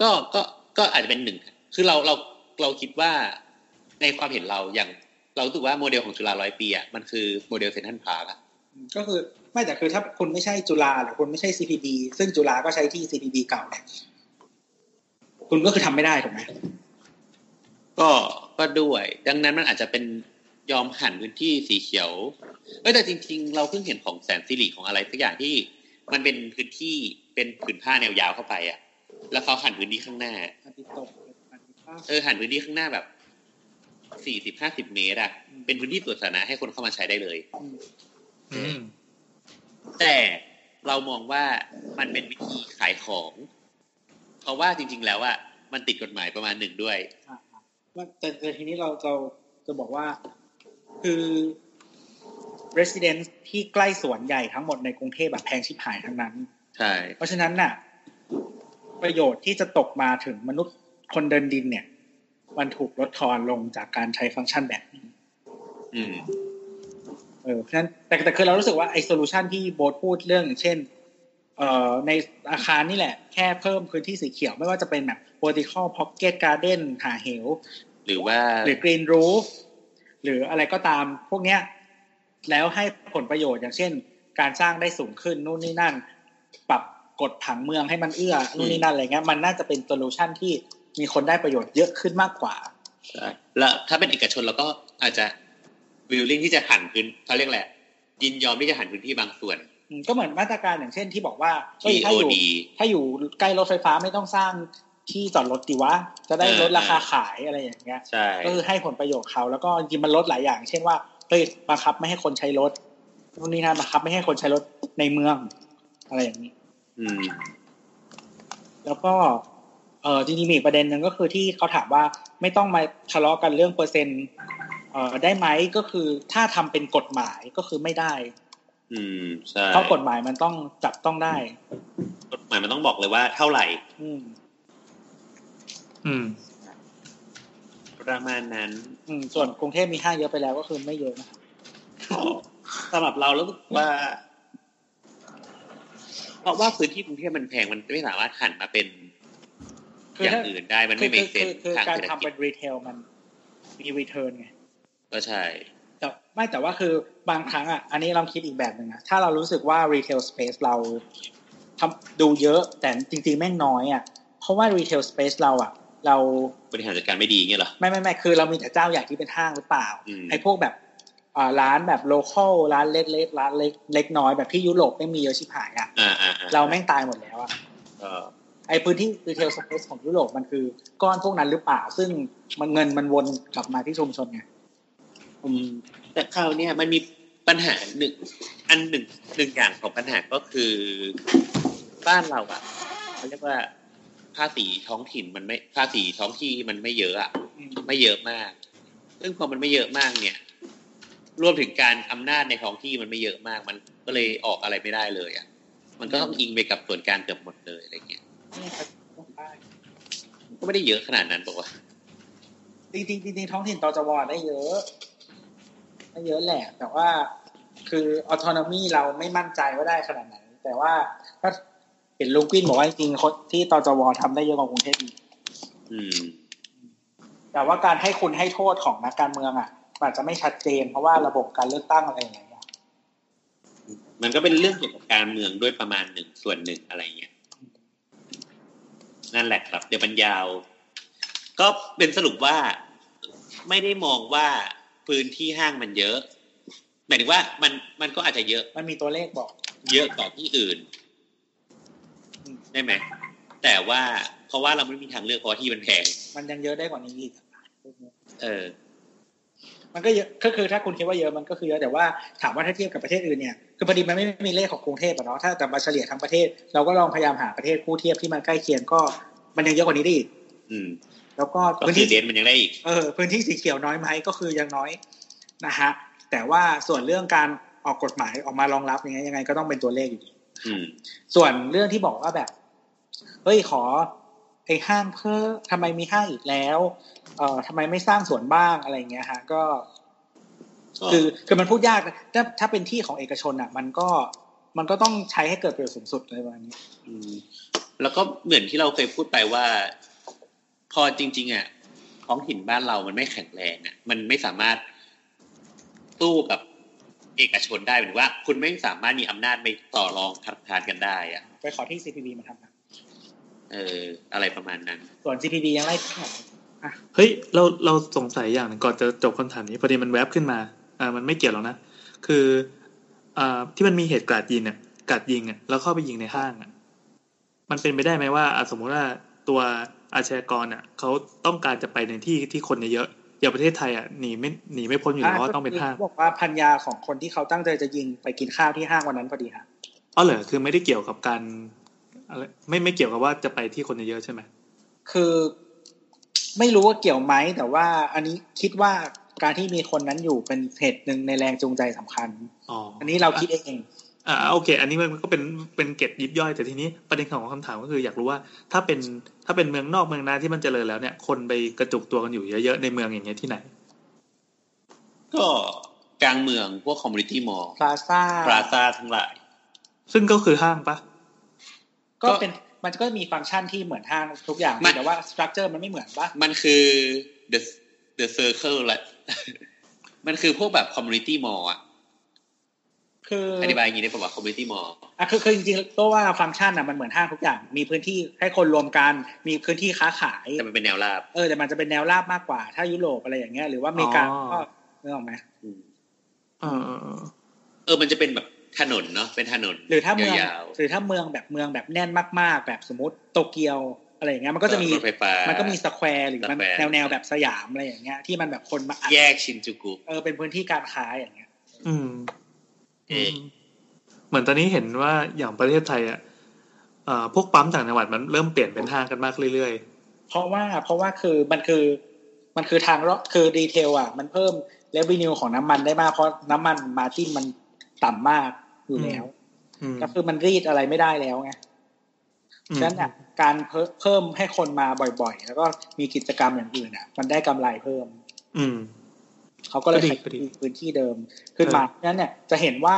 S5: ก็ก็ก็อาจจะเป็นหนึ่ง คือเราเราเราคิดว่าในความเห็นเราอย่างเรารู้สึกว่าโมเดลของจุฬาร้อยปีอ่ะมันคือโมเดลเซนทันพาร์คอะ
S2: ก็คือไม่แต่คือถ้าคุณไม่ใช่จุฬาหรือคุณไม่ใช่ CPB ซึ่งจุฬาก็ใช้ที่ CPB เก่าเนี่ยคุณก็คือทำไม่ได้ถูกไหม
S5: ก็ก็ด้วย ดังนั้นมันอาจจะเป็นยอมหันพื้นที่สีเขียวเอ้ยแต่จริง ๆ เราเพิ่งเห็นของแสนสิริของอะไรสักอย่างที่มันเป็นพื้นที่เป็นผืนผ้าแนวยาวเข้าไปอ่ะ แล้วเขาหันพื้นที่ข้างหน้า
S2: อาทิตย์ตกอาทิตย์ป้า
S5: เออหันพื้นที่ข้างหน้าแบบสี่สิบห้าสิบเมตรอ่ะ
S2: อืม
S5: เป็นพื้นที่สวนสาธารณะให้คนเข้ามาใช้ได้เลย
S2: อืม
S4: อืม
S5: แต่เรามองว่ามันเป็นวิธีขายของ เพราะว่าจริง ๆ แล้วอะมันติดกฎหมายประมาณหนึ่งด้วย
S2: อ่าว่าแต่แต่ทีนี้เราเราจะบอกว่าคือ residence ที่ใกล้สวนใหญ่ทั้งหมดในกรุงเทพแบบแพงชิบหายทั้งนั้น
S5: ใช่
S2: เพราะฉะนั้นน่ะ ประโยชน์ที่จะตกมาถึงมนุษย์คนเดินดินเนี่ย มันถูกลดทอนลงจากการใช้ฟังก์ชันแบบนี้
S5: อืม
S2: เออเพราะฉะนั้นแต่แต่คือเรารู้สึกว่าไอ้โซลูชันที่โบทพูดเรื่อง เช่นเอ่อในอาคารนี่แหละ แค่เพิ่มพื้นที่สีเขียวไม่ว่าจะเป็นแบบ vertical pocket garden หาเหว
S5: หรือว่า
S2: หรือ green roof หรืออะไรก็ตามพวกเนี้ย แล้วให้ผลประโยชน์อย่างเช่น การสร้างได้สูงขึ้นนู่นนี่นั่น ปรับกฎผังเมืองให้มันเอื้อนู่นนี่นั่นอะไรเงี้ยมันน่าจะเป็นโซลูชันที่มีคนได้ประโยชน์เยอะขึ้นมากกว่า
S5: ใช่แล้วถ้าเป็นเอกชนเราก็อาจจะวิลลิ่งที่จะหันพื้นเขาเรียกแหละไรยินยอมที่จะหันพื้นที่บางส่วน
S2: อืมก็เหมือนมาตรการอย่างเช่นที่บอกว่าเอ้ย
S5: TOD
S2: ถ้าอยู่ถ้าอยู่ใกล้รถไฟฟ้าไม่ต้องสร้างที่จอดรถดีวะ จะได้ลดราคาขายอะไรอย่างเงี้ย
S5: ใช่
S2: ก็คือให้ผลประโยชน์เขาแล้วก็จริงมันลดหลายอย่าง เช่นว่าเฮ้ยบังคับไม่ให้คนใช้รถนู่นนี่นั่นบังคับไม่ให้คนใช้รถในเมือง อะไรอย่างนี้
S5: อืม
S2: แล้วก็เออจริงๆมีอีกประเด็นหนึ่งก็คือที่เขาถามว่าไม่ต้องมาทะเลาะกันเรื่องเปอร์เซ็นต์เอ่อได้ไหมก็คือถ้าทำเป็นกฎหมายก็คือไม่ได้
S5: อืมใช่
S2: เพราะกฎหมายมันต้องจับต้องได้
S5: กฎหมายมันต้องบอกเลยว่าเท่าไหร่
S2: อืม
S4: อืม
S5: ประมาณนั้น
S2: อืมส่วนกรุงเทพมีห้างเยอะไปแล้วก็คือไม่เยอะนะ
S5: สำหรับเรารู้สึกว่า เพราะว่าพื้นที่กรุงเทพมันแพงมันไม่สามารถหันมาเป็นอย่าง
S2: ถ้า
S5: อื่นได้มัน
S2: คื
S5: ไม่ make
S2: คื
S5: sense
S2: คือ
S5: ทาง
S2: การ
S5: เศรษฐ
S2: ทำ
S5: กิ
S2: เป็
S5: จ
S2: นรีเทลมันมีรีเทิร์นไง
S5: ก็ใช่
S2: แต่ไม่แต่ว่าคือบางครั้งอ่ะอันนี้เราคิดอีกแบบหนึ่งนะถ้าเรารู้สึกว่ารีเทลสเปซเราทำดูเยอะแต่จริง ๆ แม่งน้อยอ่ะเพราะว่ารีเทลสเปซเราอ่ะ เรา
S5: บริหารจัดการไม่ดีเงี้ยเหรอ
S2: ไม่ไม่ไม่คือเรามีแต่เจ้าใหญ่ที่เป็นห้างหรือเปล่า
S5: อืม
S2: ไอ้พวกแบบอ่าร้านแบบโลคอลร้านเล็กเล็กๆร้านเล็กเล็กน้อยแบบที่ยุโรปไม่มีเยอะชิบหายอ่ะ
S5: อ่าอ่า
S2: เราแม่งตายหมดแล้วอ่ะ
S5: ก็
S2: ไอพื้นที่รีเทลสเปซของยุโรปมันคือก้อนพวกนั้นหรือเปล่า ซึ่งมันเงินมันวนกลับมาที่ชุมชนไง
S5: อืมแต่คราวเนี้ยมันมีปัญหาหนึ่งอันหนึ่งหนึ่งอย่างของปัญหาก็คือบ้านเราอ่ะเขาเรียกว่าภาษีท้องถิ่นมันไม่ภาษีท้องที่มันไม่เยอะอ่ะ ไม่เยอะมาก ซึ่งพอมันไม่เยอะมากเนี่ย รวมถึงการอำนาจในท้องที่มันไม่เยอะมาก มันก็เลยออกอะไรไม่ได้เลยอ่ะ มันก็ต้องอิงไปกับส่วนกลารเกือบหมดเลยอะไรเงี้ย ก็ไม่ได้เยอะขนาดนั้นบอกว่า
S2: จริงจริงๆจริงๆท้องถิ่นตจวได้เยอะได้เยอะแหละ แต่ว่าคือออโตนอมีเราไม่มั่นใจว่าได้ขนาดไหน แต่ว่าถ้าเห็นลุงกวินบอกว่าจริงๆคนที่ตจวทำได้เยอะกว่ากรุงเทพอีก
S5: อืม
S2: แต่ว่าการให้คุณให้โทษของนักการเมืองอ่ะมันอาจจะไม่ชัดเจนเพราะว่าระบบการเลือกตั้งอะไรอย่างเงี้ย
S5: มันก็เป็นเรื่องเกี่ยวกับการเมืองด้วยประมาณหนึ่งส่วนหนึ่งอะไรเงี้ย นั่นแหละครับ เดี๋ยวมันยาว ก็เป็นสรุปว่าไม่ได้มองว่าพื้นที่ห้างมันเยอะหมายถึงว่ามันมันก็อาจจะเยอะ
S2: มันมีตัวเลขบอก
S5: เยอะกว่าที่อื่น
S2: อืม
S5: ได้ไหมแต่ว่าเพราะว่าเราไม่มีทางเลือกเพราะว่าที่มันแพง
S2: มันยังเยอะได้กว่านี้อีกอะ
S5: เออ
S2: มันก็เยอะก็คือถ้าคุณคิดว่าเยอะมันก็คือเยอะแต่ว่าถามว่าถ้าเทียบกับประเทศอื่นเนี่ยคือพอดีมันไม่มีเลขของกรุงเทพอะเนาะถ้าแต่มาเฉลี่ยทั้งประเทศ เราก็ลองพยายามหาประเทศคู่เทียบที่มันใกล้เคียงก็ มันยังเยอะกว่านี้ได้อีก
S5: อืม
S2: แล้วก็
S5: ก็
S2: พื้น
S5: คือ
S2: ที่
S5: เดนมันยังได้อีก
S2: เออพื้นที่สีเขียวน้อยไหมก็คือยังน้อยนะฮะแต่ว่าส่วนเรื่องการออกกฎหมายออกมารองรับยังไงยังไงก็ต้องเป็นตัวเลขอยู่ดี
S5: อืม
S2: ส่วนเรื่องที่บอกว่าแบบเฮ้ยขอไอห้างเพิ่มทำไมมีห้างอีกแล้วเอ่อทำไมไม่สร้างสวนบ้างอะไรอย่างเงี้ยฮะก็ คือคือมันพูดยากนะถ้าถ้าเป็นที่ของเอกชนอ่ะ มันก็มันก็ต้องใช้ให้เกิดประโยชน์สูงสุดอะไรประมาณนี้
S5: อืมแล้วก็เหมือนที่เราเคยพูดไปว่า พอจริง ๆอ่ะท้องถิ่นบ้านเรามันไม่แข็งแรงอ่ะ มันไม่สามารถสู้กับเอกชนได้หรือว่า คุณไม่สามารถมีอำนาจไปต่อรองคัดค้านกันได้อ่ะ
S2: ไปขอที่ CPB มาทำนะ
S5: เออ อะไรประมาณนั้น
S2: ส่วน CPB ยังไล่ที่ไหน
S4: เฮ้ยเราเราสงสัยอย่างหนึ่งก่อนจะจบคำถามนี้พอดีมันแวบขึ้นมาอ่ามันไม่เกี่ยวหรอกนะ คืออ่าที่มันมีเหตุกราดยิงเนี่ยกราดยิงอ่ะแล้วเข้าไปยิงในห้างอ่ะมันเป็นไปได้ไหมว่าอ่ะสมมุติว่าตัวอาชญากรอ่ะเขาต้องการจะไปในที่ที่คนเยอะๆอย่างประเทศไทยอ่ะหนีไม่หนีไม่พ้นอยู่แล้วว่าต้องเป็นห้าง
S2: ขบอกว่าพันยาของคนที่เขาตั้งใจจะยิงไปกินข้าวที่ห้างวันนั้นพอดีฮะ
S4: อ๋อเหรอคือไม่ได้เกี่ยวกับการอะไรไม่ไม่เกี่ยวกับว่าจะไปที่คนเยอะๆใช่ไหม
S2: คือ ไม่รู้ว่าเกี่ยวไหมแต่ว่าอันนี้คิดว่าการที่มีคนนั้นอยู่เป็นเหตุหนึ่งในแรงจูงใจสำคัญ
S4: อ๋อ
S2: อั
S4: อั
S2: นนี้เราคิดเอง
S4: อ่าโอเค อันนี้มันก็เป็นเป็นเกตยิบย่อยแต่ทีนี้ประเด็นของคำถามก็คืออยากรู้ว่าถ้าเป็นถ้าเป็นเมืองนอกเมืองนาที่มันเจริญแล้วเนี่ย คนไปกระจุกตัวกันอยู่เยอะๆในเมืองอย่างเงี้ยที่ไหน
S5: ก็กลางเมืองพวกคอมมูนิตี้มอลล์
S2: พลาซ่า
S5: พลาซาทั้งหลาย
S4: ซึ่งก็คือห้างปะ
S2: ก็เป็นมันก็มีฟังก์ชันที่เหมือนห้างทุกอย่าง
S5: มัน
S2: แต่ว่าสตรัคเจอร์มันไม่เหมือนปะ
S5: มันคือ the the circle แหละ มันคือพวกแบบคอมมูนิตี้มอลล์อะ
S2: คือ
S5: อ
S2: อ
S5: ธิบายอย่างนี้ได้ป่าวว่าคอมมูนิตี้มอลล์
S2: อ่ะคือคือจริงๆตัวว่าฟังก์ชันอ่ะมันเหมือนห้างทุกอย่าง มีพื้นที่ให้คนรวมกัน มีพื้นที่ค้าขาย
S5: แต่มันเป็นแนวราบ
S2: เออแต่มันจะเป็นแนวราบมากกว่า ถ้ายุโรปอะไรอย่างเงี้ยหรือว่าอเมริกาก็นึกออกไหม
S5: อืม
S4: เออเออเออ
S5: เออ มันจะเป็นแบบถนนเนาะ เป็นถนน
S2: หรือถ้าเมือง
S5: ยาว
S2: หรือถ้าเมืองแบบเมืองแบบแน่นมาก ๆ แบบสมมติโตเกียวอะไรอย่างเงี้ยมัน
S5: ๆ
S2: ก็จะมี
S5: รถไฟฟ้า
S2: มันก็มีสแควร์หรือมัน
S5: สแควร์
S2: แนวแนวๆแบบสยามอะไรอย่างเงี้ยที่มันแบบคนมาอัด
S5: แยกชินจูกุ
S2: เออเป็นพื้นที่การค้าอย่างเงี้ย
S4: อืม
S5: เอ๊ะ
S4: เหมือนตอนนี้เห็นว่าอย่างประเทศไทยอ่ะเอ่อพวกปั๊มต่างจังหวัดมันเริ่มเปลี่ยนเป็นห้างกันมากเรื่อย
S2: เพราะว่าเพราะว่าคือมันคือมันคือทางรอดคือดีเทลอ่ะ มันเพิ่มเ e ว e n นิวของน้ำมันได้มาก เพราะน้ำมันมาจิ้นมันต่ำมากอยู่แล้ว
S4: ๆอืม
S2: ก็คือมันรีดอะไรไม่ได้แล้วไง
S4: อืม
S2: ฉะนั้นอ่ะการเพิ่มเพิ่มให้คนมาบ่อยๆ แล้วก็มีกิจกรรมอย่างอื่นอ่ะ มันได้กำไรเพิ่ม
S4: อืม
S2: เขาก็เลย
S4: ก็ดี
S2: ขยาย
S4: ก็ดี
S2: พื้นที่เดิมขึ้นมาฉะนั้นเนี่ยจะเห็นว่า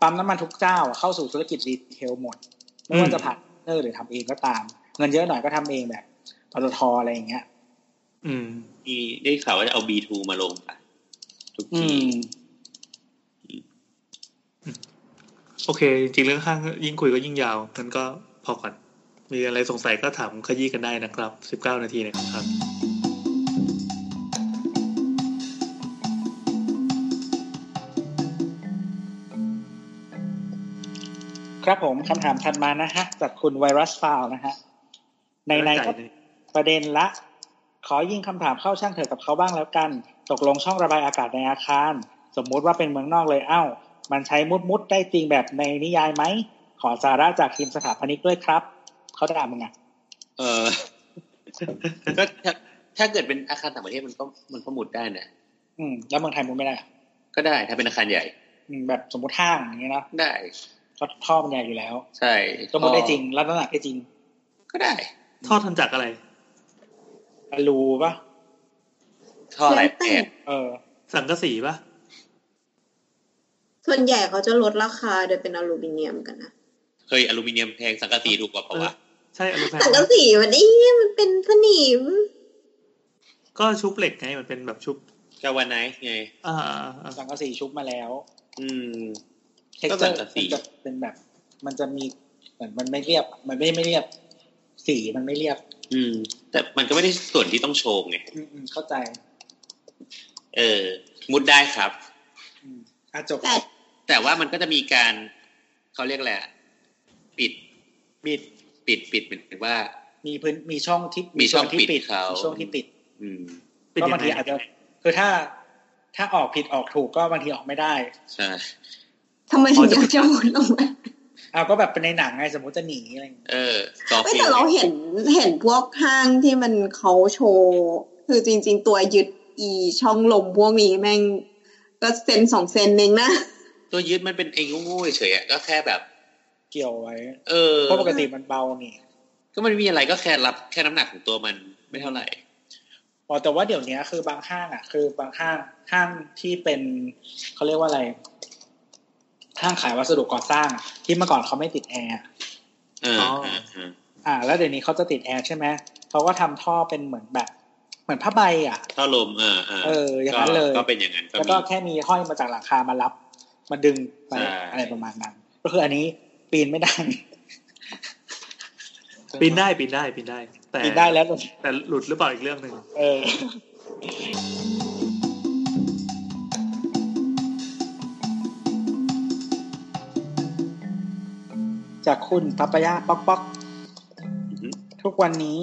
S2: ปั๊มน้ำมันทุกเจ้าอะเข้าสู่ธุรกิจดีเทลหมด ไม่
S4: อื
S2: ว่าม จะผ่านพาร์ทเนอร์หรือทำเองก็ตาม เงินเยอะหน่อยก็ทำเองแบบปตทอะไรอย่างเงี้ย
S4: อืม
S5: มีได้ข่าวว่าจะเอา B2 มาลงค่ะทุก
S2: อื
S5: ที
S2: ม
S4: โอเค จริงๆเรื่องห้างยิ่งคุยก็ยิ่งยาวงั้นก็พอก่อน มีอะไรสงสัยก็ถามขยี้กันได้นะครับ 19 นาทีนะครับ
S2: ครับผมคำถามถัดมานะฮะ จากคุณไวรัสฟาวนะฮะ ในในๆก็ประเด็นละ ขอยิงคำถามเข้าช่างเถอะกับเขาบ้างแล้วกัน ตกลงช่องระบายอากาศในอาคาร สมมุติว่าเป็นเมืองนอกเลยเอ้า มันใช้มุดมุดๆได้จริงแบบในนิยายไหม ขอสาระจากทีมสถาปนิกด้วยครับ เขาด่ามึงอ่ะ
S5: เออ ก็ถ้าถ้าเกิดเป็นอาคารต่างประเทศมันก็มันก็หมุดได้นะ
S2: อืม แล้วเมืองไทยมุดไม่ได้อะ
S5: ก็ได้ถ้าเป็นอาคารใหญ่
S2: อืมแบบสมมติห้างอย่างเงี้ยเนอะ
S5: ได้
S2: ก็ท่อมันใหญ่อยู่แล้ว
S5: ใช่
S2: ก็มุดได้จริงแล้วน้ำหนักได้จริง
S5: ก็ได้
S4: ท่อทำจากอะไร
S2: รูปะ
S5: ท่อหลายแผง
S2: เออ
S4: สังกะสีปะ
S3: ส่วนใหญ่เขาจะลดราคาโดยเป็นอลูมิเนียมกันนะ
S5: เคยอลูมิเนียมแพงสังกะสีถูกกว่าเพราะว่า
S4: ใช่อลูมิเนี
S3: สัง
S4: ย
S3: กะ
S4: ม
S3: สีมันอีมันเป็นสนิม
S4: ก็ชุบเหล็กไง มันเป็นแบบชุบ
S5: กาวันไนท์ไง
S4: อ่าอ่า
S2: สังกะสีชุบมาแล้ว
S5: อืม
S2: เท็ก
S5: ก็
S2: เจ
S5: สั
S2: อง ร์
S5: กะสี
S2: มันจะเป็นแบบ มันจะมีเหมือนมันไม่เรียบ มันไม่ไม่เรียบ สีมันไม่เรียบ
S5: อืม แต่มันก็ไม่ได้ส่วนที่ต้องโชว์ไง
S2: อืมอืมเข้าใจ
S5: เออ มุดได้ครับ
S2: อืมอ่ะจบ
S3: แต่
S5: แต่ว่ามันก็จะมีการเขาเรียกแหละไรอะปิด
S2: บิด
S5: ปิดปิดเหมือนว่า
S2: มีพื้นมีช่องที่
S5: มีช่อง
S2: ส่วนที่
S5: ปิดเขา
S2: มีช่วงที่ปิด
S5: อืม
S4: ปิด
S2: ก็
S4: ยั
S2: บาง ง
S4: ไง
S2: ทีอาจจะคือถ้า ถ้าออกผิดออกถูกก็บางทีออกไม่ได้
S5: ใช่
S3: ทำไมถึงอยากจะหมดลงมา
S2: เอาก็แบบเป็นในหนังไงสมมติจะหนีอะไรอย่างเงี้ย
S5: เออซอฟ
S3: ไม่
S5: ฟิล
S3: แต่เราเห็นเห็นพวกห้างที่มันเขาโชว์ คือจริง ๆ ตัวยึดอีช่องลมพวกนี้แม่งก็เซนสองเซนเองนะ
S5: ตัวยึดมันเป็นไอ้งงูๆเฉยๆอะก็แค่แบบ
S2: เกี่ยวไว้
S5: เออ
S2: เพราะปกติมันเบานี่
S5: ก็มันไม่มีอะไรก็แค่รับแค่น้ำหนักของตัวมันไม่เท่าไหร่
S2: อ๋อแต่ว่าเดี๋ยวเนี้ยคือบางห้างอ่ะ คือบางห้างห้างที่เป็นเขาเรียกว่าอะไร ห้างขายวัสดุก่อสร้างอะที่เมื่อก่อนเขาไม่ติดแอร์อะ
S5: เออเออเออ
S2: อ่าแล้วเดี๋ยวนี้เขาจะติดแอร์ใช่ไหมเขาก็ทำท่อเป็นเหมือนแบบ เหมือนผ้าใบอ่ะ
S5: ท่อลมเออเออ
S2: เอออย่างนั้นเลย
S5: ก็ก็เป็นอย่างนั้นก็
S2: แล้ว
S5: มี
S2: ก็แค่มีห้อยมาจากหลังคามารับ มาดึงไป
S5: ใช่
S2: อะไรประมาณนั้น ก็คืออันนี้ปีนไม่ได้
S4: ปีนได้ปีนได้ปีนได้ แต่
S2: ปีนได้แล้วลูก
S4: แต่หลุดหรือเปล่าอีกเรื่องหนึ่ง
S2: เออ จากคุณปัปปายาป๊อกป๊อก
S5: อือฮึ
S2: ทุกวันนี้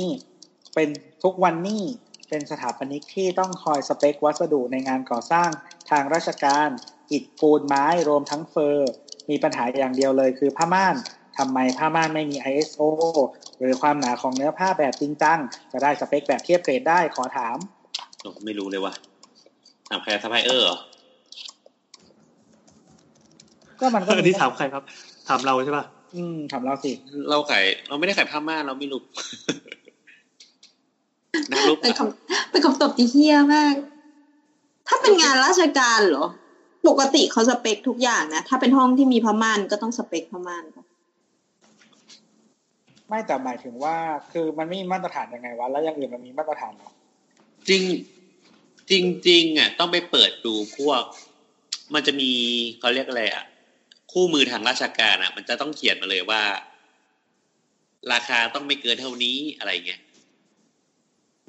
S2: เป็นทุกวันนี้เป็นสถาปนิกที่ต้องคอยสเปควัสดุในงานก่อสร้างทางราชการอิฐปูนไม้รวมทั้งเฟอร์ มีปัญหาอย่างเดียวเลยคือผ้าม่านทำไมผ้าม่านไม่มี ISO หรือความหนาของเนื้อผ้าแบบจริงจัง จะได้สเปคแบบเทียบเกรดได้ขอถาม
S5: โอ้ไม่รู้เลยว่ะถามใครซัพพลายเออร์เหรอ
S2: ก็มันก็
S4: อันนี้ถามใครครับ ถามเราใช่ป่ะ
S2: อืมถามเราสิ
S5: เราขายเราไม่ได้ขายผ้าม่านเราไม่รู้ นะรูป
S3: เป็นคำเป็นคำตอบที่เฮี้ยมาก ถ้าเป็นงานราชการเหรอ ปกติเขาสเปคทุกอย่างนะ ถ้าเป็นห้องที่มีพม่านก็ต้องสเปคพม่านปะ
S2: ไม่แต่หมายถึงว่า คือมันไม่มีมาตรฐานยังไงวะแล้วอย่างอื่นมันมีมาตรฐานเหรอ
S5: จริง จริงจริงๆอ่ะต้องไปเปิดดูพวก มันจะมีเขาเรียกอะไรอ่ะ คู่มือทางราชการอ่ะ มันจะต้องเขียนมาเลยว่า ราคาต้องไม่เกินเท่านี้อะไรเงี้ย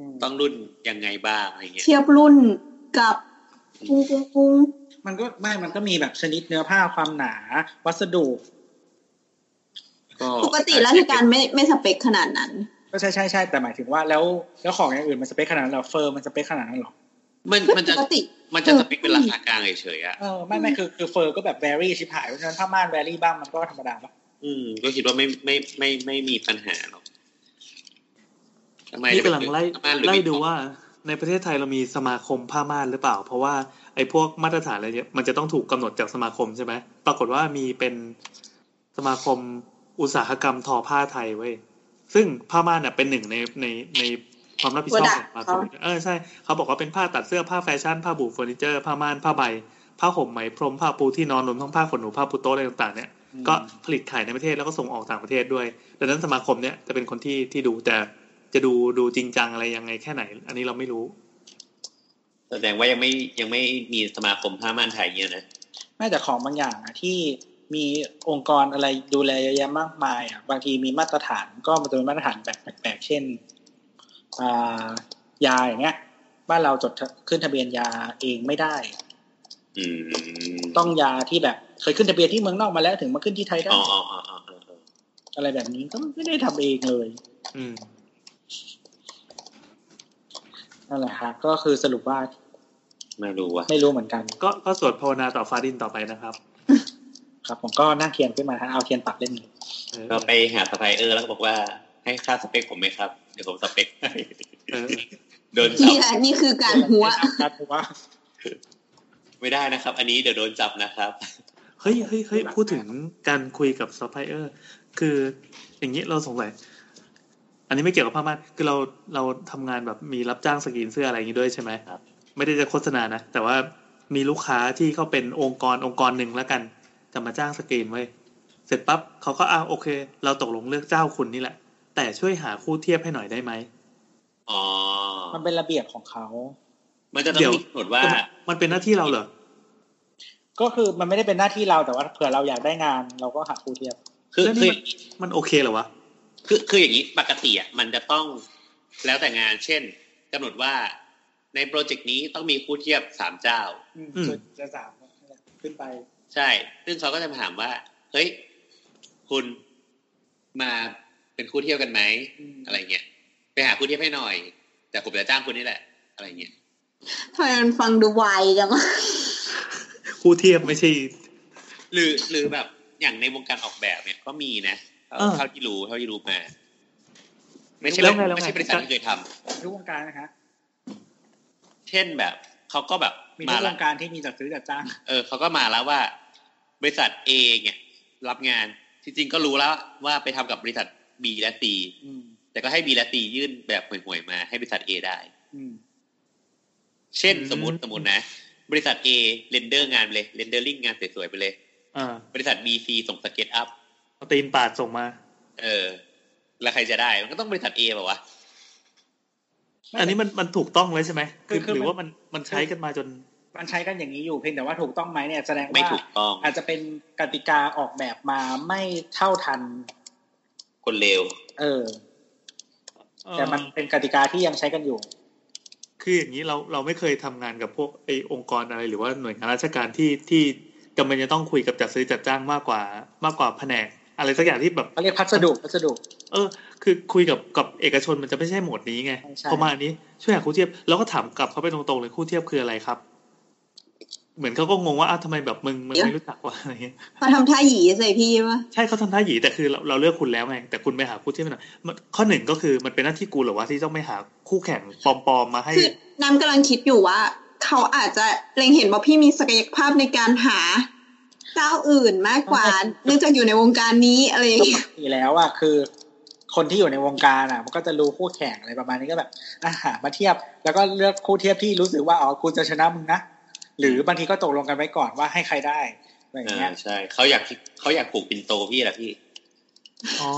S2: อืม
S5: ต้องรุ่นยังไงบ้างอะไรเงี้ย
S3: เทียบรุ่นกับปุ้งปุ้งปุ้ง
S2: มันก็ไม่มันก็มีแบบชนิดเนื้อผ้าความหนา วัสดุ
S3: ปกติราชการไม่ไม่สเปคขนาดนั้น
S2: ก็ใช่ใช่ใช่แต่หมายถึงว่าแล้วแล้วของอย่างอื่นมันสเปคขนาดนั้นเหรอเฟอร์มันสเปคขนาดนั้นเหรอ
S5: มันมันจะ
S3: ปกติ
S5: มันจะสเปคเป็นราคากลางเฉยๆอ่ะ
S2: เออไม่ไม่คือคือเฟอร์ก็แบบแวรี่ชิบหายเพราะฉะนั้นถ้าม่านแวรี่บ้างมันก็ธรรมดาปะ
S5: อืมก็คิดว่าไม่ไม่ไม่ไม่มีปัญหาหรอกทำไม
S4: นี่
S5: จะป
S4: กำลังไล่
S5: ม่านหรือ
S4: ไล่
S5: ม่าน
S4: ดูว่าในประเทศไทยเรามีสมาคมผ้าม่านหรือเปล่า เพราะว่าไอ้พวกมาตรฐานอะไรเนี่ยมันจะต้องถูกกำหนดจากสมาคมใช่ไหมปรากฏว่ามีเป็นสมาคมอุตสาหกรรมทอผ้าไทยเว้ยซึ่งผ้าม่านเน่ะเป็นหนึ่งในในในความรับผิดชอบของสมาคม เออใช่เขาบอกว่าเป็นผ้าตัดเสื้อผ้าแฟชั่นผ้าบูเฟอร์นิเจอร์ผ้าม่านผ้าใบ ผ้าห่มไหมพรมผ้าปูที่นอนรวมทั้งผ้าขนหนูผ้าปูโต๊ะอะไรต่างๆเนี่ย
S2: อืม
S4: ก็ผลิตขายในประเทศแล้วก็ส่งออกต่างประเทศด้วย ดังนั้นสมาคมเนี่ยจะเป็นคนที่ที่ดูแต่จะดูดูจริงจังอะไรยังไงแค่ไหน อันนี้เราไม่รู้
S5: แสดงว่ายังไม่ยังไม่มีสมาคมผ้าม่านไทยเนี่ยนะ
S2: ไม่แต่ของบางอย่างอะที่มีองค์กรอะไรดูแลเยอะแยะมากมายอะบางทีมีมาตรฐานก็มันจะเป็นมาตรฐานแบบแปลกๆเช่นอ่ายาอย่างเงี้ยบ้านเราจดทะขึ้นทะเบียนยาเองไม่ได้
S5: อืม
S2: ต้องยาที่แบบเคยขึ้นทะเบียนที่เมืองนอกมาแล้วถึงมาขึ้นที่ไทยได้
S5: อ๋ออ๋ออ๋ออ๋ออ๋อ
S2: อะไรแบบนี้ก็ไม่ได้ทำเองเลย
S4: อืม
S2: นั่นแหละครับก็คือสรุปว่า
S5: ไม่รู้ว่ะ
S2: ไม่รู้เหมือนกัน
S4: ก็ก็สวดภาวนาต่อฟ้าดินต่อไปนะครับ
S2: ครับ ผมก็นั่งเทียนขึ้นมาฮะเอาเทียนปักเล่นเลย
S4: เออ
S5: ก็ไปหาสไปเออร์แล้วก็บอกว่า ให้ค่าสเปคผมไหมครับ เดี๋ยวผมสเปค ให้
S4: เออ
S5: โดนจั
S3: นี่
S5: บ
S3: แหละนี่คือการหัว
S2: การหัว
S5: ไม่ได้นะครับ อันนี้เดี๋ยวโดนจับนะครับ
S4: เฮ้ยเฮ้ยเฮ้ยพูดถึงการคุยกับซัพพลายเออร์คืออย่างนี้เราสงสัยอันนี้ไม่เกี่ยวกับผ้าม่านคือเราเราทำงานแบบมีรับจ้างสกรีนเสื้ออะไรอย่างนี้ด้วยใช่ไหม
S5: ครับ
S4: ไม่ได้จะโฆษณานะ แต่ว่ามีลูกค้าที่เขาเป็นองค์กรองค์กรหนึ่งแล้วกัน จะมาจ้างสกรีนไว้ยเสร็จปั๊บเขาก็อ้าวโอเค เราตกลงเลือกเจ้าคุณนี่แหละ แต่ช่วยหาคู่เทียบให้หน่อยได้ไหม
S5: อ๋อ
S2: มันเป็นระเบียบของเขา
S5: มันจะต้อ
S4: เดี๋
S5: ง
S4: ยว
S5: มีกำหนดว่า
S4: มันเป็นหน้าที่เราเหรอ
S2: ก็คือมันไม่ได้เป็นหน้าที่เราแต่ว่าเผื่อเราอยากได้งาน เราก็หาครูเทียบ
S5: คือ
S4: แล้วนี่
S5: คือ
S4: มันโอเคเหรอวะ
S5: คือคืออย่างนี้ปกติอ่ะมันจะต้องแล้วแต่งาน เช่นกำหนดว่าในโปรเจกต์นี้ต้องมีคู่เทียบสามเจ้า
S2: อืม
S4: อืม
S2: ส่วนจะสามขึ้นไป
S5: ใช่ ซึ่งเขาก็จะมาถามว่า เฮ้ย คุณมาเป็นคู่เทียบกันไหม
S2: อืม
S5: อะไรเงี้ยไปหาคู่เทียบให้หน่อย แต่ผมจะจ้างคุณนี่แหละ อะไรเงี้ย
S3: ทำไมมันฟังดูไวจังวะ
S4: คู่เทียบไม่ใช่
S5: หรือหรือแบบอย่างในวงการออกแบบเนี่ยก็มีนะเท่า
S4: เออ
S5: เท่าที่รู้เท่าที่รู้มา ไม่ใช่
S4: แล้วไงแล้วไง
S5: ไม่ใช่บริษัทที่เคยทำ
S2: ทุกวงการนะคะ
S5: เช่นแบบเขาก็แบบ
S2: มี
S5: มา
S2: ทุกว
S5: ละ
S2: งการที่มีจัดซื้อจัดจ้าง
S5: เออเขาก็มาแล้วว่า บริษัท A เนี่ยรับงานที่จริงก็รู้แล้วว่าไปทำกับบริษัท B และ C
S2: อืม
S5: แต่ก็ให้ B และ C ยื่นแบบห่วยๆมาให้บริษัท A ได้
S2: อืม
S5: เช่น
S4: อืม
S5: สมมติสมมตินะ บริษัท A เรนเดอร์งานไปเลยเรนเดอร์ลิงงานสวยๆไปเลย
S4: อ่า
S5: บริษัท B C ส่งสเก็ตอัพ
S4: เอาตีนปาดส่งมา
S5: เออ แล้วใครจะได้ มันก็ต้องบริษัท A ป่าวะ
S4: อันนี้มันมันถูกต้องเลยใช่ไหมคือ
S2: คือ
S4: หรือ
S2: มัน
S4: ว่ามันมันใช้กันมาจน
S2: มันใช้กันอย่างนี้อยู่เพียงแต่ว่าถูกต้องไหมเนี่ยแสดง
S5: ไม่
S2: ว่า
S5: ถูกต้อง
S2: อาจจะเป็นกติกาออกแบบมาไม่เท่าทัน
S5: คนเลว
S2: เออ แต่มันเป็นกติกาที่ยังใช้กันอยู่
S4: คืออย่างนี้เราเราไม่เคยทำงานกับพวกไอองค์กรอะไรหรือว่าหน่วยงานราชการที่ที่จำเป็นจะต้องคุยกับจัดซื้อจัดจ้างมากกว่ามากกว่าแผนก อะไรสักอย่างที่แบบ
S2: เขาเรียกพัสดุพัสดุ
S4: เออ คือคุยกับกับเอกชนมันจะไม่ใช่โหมดนี้ไง
S2: ใช่ใช่
S4: พอมาอันนี้ช่วยหาคู่เทียบแล้วก็ถามกลับเขาไปตรงๆเลยคู่เทียบคืออะไรครับ เหมือนเขาก็งงว่าอ้าวทำไมแบบมึงมึงไม่รู้จักว่าอะไรเงี้ย
S3: มาทำท่าหยีใส่พี่วะ
S4: ใช่เขาทำท่าหยีแต่คือเราเราเลือกคุณแล้วไงแต่คุณไปหาคู่เทียบหน่อยมันข้อหนึ่งก็คือมันเป็นหน้าที่กูเหรอวะที่ต้องไปหาคู่แข่งปลอมๆมาให้
S3: คือน้ำกำลังคิดอยู่ว่า เขาอาจจะเล็งเห็นว่าพี่มีศักยภาพในการหา เจ้าอื่นมากก ว่า เนื่องจากอยู่ในวงการนี้อะไรอย่างเงี้ย
S2: ทีแล้วอ่ะคือ คนที่อยู่ในวงการอ่ะ มันก็จะรู้คู่แข่งอะไรประมาณนี้ก็แบบอ่ะหามาเทียบ แล้วก็เลือกคู่เทียบที่รู้สึกว่าอ๋อกูจะชนะมึงนะหรือบางทีก็ตกลงกันไว้ก่อนว่าให้ใครได้อะไรอย่างเงี้ย
S5: อ่าใช่เขาอยากเขาอยากผูกปินโตพี่แหละพี่
S4: อ๋อ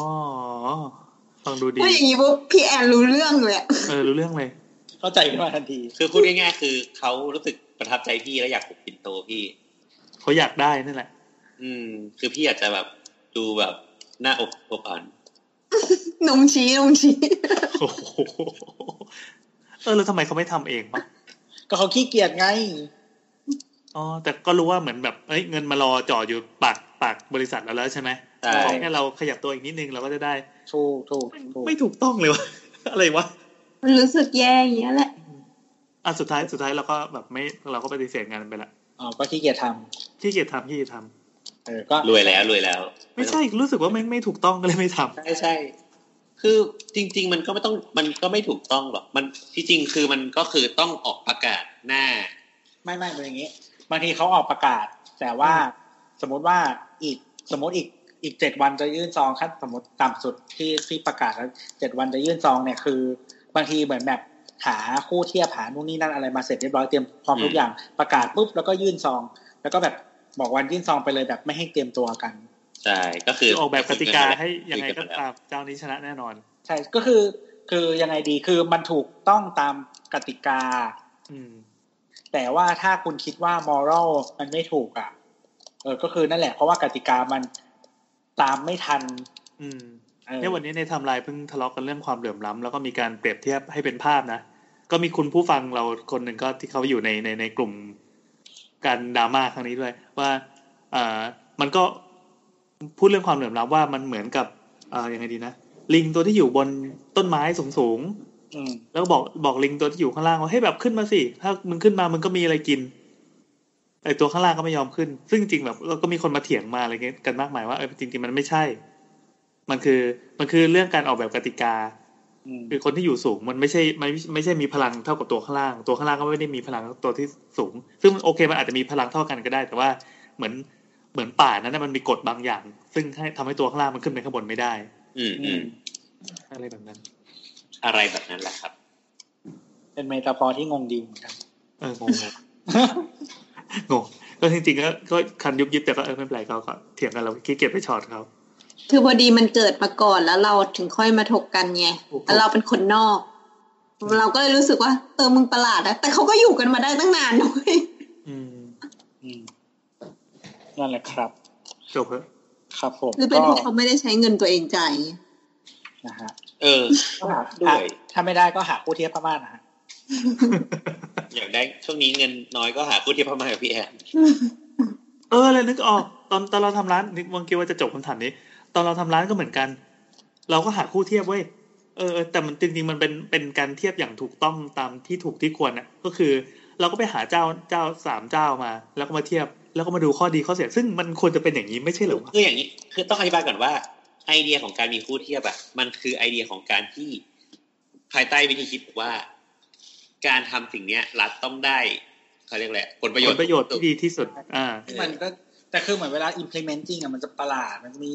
S4: ฟังดูดี
S3: พูดอย่างนี้ปุ๊บพี่แอนรู้เรื่องเลยอะ
S4: เออรู้เรื่องเลย
S2: เข้าใจขึ้นมาทันที
S5: คือพูดง่ายๆคือเขารู้สึกประทับใจพี่แล้วอยากผูกปินโตพี่
S4: เขาอยากได้นั่นแหละ
S5: อืม คือพี่อาจจะแบบดูแบบหน้าอกอบอ่อน
S3: หนุ่มชี้หนุ่มชี้
S4: โอ้โหเออแล้วทำไมเขาไม่ทำเองปะ
S2: ก็เขาขี้เกียจไง
S4: อ๋อแต่ก็รู้ว่าเหมือนแบบเอ้ยเงินมารอจ่ออยู่ปากปากบริษัทเราแล้วใช่ไหม
S5: ใช่
S4: ขอแค่เราขยับตัวอีกนิดนึงเราก็จะได้
S2: ถูกถูกถูก
S4: ไม่ถูกต้องเลยวะ อะไรวะ
S3: มันรู้สึกแย่อย่างเงี้ยแหละ
S4: อ่ะสุดท้ายสุดท้ายเราก็แบบไม่เราก็ปฏิเสธงานไปละ
S2: อ๋อก็ขี้เกียจท
S4: ขี้เกียจทำขี้เกียจท
S2: ำเออก็
S5: รวยแล้วรวยแล้ว
S4: ำไม่ใช่รู้สึกว่าไม่ไม่ถูกต้องก็เลยไม่ทำ
S5: ใช่ใช่ คือจริง ๆ มันก็ไม่ต้องมันก็ไม่ถูกต้องหรอก มันที่จริงคือมันก็คือต้องออกประกาศหน้า
S2: ไม่ไม่เป็นอย่างงี้บางทีเขาออกประกาศ แต่ว่าสมมติว่าอีกสมมติอีกอีกเจ็ดวันจะยื่นซองขั้นสมมติต่ำสุดที่ที่ประกาศแล้วเจ็ดวันจะยื่นซองเนี่ยคือ บางทีเหมือนแบบหาคู่เทียบหานู่นนี่นั่นอะไรมาเสร็จเรียบร้อยเตรียมพร้อม
S5: อืม
S2: ทุกอย่างประกาศปุ๊บแล้วก็ยื่นซอง แล้วก็แบบบอกวันยื่นซองไปเลยแบบไม่ให้เตรียมตัวกัน
S5: ใช่ก็คือ
S4: คือออกแบบกติกาให้ยังไงก็
S5: คุนแล้ว
S4: ตามเจ้านี้ชนะแน่นอน
S2: ใช่ก็คือคือยังไงดีคือมันถูกต้องตามกติกา
S4: อืม
S2: แต่ว่าถ้าคุณคิดว่ามอรัลมันไม่ถูกอ่ะ เออ ก็คือนั่นแหละเพราะว่ากติกามันตามไม่ทัน
S4: อืม
S2: เออ
S4: เนี่ยวันนี้ในไทำลายเพิ่งทะเลาะกันเรื่องความเหลื่อมล้ำแล้วก็มีการเปรียบเทียบให้เป็นภาพนะก็มีคุณผู้ฟังเราคนหนึ่งก็ที่เขาอยู่ในในในกลุ่มการดราม่าครั้งนี้ด้วย ว่าเอ่อมันก็พูดเรื่องความเหลื่อมล้ำว่ามันเหมือนกับเอ่อยังไงดีนะลิงตัวที่อยู่บนต้นไม้สูงสูง
S2: อืม
S4: ๆแล้วบอกบอกลิงตัวที่อยู่ข้างล่างว่าให้ยแบบขึ้นมาสิถ้ามึงขึ้นมามึงก็มีอะไรกินไอตัวข้างล่างก็ไม่ยอมขึ้น ซึ่งจริงๆแบบเราก็มีคนมาเถียงมาอะไรเงี้ยกันมากมายว่าเออจริงๆมันไม่ใช่ มันคือมันคือเรื่องการออกแบบกติกา
S2: อืม
S4: คือคนที่อยู่สูงมันไม่ใช่ไม่ไม่ใช่มีพลังเท่ากับตัวข้างล่าง ตัวข้างล่างก็ไม่ได้มีพลังเท่าตัวที่สูง ซึ่งโอเคมันอาจจะมีพลังเท่ากันก็ได้ แต่ว่าเหมือนเหมือนป่านั้นนะมันมีกฎบางอย่าง ซึ่งให้ทำให้ตัวข้างล่างมันขึ้นไปข้างบนไม่ได้
S5: อืมอืม
S4: อะไรแบบนั้น
S5: อะไรแบบนั้นแหละครับ
S2: เป็นเมตาฟอร์ที่งงดีเหมือน กัน
S4: เอองงงงก็จริงๆก็ก็คันยุบยิบแต่ก็เออไม่เป็นไรเขาก็เถียงกันเราขี้เกียจไปช็อตเขา
S3: คือพอดีมันเกิดมาก่อนแล้วเราถึงค่อยมาถกกันไง
S4: ถูกๆ
S3: แต่เราเป็นคนนอก เราก็เลยรู้สึกว่าเออมึงประหลาดนะแต่เขาก็อยู่กันมาได้ตั้งนานด้วย
S4: อืม
S2: อืมนั่นแหละครับ
S4: จบเถอะ
S2: ครับผม
S3: หรือเป็นเพ
S2: ก็
S3: ราะเขาไม่ได้ใช้เงินตัวเองจ่ายไง
S2: นะฮะ
S5: เออ
S2: ก็หา
S5: ด้
S2: ถ้า
S5: วย
S2: ถ้าไม่ได้ก็หาคู่เทียบพม่านะฮะ
S5: อยากได้ช่วงนี้เงินน้อยก็หาคู่เทียบพม่ากับพี่แอน
S4: เออเลยนึกออกตอนตอนเราทำร้านนึกวังกี้ว่าจะจบคำถามนี้ ตอนเราทำร้านก็เหมือนกัน เราก็หาคู่เทียบเว้ยเออเออแต่มันจริงๆมันเป็นเป็นการเทียบอย่างถูกต้องตามที่ถูกที่ควรอ่ะก็คือ เราก็ไปหาเจ้าเจ้าสามเจ้ามา แล้วก็มาเทียบ แล้วก็มาดูข้อดีข้อเสีย ซึ่งมันควรจะเป็นอย่างนี้ไม่ใช่เหรอวะ
S5: คืออย่างนี้ คือต้องอธิบายก่อนว่า ไอเดียของการมีคู่เทียบอะมันคือไอเดียของการที่ภายใต้วิธีคิดว่า การทำสิ่งเนี้ย รัฐต้องได้เขาเรียกแหละไรผลประโย
S4: ผ
S5: ช
S4: ล
S5: น์
S4: ประโยชน์ที่ดีที่สุด อ่า
S2: มันก็แต่คือเหมือนเวลา implement จริงอะมันจะประหลาดมันจะมี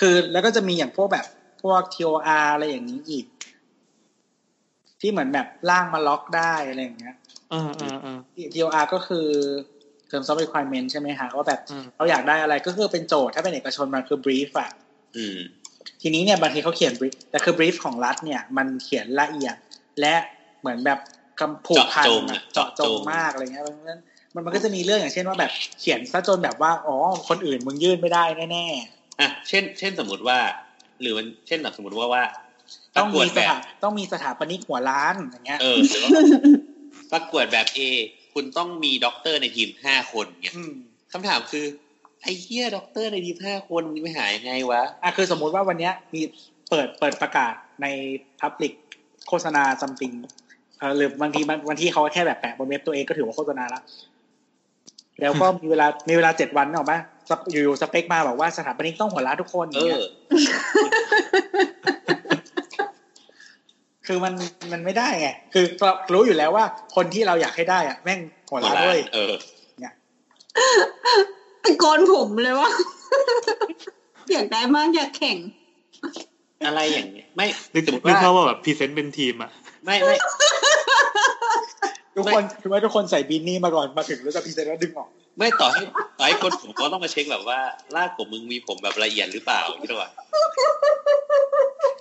S2: คือแล้วก็จะมีอย่างพวกแบบพวก TOR อะไรอย่างนี้อีก ที่เหมือนแบบล่างมาล็อกได้อะไรอย่างเงี้ย
S4: เออเออเออ
S2: DLR ก็คือ Terms of Requirement ใช่ไหมฮะว่าแบบ
S4: อืม
S2: เราอยากได้อะไรก็คือเป็นโจทย์ถ้าเป็นเอกชนมันคือ brief อะ
S5: อืม
S2: ทีนี้เนี่ยบางทีเขาเขียน brief แต่คือ brief ของรัฐเนี่ยมันเขียนละเอียด และเหมือนแบบกำผูกพัน
S5: เจาะจงอะ
S2: เจาะจงมากอะไรเงี้ยเพราะฉะนั้นมันมันก็จะมีเรื่องอย่างเช่นว่าแบบเขียนซะจนแบบว่าอ๋อคนอื่นมึงยื่นไม่ได้แน่
S5: อ่ะเช่น เช่นสมมติว่า หรือมันเช่นหลักสมมติว่าว่า
S2: ๆต้องมี
S5: ประกวด
S2: ส
S5: แบบ
S2: ถาต้องมีสถาปนิกหัวล้านอย่างเงี้ย
S5: เออหรือว่าประกวดแบบเอคุณต้องมีด็อกเตอร์ในทีมห้าคนเงี้ย
S2: ม
S5: คำถามคือ ไอ้เฮียด็อกเตอร์ในทีมห้าคนมึงไปหายังไงวะ
S2: อ่ะคือสมมุติว่าวันเนี้ยมีเปิดเปิดประกาศใน Public โฆษณา something เออหรือบางทีมันบางทีเขาแค่แบบแปะบนเว็บตัวเองก็ถือว่าโฆษณาละแล้วก็มีเวลามีเวลาเจ็ดวันเนอะปะสเปอยู่ๆสเปคมาบอกว่าสถาปนิกต้องหัวล้านทุกคนอ
S5: เอย่าง
S2: เงี้
S5: อ
S2: ยคือมันมันไม่ได้ไงคือเรารู้อยู่แล้วว่าคนที่เราอยากให้ได้อะแม่งหัวล้านด้วย
S5: เออ
S3: ตะโกนผมเลย ว่า อยากได้มากอยากแข่ง
S5: อะไรอย่างเงี้ยไม่
S4: นึก
S5: สมมติ
S4: นึกภาพ
S5: ว่า
S4: ว่าแบบพรีเซนต์เป็นทีมอ่ะ
S5: ไม่ไม่
S2: ทุกคนคือว่าทุกคนใส่บินนี่มาก่อนมาถึงแล้วจะพรีเซนต์แล้วดึงออก
S5: ไม่ต่อให้ต่อให้คนผมก็ต้องมาเช็คแบบว่าลากผมมึงมีผมแบบละเอียดหรือเปล่าที่ว่า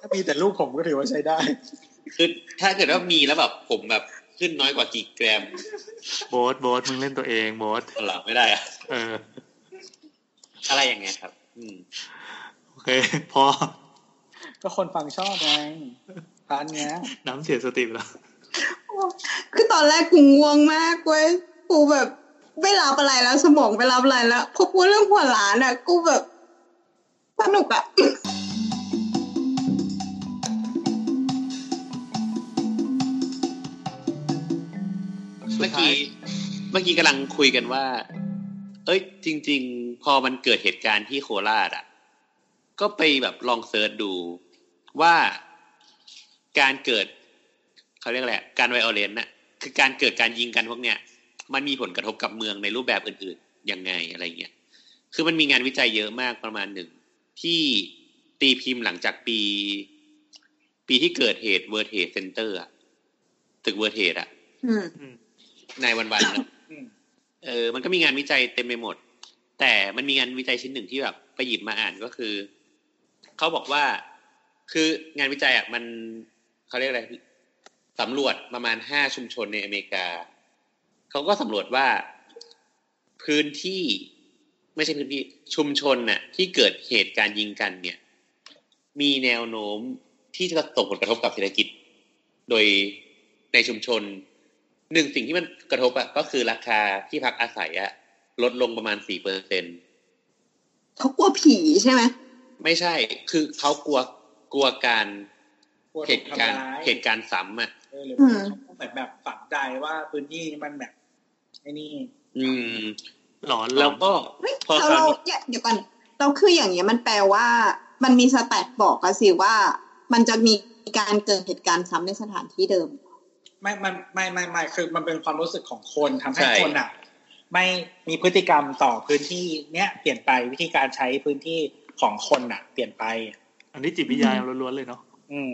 S2: ถ้ามีแต่รูปผมก็ถือว่าใช้ได้
S5: คือถ้าเกิดว่ามีแล้วแบบผมแบบขึ้นน้อยกว่ากี่แกรม
S4: โบสโบสมึงเล่นตัวเองโบส
S5: หลับไม่ได้อะ
S4: เออ
S5: อะไรอย่างเงี้ยครับ อืม
S4: โอเค พอ
S2: ก็คนฟังชอบไงร้านเนี้ย
S4: น้ำเสียสติไปแล้ว
S3: คือตอนแรกกูง่วงมากเว้ย กูแบบไม่รับอะไรแล้วสมองไม่รับอะไรแล้วพอพูดเรื่องหัวล้านอะกูแบบสนุกอะ
S5: เมื่อกี้เมื่อกี้กำลังคุยกันว่า เอ้ย จริง ๆ พอมันเกิดเหตุการณ์ที่โคราชอ่ะ ก็ไปแบบลองเสิร์ชดูว่าการเกิดเขาเรียกอะไรอะการไวโอเลนน่ะ คือการเกิดการยิงกันพวกเนี้ย มันมีผลกระทบกับเมืองในรูปแบบอื่นๆ ยังไงอะไรเงี้ย คือมันมีงานวิจัยเยอะมากประมาณหนึ่ง ที่ตีพิมพ์หลังจากปี ปีที่เกิดเหตุเวอร์เทสเซนเตอร์ตึกเวอร์เทสอะ
S3: อืม
S5: ในวันวันๆนะ
S2: อืม
S5: เออ มันก็มีงานวิจัยเต็มไปหมด แต่มันมีงานวิจัยชิ้นหนึ่งที่แบบไปหยิบมาอ่านก็คือ เขาบอกว่า คืองานวิจัยอ่ะมันเขาเรียกอะไรสำรวจประมาณห้าชุมชนในอเมริกา เขาก็สำรวจว่าพื้นที่ ไม่ใช่พื้นที่ชุมชนน่ะ ที่เกิดเหตุการณ์ยิงกันเนี่ย มีแนวโน้มที่จะส่งผลกระทบกับเศรษฐกิจ โดยในชุมชนหนึ่งสิ่งที่มันกระทบอะก็คือราคาที่พักอาศัยอะลดลงประมาณสี่เปอร์เซ็น
S3: เขากลัวผีใช่ไหม
S5: ไม่ใช่ คือเขากลัวกลัวการ
S2: กลัวถู
S5: เห
S2: ก
S5: ตุ
S2: ทำ
S5: การณ์
S2: ร้าย
S5: เหตุการณ์ซ้ำอะ
S2: เออหรือว่าเขาเหมือนแบบฝังใจว่าพื้นที่นี้มันแบบไอ้นี่
S5: อืม
S4: หลอน
S5: แล้วก็
S3: เฮ้ย
S5: พอ
S3: เรา
S5: คราว
S3: เรา
S5: นี้
S3: เนี่ยเดี๋ยวก่อนเราคืออย่างเงี้ยมันแปลว่า มันมีสแตทบอกอะสิว่า มันจะมีการเกิดเหตุการณ์ซ้ำในสถานที่เดิม
S2: ไม่มันไม่ไม่ไม่คือมันเป็นความรู้สึกของคนทำให้คนอ่ะ ไม่มีพฤติกรรมต่อพื้นที่เนี้ยเปลี่ยนไปวิธีการใช้พื้นที่ของคนอ่ะ เปลี่ยนไป
S4: อันนี้จิตวิทยาล้วนๆเลยเนาะ
S2: อืม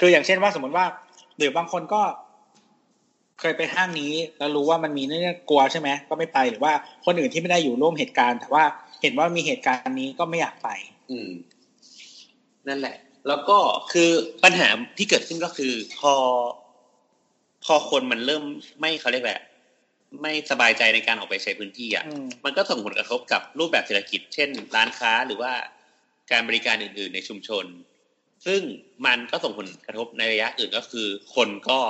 S2: คืออย่างเช่นว่าสมมติว่า หรือบางคนก็ เคยไปห้างนี้ แล้วรู้ว่ามันมีเนี่ยกลัวใช่ไหมก็ไม่ไปหรือว่าคนอื่นที่ไม่ได้อยู่ร่วมเหตุการณ์ แต่ว่าเห็นว่ามีเหตุการณ์นี้ก็ไม่อยากไป
S5: อืม นั่นแหละ แล้วก็คือปัญหาที่เกิดขึ้นก็คือ พอ พอคนมันเริ่มไม่เขาเรียกแหละไรไม่สบายใจในการออกไปใช้พื้นที่อะ
S2: อืม
S5: มันก็ส่งผลกระทบกับรูปแบบเศรษฐกิจ เช่น ร้านค้าหรือว่าการบริการอื่น ๆ ในชุมชน ซึ่งมันก็ส่งผลกระทบในระยะอื่นก็คือ คนก็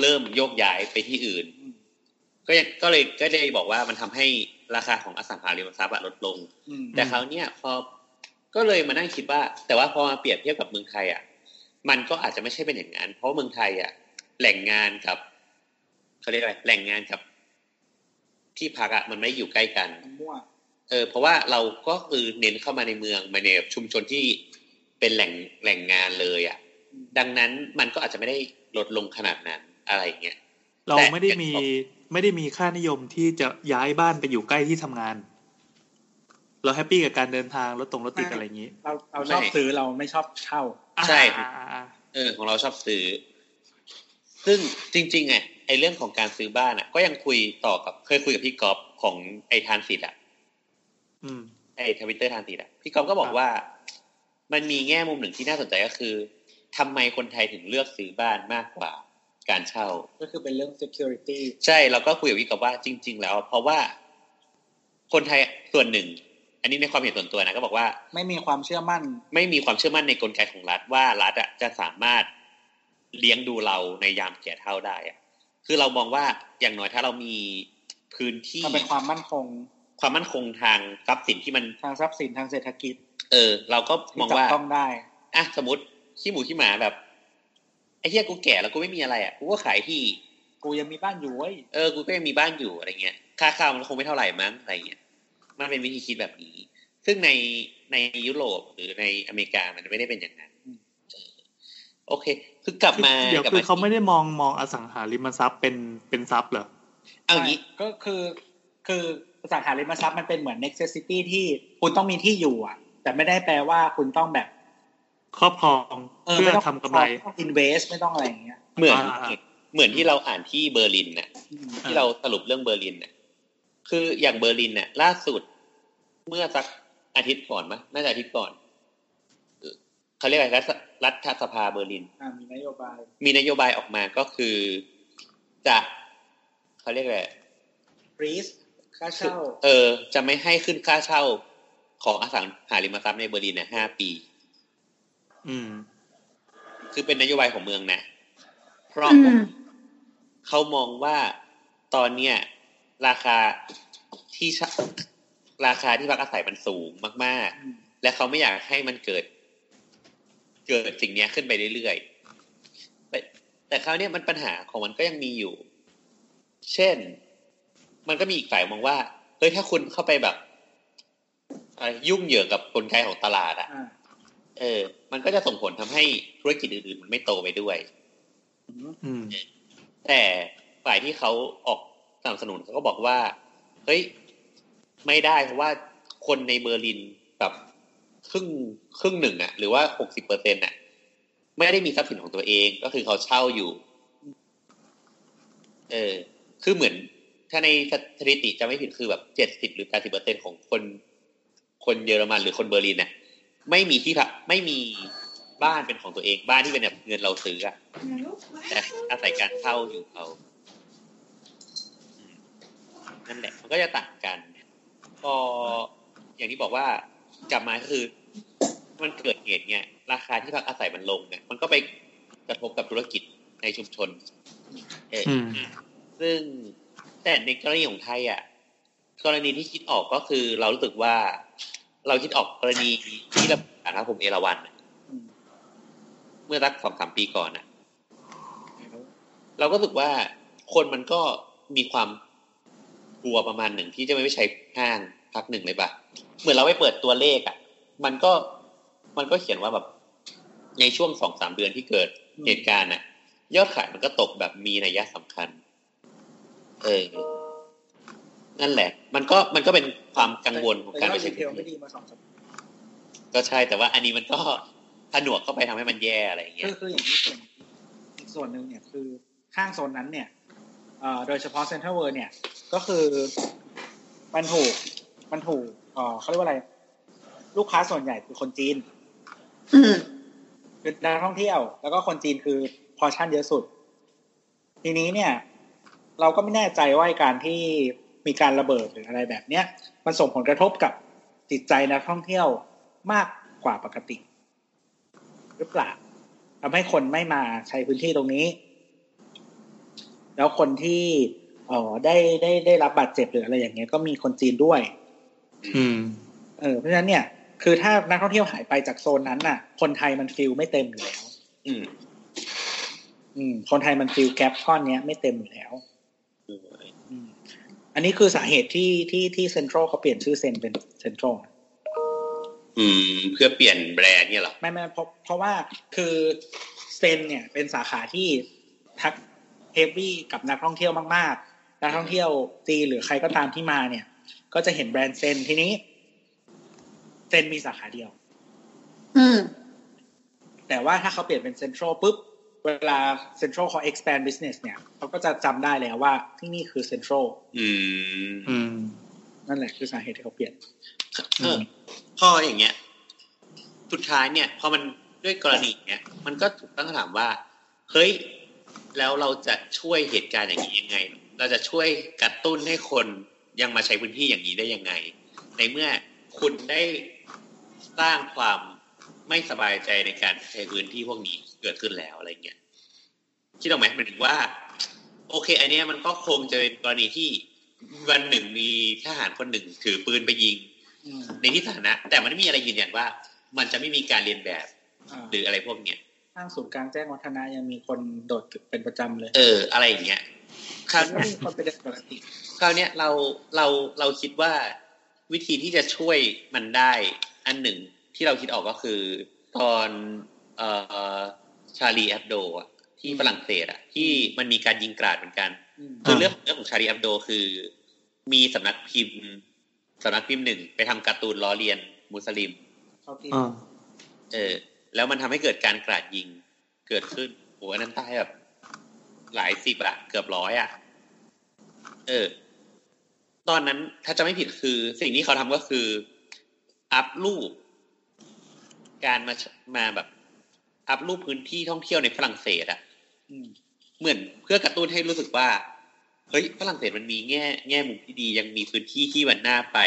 S5: เริ่มโยกย้ายไปที่อื่น ก็ยังก็เลยก็เลยบอกว่ามันทำให้ราคาของอสังหาริมทรัพย์อะลดลง
S2: อืม
S5: แต่คราวเนี้ยพอก็เลยมานั่งคิดว่า แต่ว่าพอมาเปรียบเทียบกับเมืองไทยอ่ะมันก็อาจจะไม่ใช่เป็นอย่างนั้นเพราะเมืองไทยอ่ะแหล่งงานกับเขาเรียกอะไรแหล่งงานกับ ที่พักอ่ะมันไม่ได้อยู่ใกล้กัน
S2: มั่ว
S5: เออเพราะว่าเราก็คือเน้นเข้ามาในเมืองมาในแบบชุมชนที่เป็นแหล่งแหล่งงานเลยอะ่ะ ดังนั้นมันก็อาจจะไม่ได้ลดลงขนาดนั้นอะไรอย่างเงี้ย
S4: เราไม่ได้มี
S5: แต่
S4: ไม่ได้มีค่านิยมที่จะย้ายบ้านไปอยู่ใกล้ที่ทำงาน เราแฮปปี้กับการเดินทางรถตรงรถติดอะไรอย่างนี้
S2: เราเราชอบซื้อเราไม่ชอบเช่า
S5: ใช่
S4: อ่าอ่าอ่า
S5: เออของเราชอบซื้อ ซึ่งจริงๆไงไอเรื่องของการซื้อบ้านอ่ะ ก็ยังคุยต่อกับเคยคุยกับพี่กอฟของไอทานสิทธิ์อ่ะ
S4: อืม
S5: ไอ้ทวิตเตอร์ทางติดอะพี่กอฟก็บอ
S4: ค
S5: ก
S4: รับ
S5: ว่ามันมีแง่มุมหนึ่งที่น่าสนใจก็คือทำไมคนไทยถึงเลือกซื้อบ้านมากกว่าการเช่า
S2: ก็คือเป็นเรื่อง security
S5: ใช่เราก็คุยกับพี่กอฟว่าจริง ๆ แล้ว เพราะว่าคนไทยส่วนหนึ่ง อันนี้ในความเห็นส่วนตัวนะก็บอกว่า
S2: ไม่มีความเชื่อมั่น
S5: ไม่มีความเชื่อมั่นในกลไกของรัฐว่ารัฐอะจะสามารถเลี้ยงดูเราในยามแก่เท่าได้อะคือเรามองว่าอย่างน้อยถ้าเรามีพื้นที่
S2: มันเป็นความมั่นคง
S5: ความมั่นคงทางทรัพย์สินที่มัน
S2: ทางทรัพย์สินทางเศรษฐกิจ
S5: เออ เราก็ม
S2: ที่
S5: อง
S2: จับ
S5: ว่า
S2: ต้องได้
S5: อ่ะสมมติขี้หมูขี้หมาแบบไอ้เหี้ยกูแก่แล้วกูไม่มีอะไรอ่ะกูก็ขายที่
S2: กูยังมีบ้านอยู่เว้ย
S5: เออกูก็ยังมีบ้านอยู่อะไรเงี้ยค่าข้าวมันคงไม่เท่าไหร่มั้งอะไรเงี้ยมันเป็นวิธีคิดแบบนี้ ซึ่งในในยุโรปหรือในอเมริกามันไม่ได้เป็นอย่างนั้นเออโอเค คือกลับมา
S4: เดี๋ยว
S5: กลับ
S4: คือ
S5: มา
S4: เขาไม่ได้มองมองอสังหาริมทรัพย์เป็นเป็นทรัพย์เหรอ
S5: เอาอย่างนี้
S2: ก็คือ คือ สังหาริมทรัพย์มันเป็นเหมือน necessity ที่คุณต้องมีที่อยู่อ่ะ แต่ไม่ได้แปลว่าคุณต้องแบบ
S4: ครอบครองเพื่อทำกำไร
S2: ไม่ต้อง invest ไม่ต้องอะไรอย่างเงี้ย
S5: เหมือน
S4: อ่า
S5: เหมือนที่เราอ่านที่เบอร์ลินน่ะ
S2: อืม
S5: ที่เราสรุปเรื่องเบอร์ลินเนี่ยคืออย่างเบอร์ลินเนี่ยล่าสุด เมื่อสักอาทิตย์ก่อนมั้ยน่าจะอาทิตย์ก่อนเอ่อเขาเรียกอะไรรัฐรัฐสภาเบอร์ลิน
S2: อ่ามีนโยบาย
S5: มีนโยบายออกมาก็คือ จะเขาเรียกอะไร
S2: ฟรีสค่าเช่า
S5: เออ จะไม่ให้ขึ้นค่าเช่าของอสังหาริมทรัพย์ในเบอร์ลินเนี่ยห้าปี
S4: อืม
S5: คือเป็นนโยบายของเมืองนะเพราะ
S3: อืม
S5: เขามองว่าตอนเนี้ยราคาที่ชะราคาที่พักอาศัยมันสูงมาก
S2: อืม
S5: ๆ และเขาไม่อยากให้มันเกิด เกิดสิ่งเนี้ยขึ้นไปเรื่อยๆแต่แต่คราวเนี้ยมันปัญหาของมันก็ยังมีอยู่ เช่น มันก็มีอีกฝ่ายมองว่าเฮ้ยถ้าคุณเข้าไปแบบอะไรยุ่งเหยิงกับกลไกของตลาดอะ
S2: อ่า
S5: เออ มันก็จะส่งผลทำให้ธุรกิจอื่นๆ มันไม่โตไปด้วย
S2: อืม
S4: อืม
S5: แต่ฝ่ายที่เขาออกสนับสนุนเขาก็บอกว่า เฮ้ย ไม่ได้เพราะว่าคนในเบอร์ลินแบบครึ่งครึ่งหนึ่งอะหรือว่าหกสิบเปอร์เซ็นต์อะไม่ได้มีทรัพย์สินของตัวเองก็คือเขาเช่าอยู่ เออ คือเหมือน ถ้าในสถิติจะไม่ผิดคือแบบเจ็ดสิบ70 หรือแปดสิบเปอร์เซ็นของคน คนเยอรมันหรือคนเบอร์ลินเนี่ยไม่มีที่พักไม่มีบ้านเป็นของตัวเองบ้านที่เป็นแบบเงินเราซื้ออะ แต่อาศัยการเช่าอยู่เขาอืมนั่นแหละ มันก็จะต่างกัน พออย่างที่บอกว่ากลับมาก็คือ มันเกิดเหตุเนี่ยราคาที่พักอาศัยมันลงเนี่ย มันก็ไปกระทบกับธุรกิจในชุมชน เอออ
S4: ม
S5: ซึ่งแต่ในกรณีของไทยอ่ะ กรณีที่คิดออกก็คือ เรารู้สึกว่า เราคิดออกกรณีที่เราอ่านนะผมเอราวันน่ะ
S2: อืม
S5: เมื่อสักสองสามปีก่อนอ่ะ เราก็รู้สึกว่าคนมันก็มีความกลัวประมาณหนึ่งที่จะไม่ใช้ห้างพักหนึ่งเลยปะเหมือนเราไปเปิดตัวเลขอะ่ะ มันก็มันก็เขียนว่าแบบในช่วงสองสามเดือนที่เกิดเหตุการณ์อ่ะ ยอดขายมันก็ตกแบบมีนัยสำคัญ เออ นั่นแหละ มันก็มันก็เป็นความกังวลของการ
S2: แต่
S5: ไม่
S2: ยอดรีเทล
S5: ใช้พื้น
S2: ไม่
S5: ที่
S2: ดีมาสองสาม
S5: ก็ใช่แต่ว่าอันนี้มันก็ผนวกเข้าไปทำให้มันแย่อะไรอย่างเงี้
S2: คื
S5: ย
S2: อคืออย่างนี้ส่วนอีกส่วนหนึ่งเนี่ยคือห้างโซนนั้นเนี่ยเอ่อโดยเฉพาะเซ็นทรัลเวิร์เนี่ยก็คือมันถูกมันถูกเอ่อเขาเรียกว่าอะไร ลูกค้าส่วนใหญ่คือคนจีน
S3: อืม
S2: คือนักท่องเที่ยว แล้วก็คนจีนคือพอชั่นเยอะสุด ทีนี้เนี่ย เราก็ไม่แน่ใจว่าไอ้การที่มีการระเบิดหรืออะไรแบบเนี้ยมันส่งผลกระทบกับจิตใจนักท่องเที่ยวมากกว่าปกติ หรือเปล่าทำให้คนไม่มาใช้พื้นที่ตรงนี้ แล้วคนที่เออได้ได้ได้รับบาดเจ็บหรืออะไรอย่างเงี้ยก็มีคนจีนด้วย
S4: อืม
S2: เออเพราะฉะนั้นเนี่ย คือถ้านักท่องเที่ยวหายไปจากโซนนั้นน่ะ คนไทยมันฟิลไม่เต็มอยู่แล้ว
S5: อืม
S2: อืม คนไทยมันฟิลแกลบก้อนเนี้ยไม่เต็มอยู่แล้ว อืม อันนี้คือสาเหตุที่ที่ที่เซ็นทรัลเขาเปลี่ยนชื่อเซนเป็นเซ็นทรัล
S5: อืม เพื่อเปลี่ยนแบรนด์เนี่ยเหรอ
S2: ไม่ไม่เพราะเพราะว่าคือเซนเนี่ยเป็นสาขาที่ทักเฮฟวี่กับนักท่องเที่ยวมากๆ นักท่องเที่ยวจีนหรือใครก็ตามที่มาเนี่ย ก็จะเห็นแบรนด์เซนทีนี้เซนมีสาขาเดียว
S3: อืม
S2: แต่ว่าถ้าเขาเปลี่ยนเป็นเซ็นทรัลปุ๊บ เวลาเซ็นทรัลเขา expand business เนี่ยเขาก็จะจำได้แล้วว่าที่นี่คือเซ็นทรัล
S5: อืม
S4: อืม
S2: นั่นแหละคือสาเหตุที่เขาเปลี่ยน
S5: เออพออย่างเงี้ย สุดท้ายเนี่ยพอมันด้วยกรณีเนี้ย มันก็ถูกตั้งคำถามว่า เฮ้ย แล้วเราจะช่วยเหตุการณ์อย่างนี้ยังไง เราจะช่วยกระตุ้นให้คนยังมาใช้พื้นที่อย่างนี้ได้ยังไง ในเมื่อคุณได้สร้างความไม่สบายใจในการใช้พื้นที่พวกนี้เกิดขึ้นแล้วอะไรเงี้ยคิดออกไหมหมายถึงว่า โอเค อันเนี้ยมันก็คงจะเป็นกรณีที่วันหนึ่งมีทหารคนหนึ่งถือปืนไปยิง
S2: อืม
S5: ในที่สาธารณะแต่มันไม่มีอะไรยืนยันว่า มันจะไม่มีการเรียนแบบ
S2: อ่า
S5: หรืออะไรพวกเนี้ย
S2: ห้างศูนย์กลางแจ้งวัฒนะยังมีคนโดดตึกเป็นประจำเลย
S5: เออ อะไรอย่างเงี้ยคราว
S2: ก็
S5: เนี้ย
S2: มีคนเป็นปกติ
S5: คราวเนี้ยเราเราเราคิดว่าวิธีที่จะช่วยมันได้อันหนึ่งที่เราคิดออกก็คือ ตอนเอ่อชาลีแอบโดอะที่ฝรั่งเศสอะที่มันมีการยิงกราดเหมือนกัน
S2: อืม
S5: คือเรื่องเรื่องของชาลีแอบโดคือ มีสำนักพิมพ์สำนักพิมพ์หนึ่งไปทำการ์ตูนล้อเลียนมุสลิม
S2: เขาตี
S4: เออ
S5: เออ แล้วมันทำให้เกิดการกราดยิงเกิดขึ้นโอ้โหอันนั้นตายแบบหลายสิบอะเกือบร้อยอะเออ ตอนนั้นถ้าจะไม่ผิดคือ สิ่งที่เขาทำก็คือ อัพรูป การมามาแบบ อัพรูปพื้นที่ท่องเที่ยวในฝรั่งเศสอะ
S2: อืม
S5: เหมือนเพื่อกระตุ้นให้รู้สึกว่า เฮ้ยฝรั่งเศสมันมีแง่แง่มุมที่ดียังมีพื้นที่ที่มันน่าไป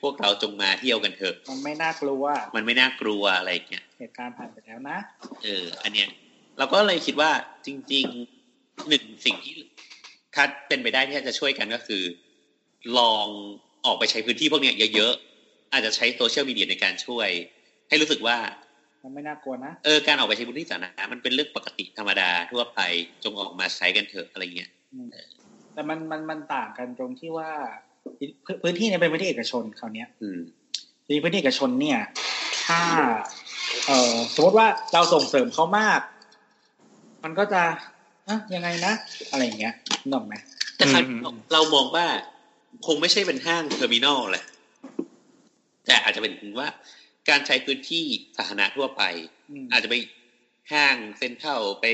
S5: พวกเราจงมาเที่ยวกันเถอะ
S2: มันไม่น่ากลัว
S5: มันไม่น่ากลัวอะไรอย่างเงี้ย
S2: เหตุการณ์ผ่านไปแล้วนะ
S5: เออ อันเนี้ยเราก็เลยคิดว่าจริงๆหนึ่งสิ่งที่ถ้าเป็นไปได้ที่จะช่วยกันก็คือ ลองออกไปใช้พื้นที่พวกเนี้ยเยอะๆ อาจจะใช้โซเชียลมีเดียในการช่วย ให้รู้สึกว่า
S2: มันไม่น่ากลัวนะ
S5: เออการออกไปใช้พื้นที่สาธารณะมันเป็นเรื่องปกติธรรมดาทั่วไปจงออกมาใช้กันเถอะอะไรเงี้ย
S2: อืมแต่มันมันมันต่างกันตรงที่ว่าพื้นพื้นที่เนี่ยเป็นพื้นที่เอกชนคราวเนี้ย
S5: อืม
S2: มีพื้นที่เอกชนเนี่ย ถ้า เอ่อสมมติว่าเราส่งเสริมเขามาก มันก็จะอะยังไงนะ อะไรอย่างเงี้ยนึกออกไหม
S5: แต่ครั้ง
S4: อืม
S5: เรามองว่าคงไม่ใช่เป็นห้างเทอร์มินอลแหละ แต่อาจจะเป็นถึงว่า การใช้พื้นที่สาธารณะทั่วไป
S2: อืม
S5: อาจจะไปห้างเซ็นทรัลไป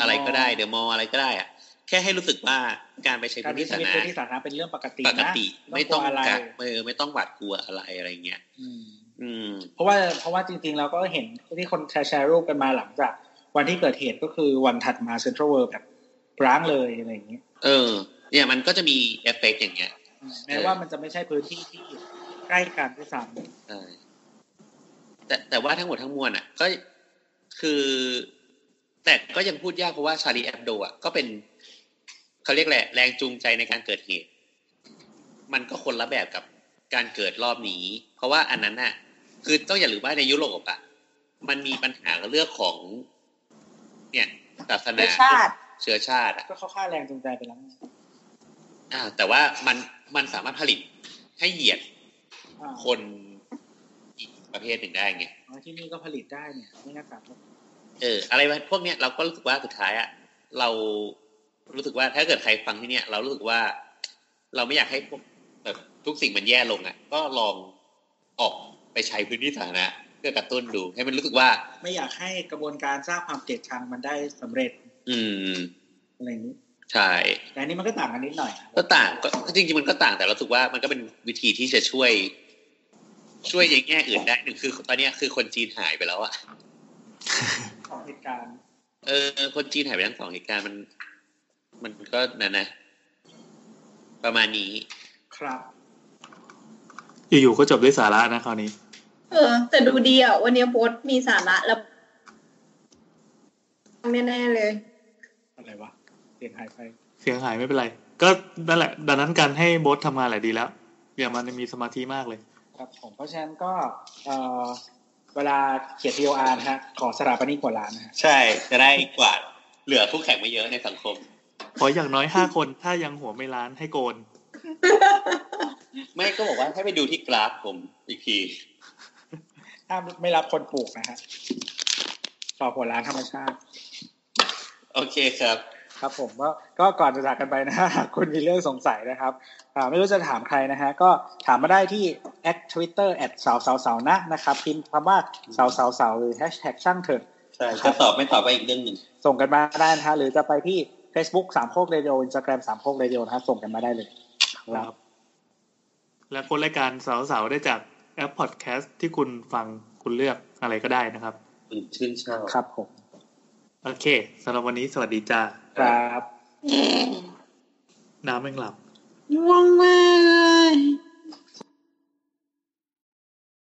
S5: อะไรก็ได้เดี๋ยวมออะไรก็ได้อะแค่ให้รู้สึกว่าการไปใช้
S2: การ
S5: พื้น
S2: ที่
S5: ที่
S2: มี
S5: สาธาร
S2: พื้นที่
S5: ณะ
S2: สาธารณะเป็นเรื่องปกติ
S5: ปก
S2: นะ
S5: ติไม่ต้อง
S2: กลัวอะไร
S5: กักเออไม่ต้องหวาดกลัวอะไรอะไรเงี้ย
S2: อืม
S5: อืม
S2: เพราะว่าเพราะว่าจริงๆเราก็เห็นที่คนแชร์แชร์รูปกันมาหลังจากวันที่เกิดเหตุก็คือวันถัดมาเซ็นทรัลเวิลด์แบบร้างเลยอะไรอย่างเงี้ย
S5: เออ เนี่ยมันก็จะมีเอฟเฟกต์อย่างเงี้ย
S2: อืมแม้ว่ามันจะไม่ใช่พื้นที่ที่ใกล้กันด้วยซ้ำ
S5: ใช่แต่แต่ว่าทั้งหมดทั้งมวลอ่ะ ก็คือ แต่ก็ยังพูดยากเพราะว่าชาลีแอบโดอ่ะก็เป็นเขาเรียกแหละแรงจูงใจในการเกิดเหตุ มันก็คนละแบบกับการเกิดรอบนี้ เพราะว่าอันนั้นน่ะ คือต้องอย่าลืมว่าในยุโรปอ่ะมันมีปัญหาเรื่องของ เนี่ยศาสนา
S3: เชื้อชาติ
S5: เชื้อชาติอ่ะ
S2: ก็เข้าค่าแรงจูงใจไปแล้วไง
S5: อ่า แต่ว่ามันมันสามารถผลิตให้เหยียด
S2: อ่า
S5: คนอีกประเภทหนึ่งได้ไง
S2: ที่นี่ก็ผลิตได้เนี่ย ไม่น่ากลับ
S5: เออ อะไรพวกเนี้ยเราก็รู้สึกว่าสุดท้ายอ่ะเรารู้สึกว่าถ้าเกิดใครฟังที่เนี้ยเรารู้สึกว่า เราไม่อยากให้พวกแบบทุกสิ่งมันแย่ลงอ่ะ ก็ลองออกไปใช้พื้นที่สาธารณะเพื่อกระตุ้นดู ให้มันรู้สึกว่า
S2: ไม่อยากให้กระบวนการสร้างความเกลียดชังมันได้สำเร็จ
S5: อืม
S2: อะไรอย่างนี้
S5: ใช่
S2: แต่อันนี้มันก็ต่างกันนิดหน่อย
S5: ก็ต่างก็จริงๆมันก็ต่างแต่เราสึกว่ามันก็เป็นวิธีที่จะช่วย ช่วยในแง่อื่นได้หนึ่งคือ ตอนเนี้ยคือคนจีนหายไปแล้วอะ
S2: ของเหตุการณ์
S5: เออ คนจีนหายไปทั้งสองเหตุการณ์มัน มันก็นั่นนะประมาณนี้
S2: ครับ
S4: อยู่ๆก็จบด้วยสาระนะคราวนี้
S3: เออ แต่ดูดีอ่ะ วันนี้โพสต์มีสาระแล้วแน่ๆเลย
S2: อะไรวะเสียงหายไป
S4: เสียงหายไม่เป็นไร ก็นั่นแหละ ดังนั้นการให้โบททำงานแหละดีแล้วอย่ามันมีสมาธิมากเลย
S2: ครับผมเพราะฉะนั้นก็เอ่อเวลาเขียน POR นะฮะ ขอสถาปนิกกว่าล้านนะฮะ
S5: ใช่ จะได้กว่าดเหลือคู่แข่งไม่เยอะในสังคม
S4: ขออย่างน้อยห้าคนถ้ายังหัวไม่ล้านให้โกน
S5: ไม่ก็บอกว่าให้ไปดูที่กราฟผมอีกที
S2: ถ้ามไม่รับคนปลูกนะฮะขอหัวล้านธรรมชาติ
S5: โอเคครับ
S2: ครับผมก็ก็ก่อนจะจากกันไปนะฮะหากคุณมีเรื่องสงสัยนะครับอ่าไม่รู้จะถามใครนะฮะก็ถามมาได้ที่แอคทวิตเตอร์แอดสาวสาวสาวนะนะครับพิมพ์คำว่าสาวสาวสาวหรือแฮชแท็กช่างเถอะ
S5: ใช่
S2: ครั
S5: จะ
S2: บ
S5: ตอบไม่ตอบไปอีกเรื่องหนึ่ง
S2: ส่งกันมาได้นะฮะหรือจะไปที่ Facebook สามโคกเรดิโออินสตาแกรมสามโคกเรดิโอนะฮะส่งกันมาได้เลยครับ
S4: และคนรายการสาวๆได้จากแอปพอดแคสต์ที่คุณฟังคุณเลือกอะไรก็ได้นะครับ
S5: คุณชื่นชอบ
S2: ครับผม
S4: โอเคสำหรับวันนี้สวัสดีจ้า
S2: ครับ
S4: น้ำแม่งหลับ
S3: ง่วงมากเลย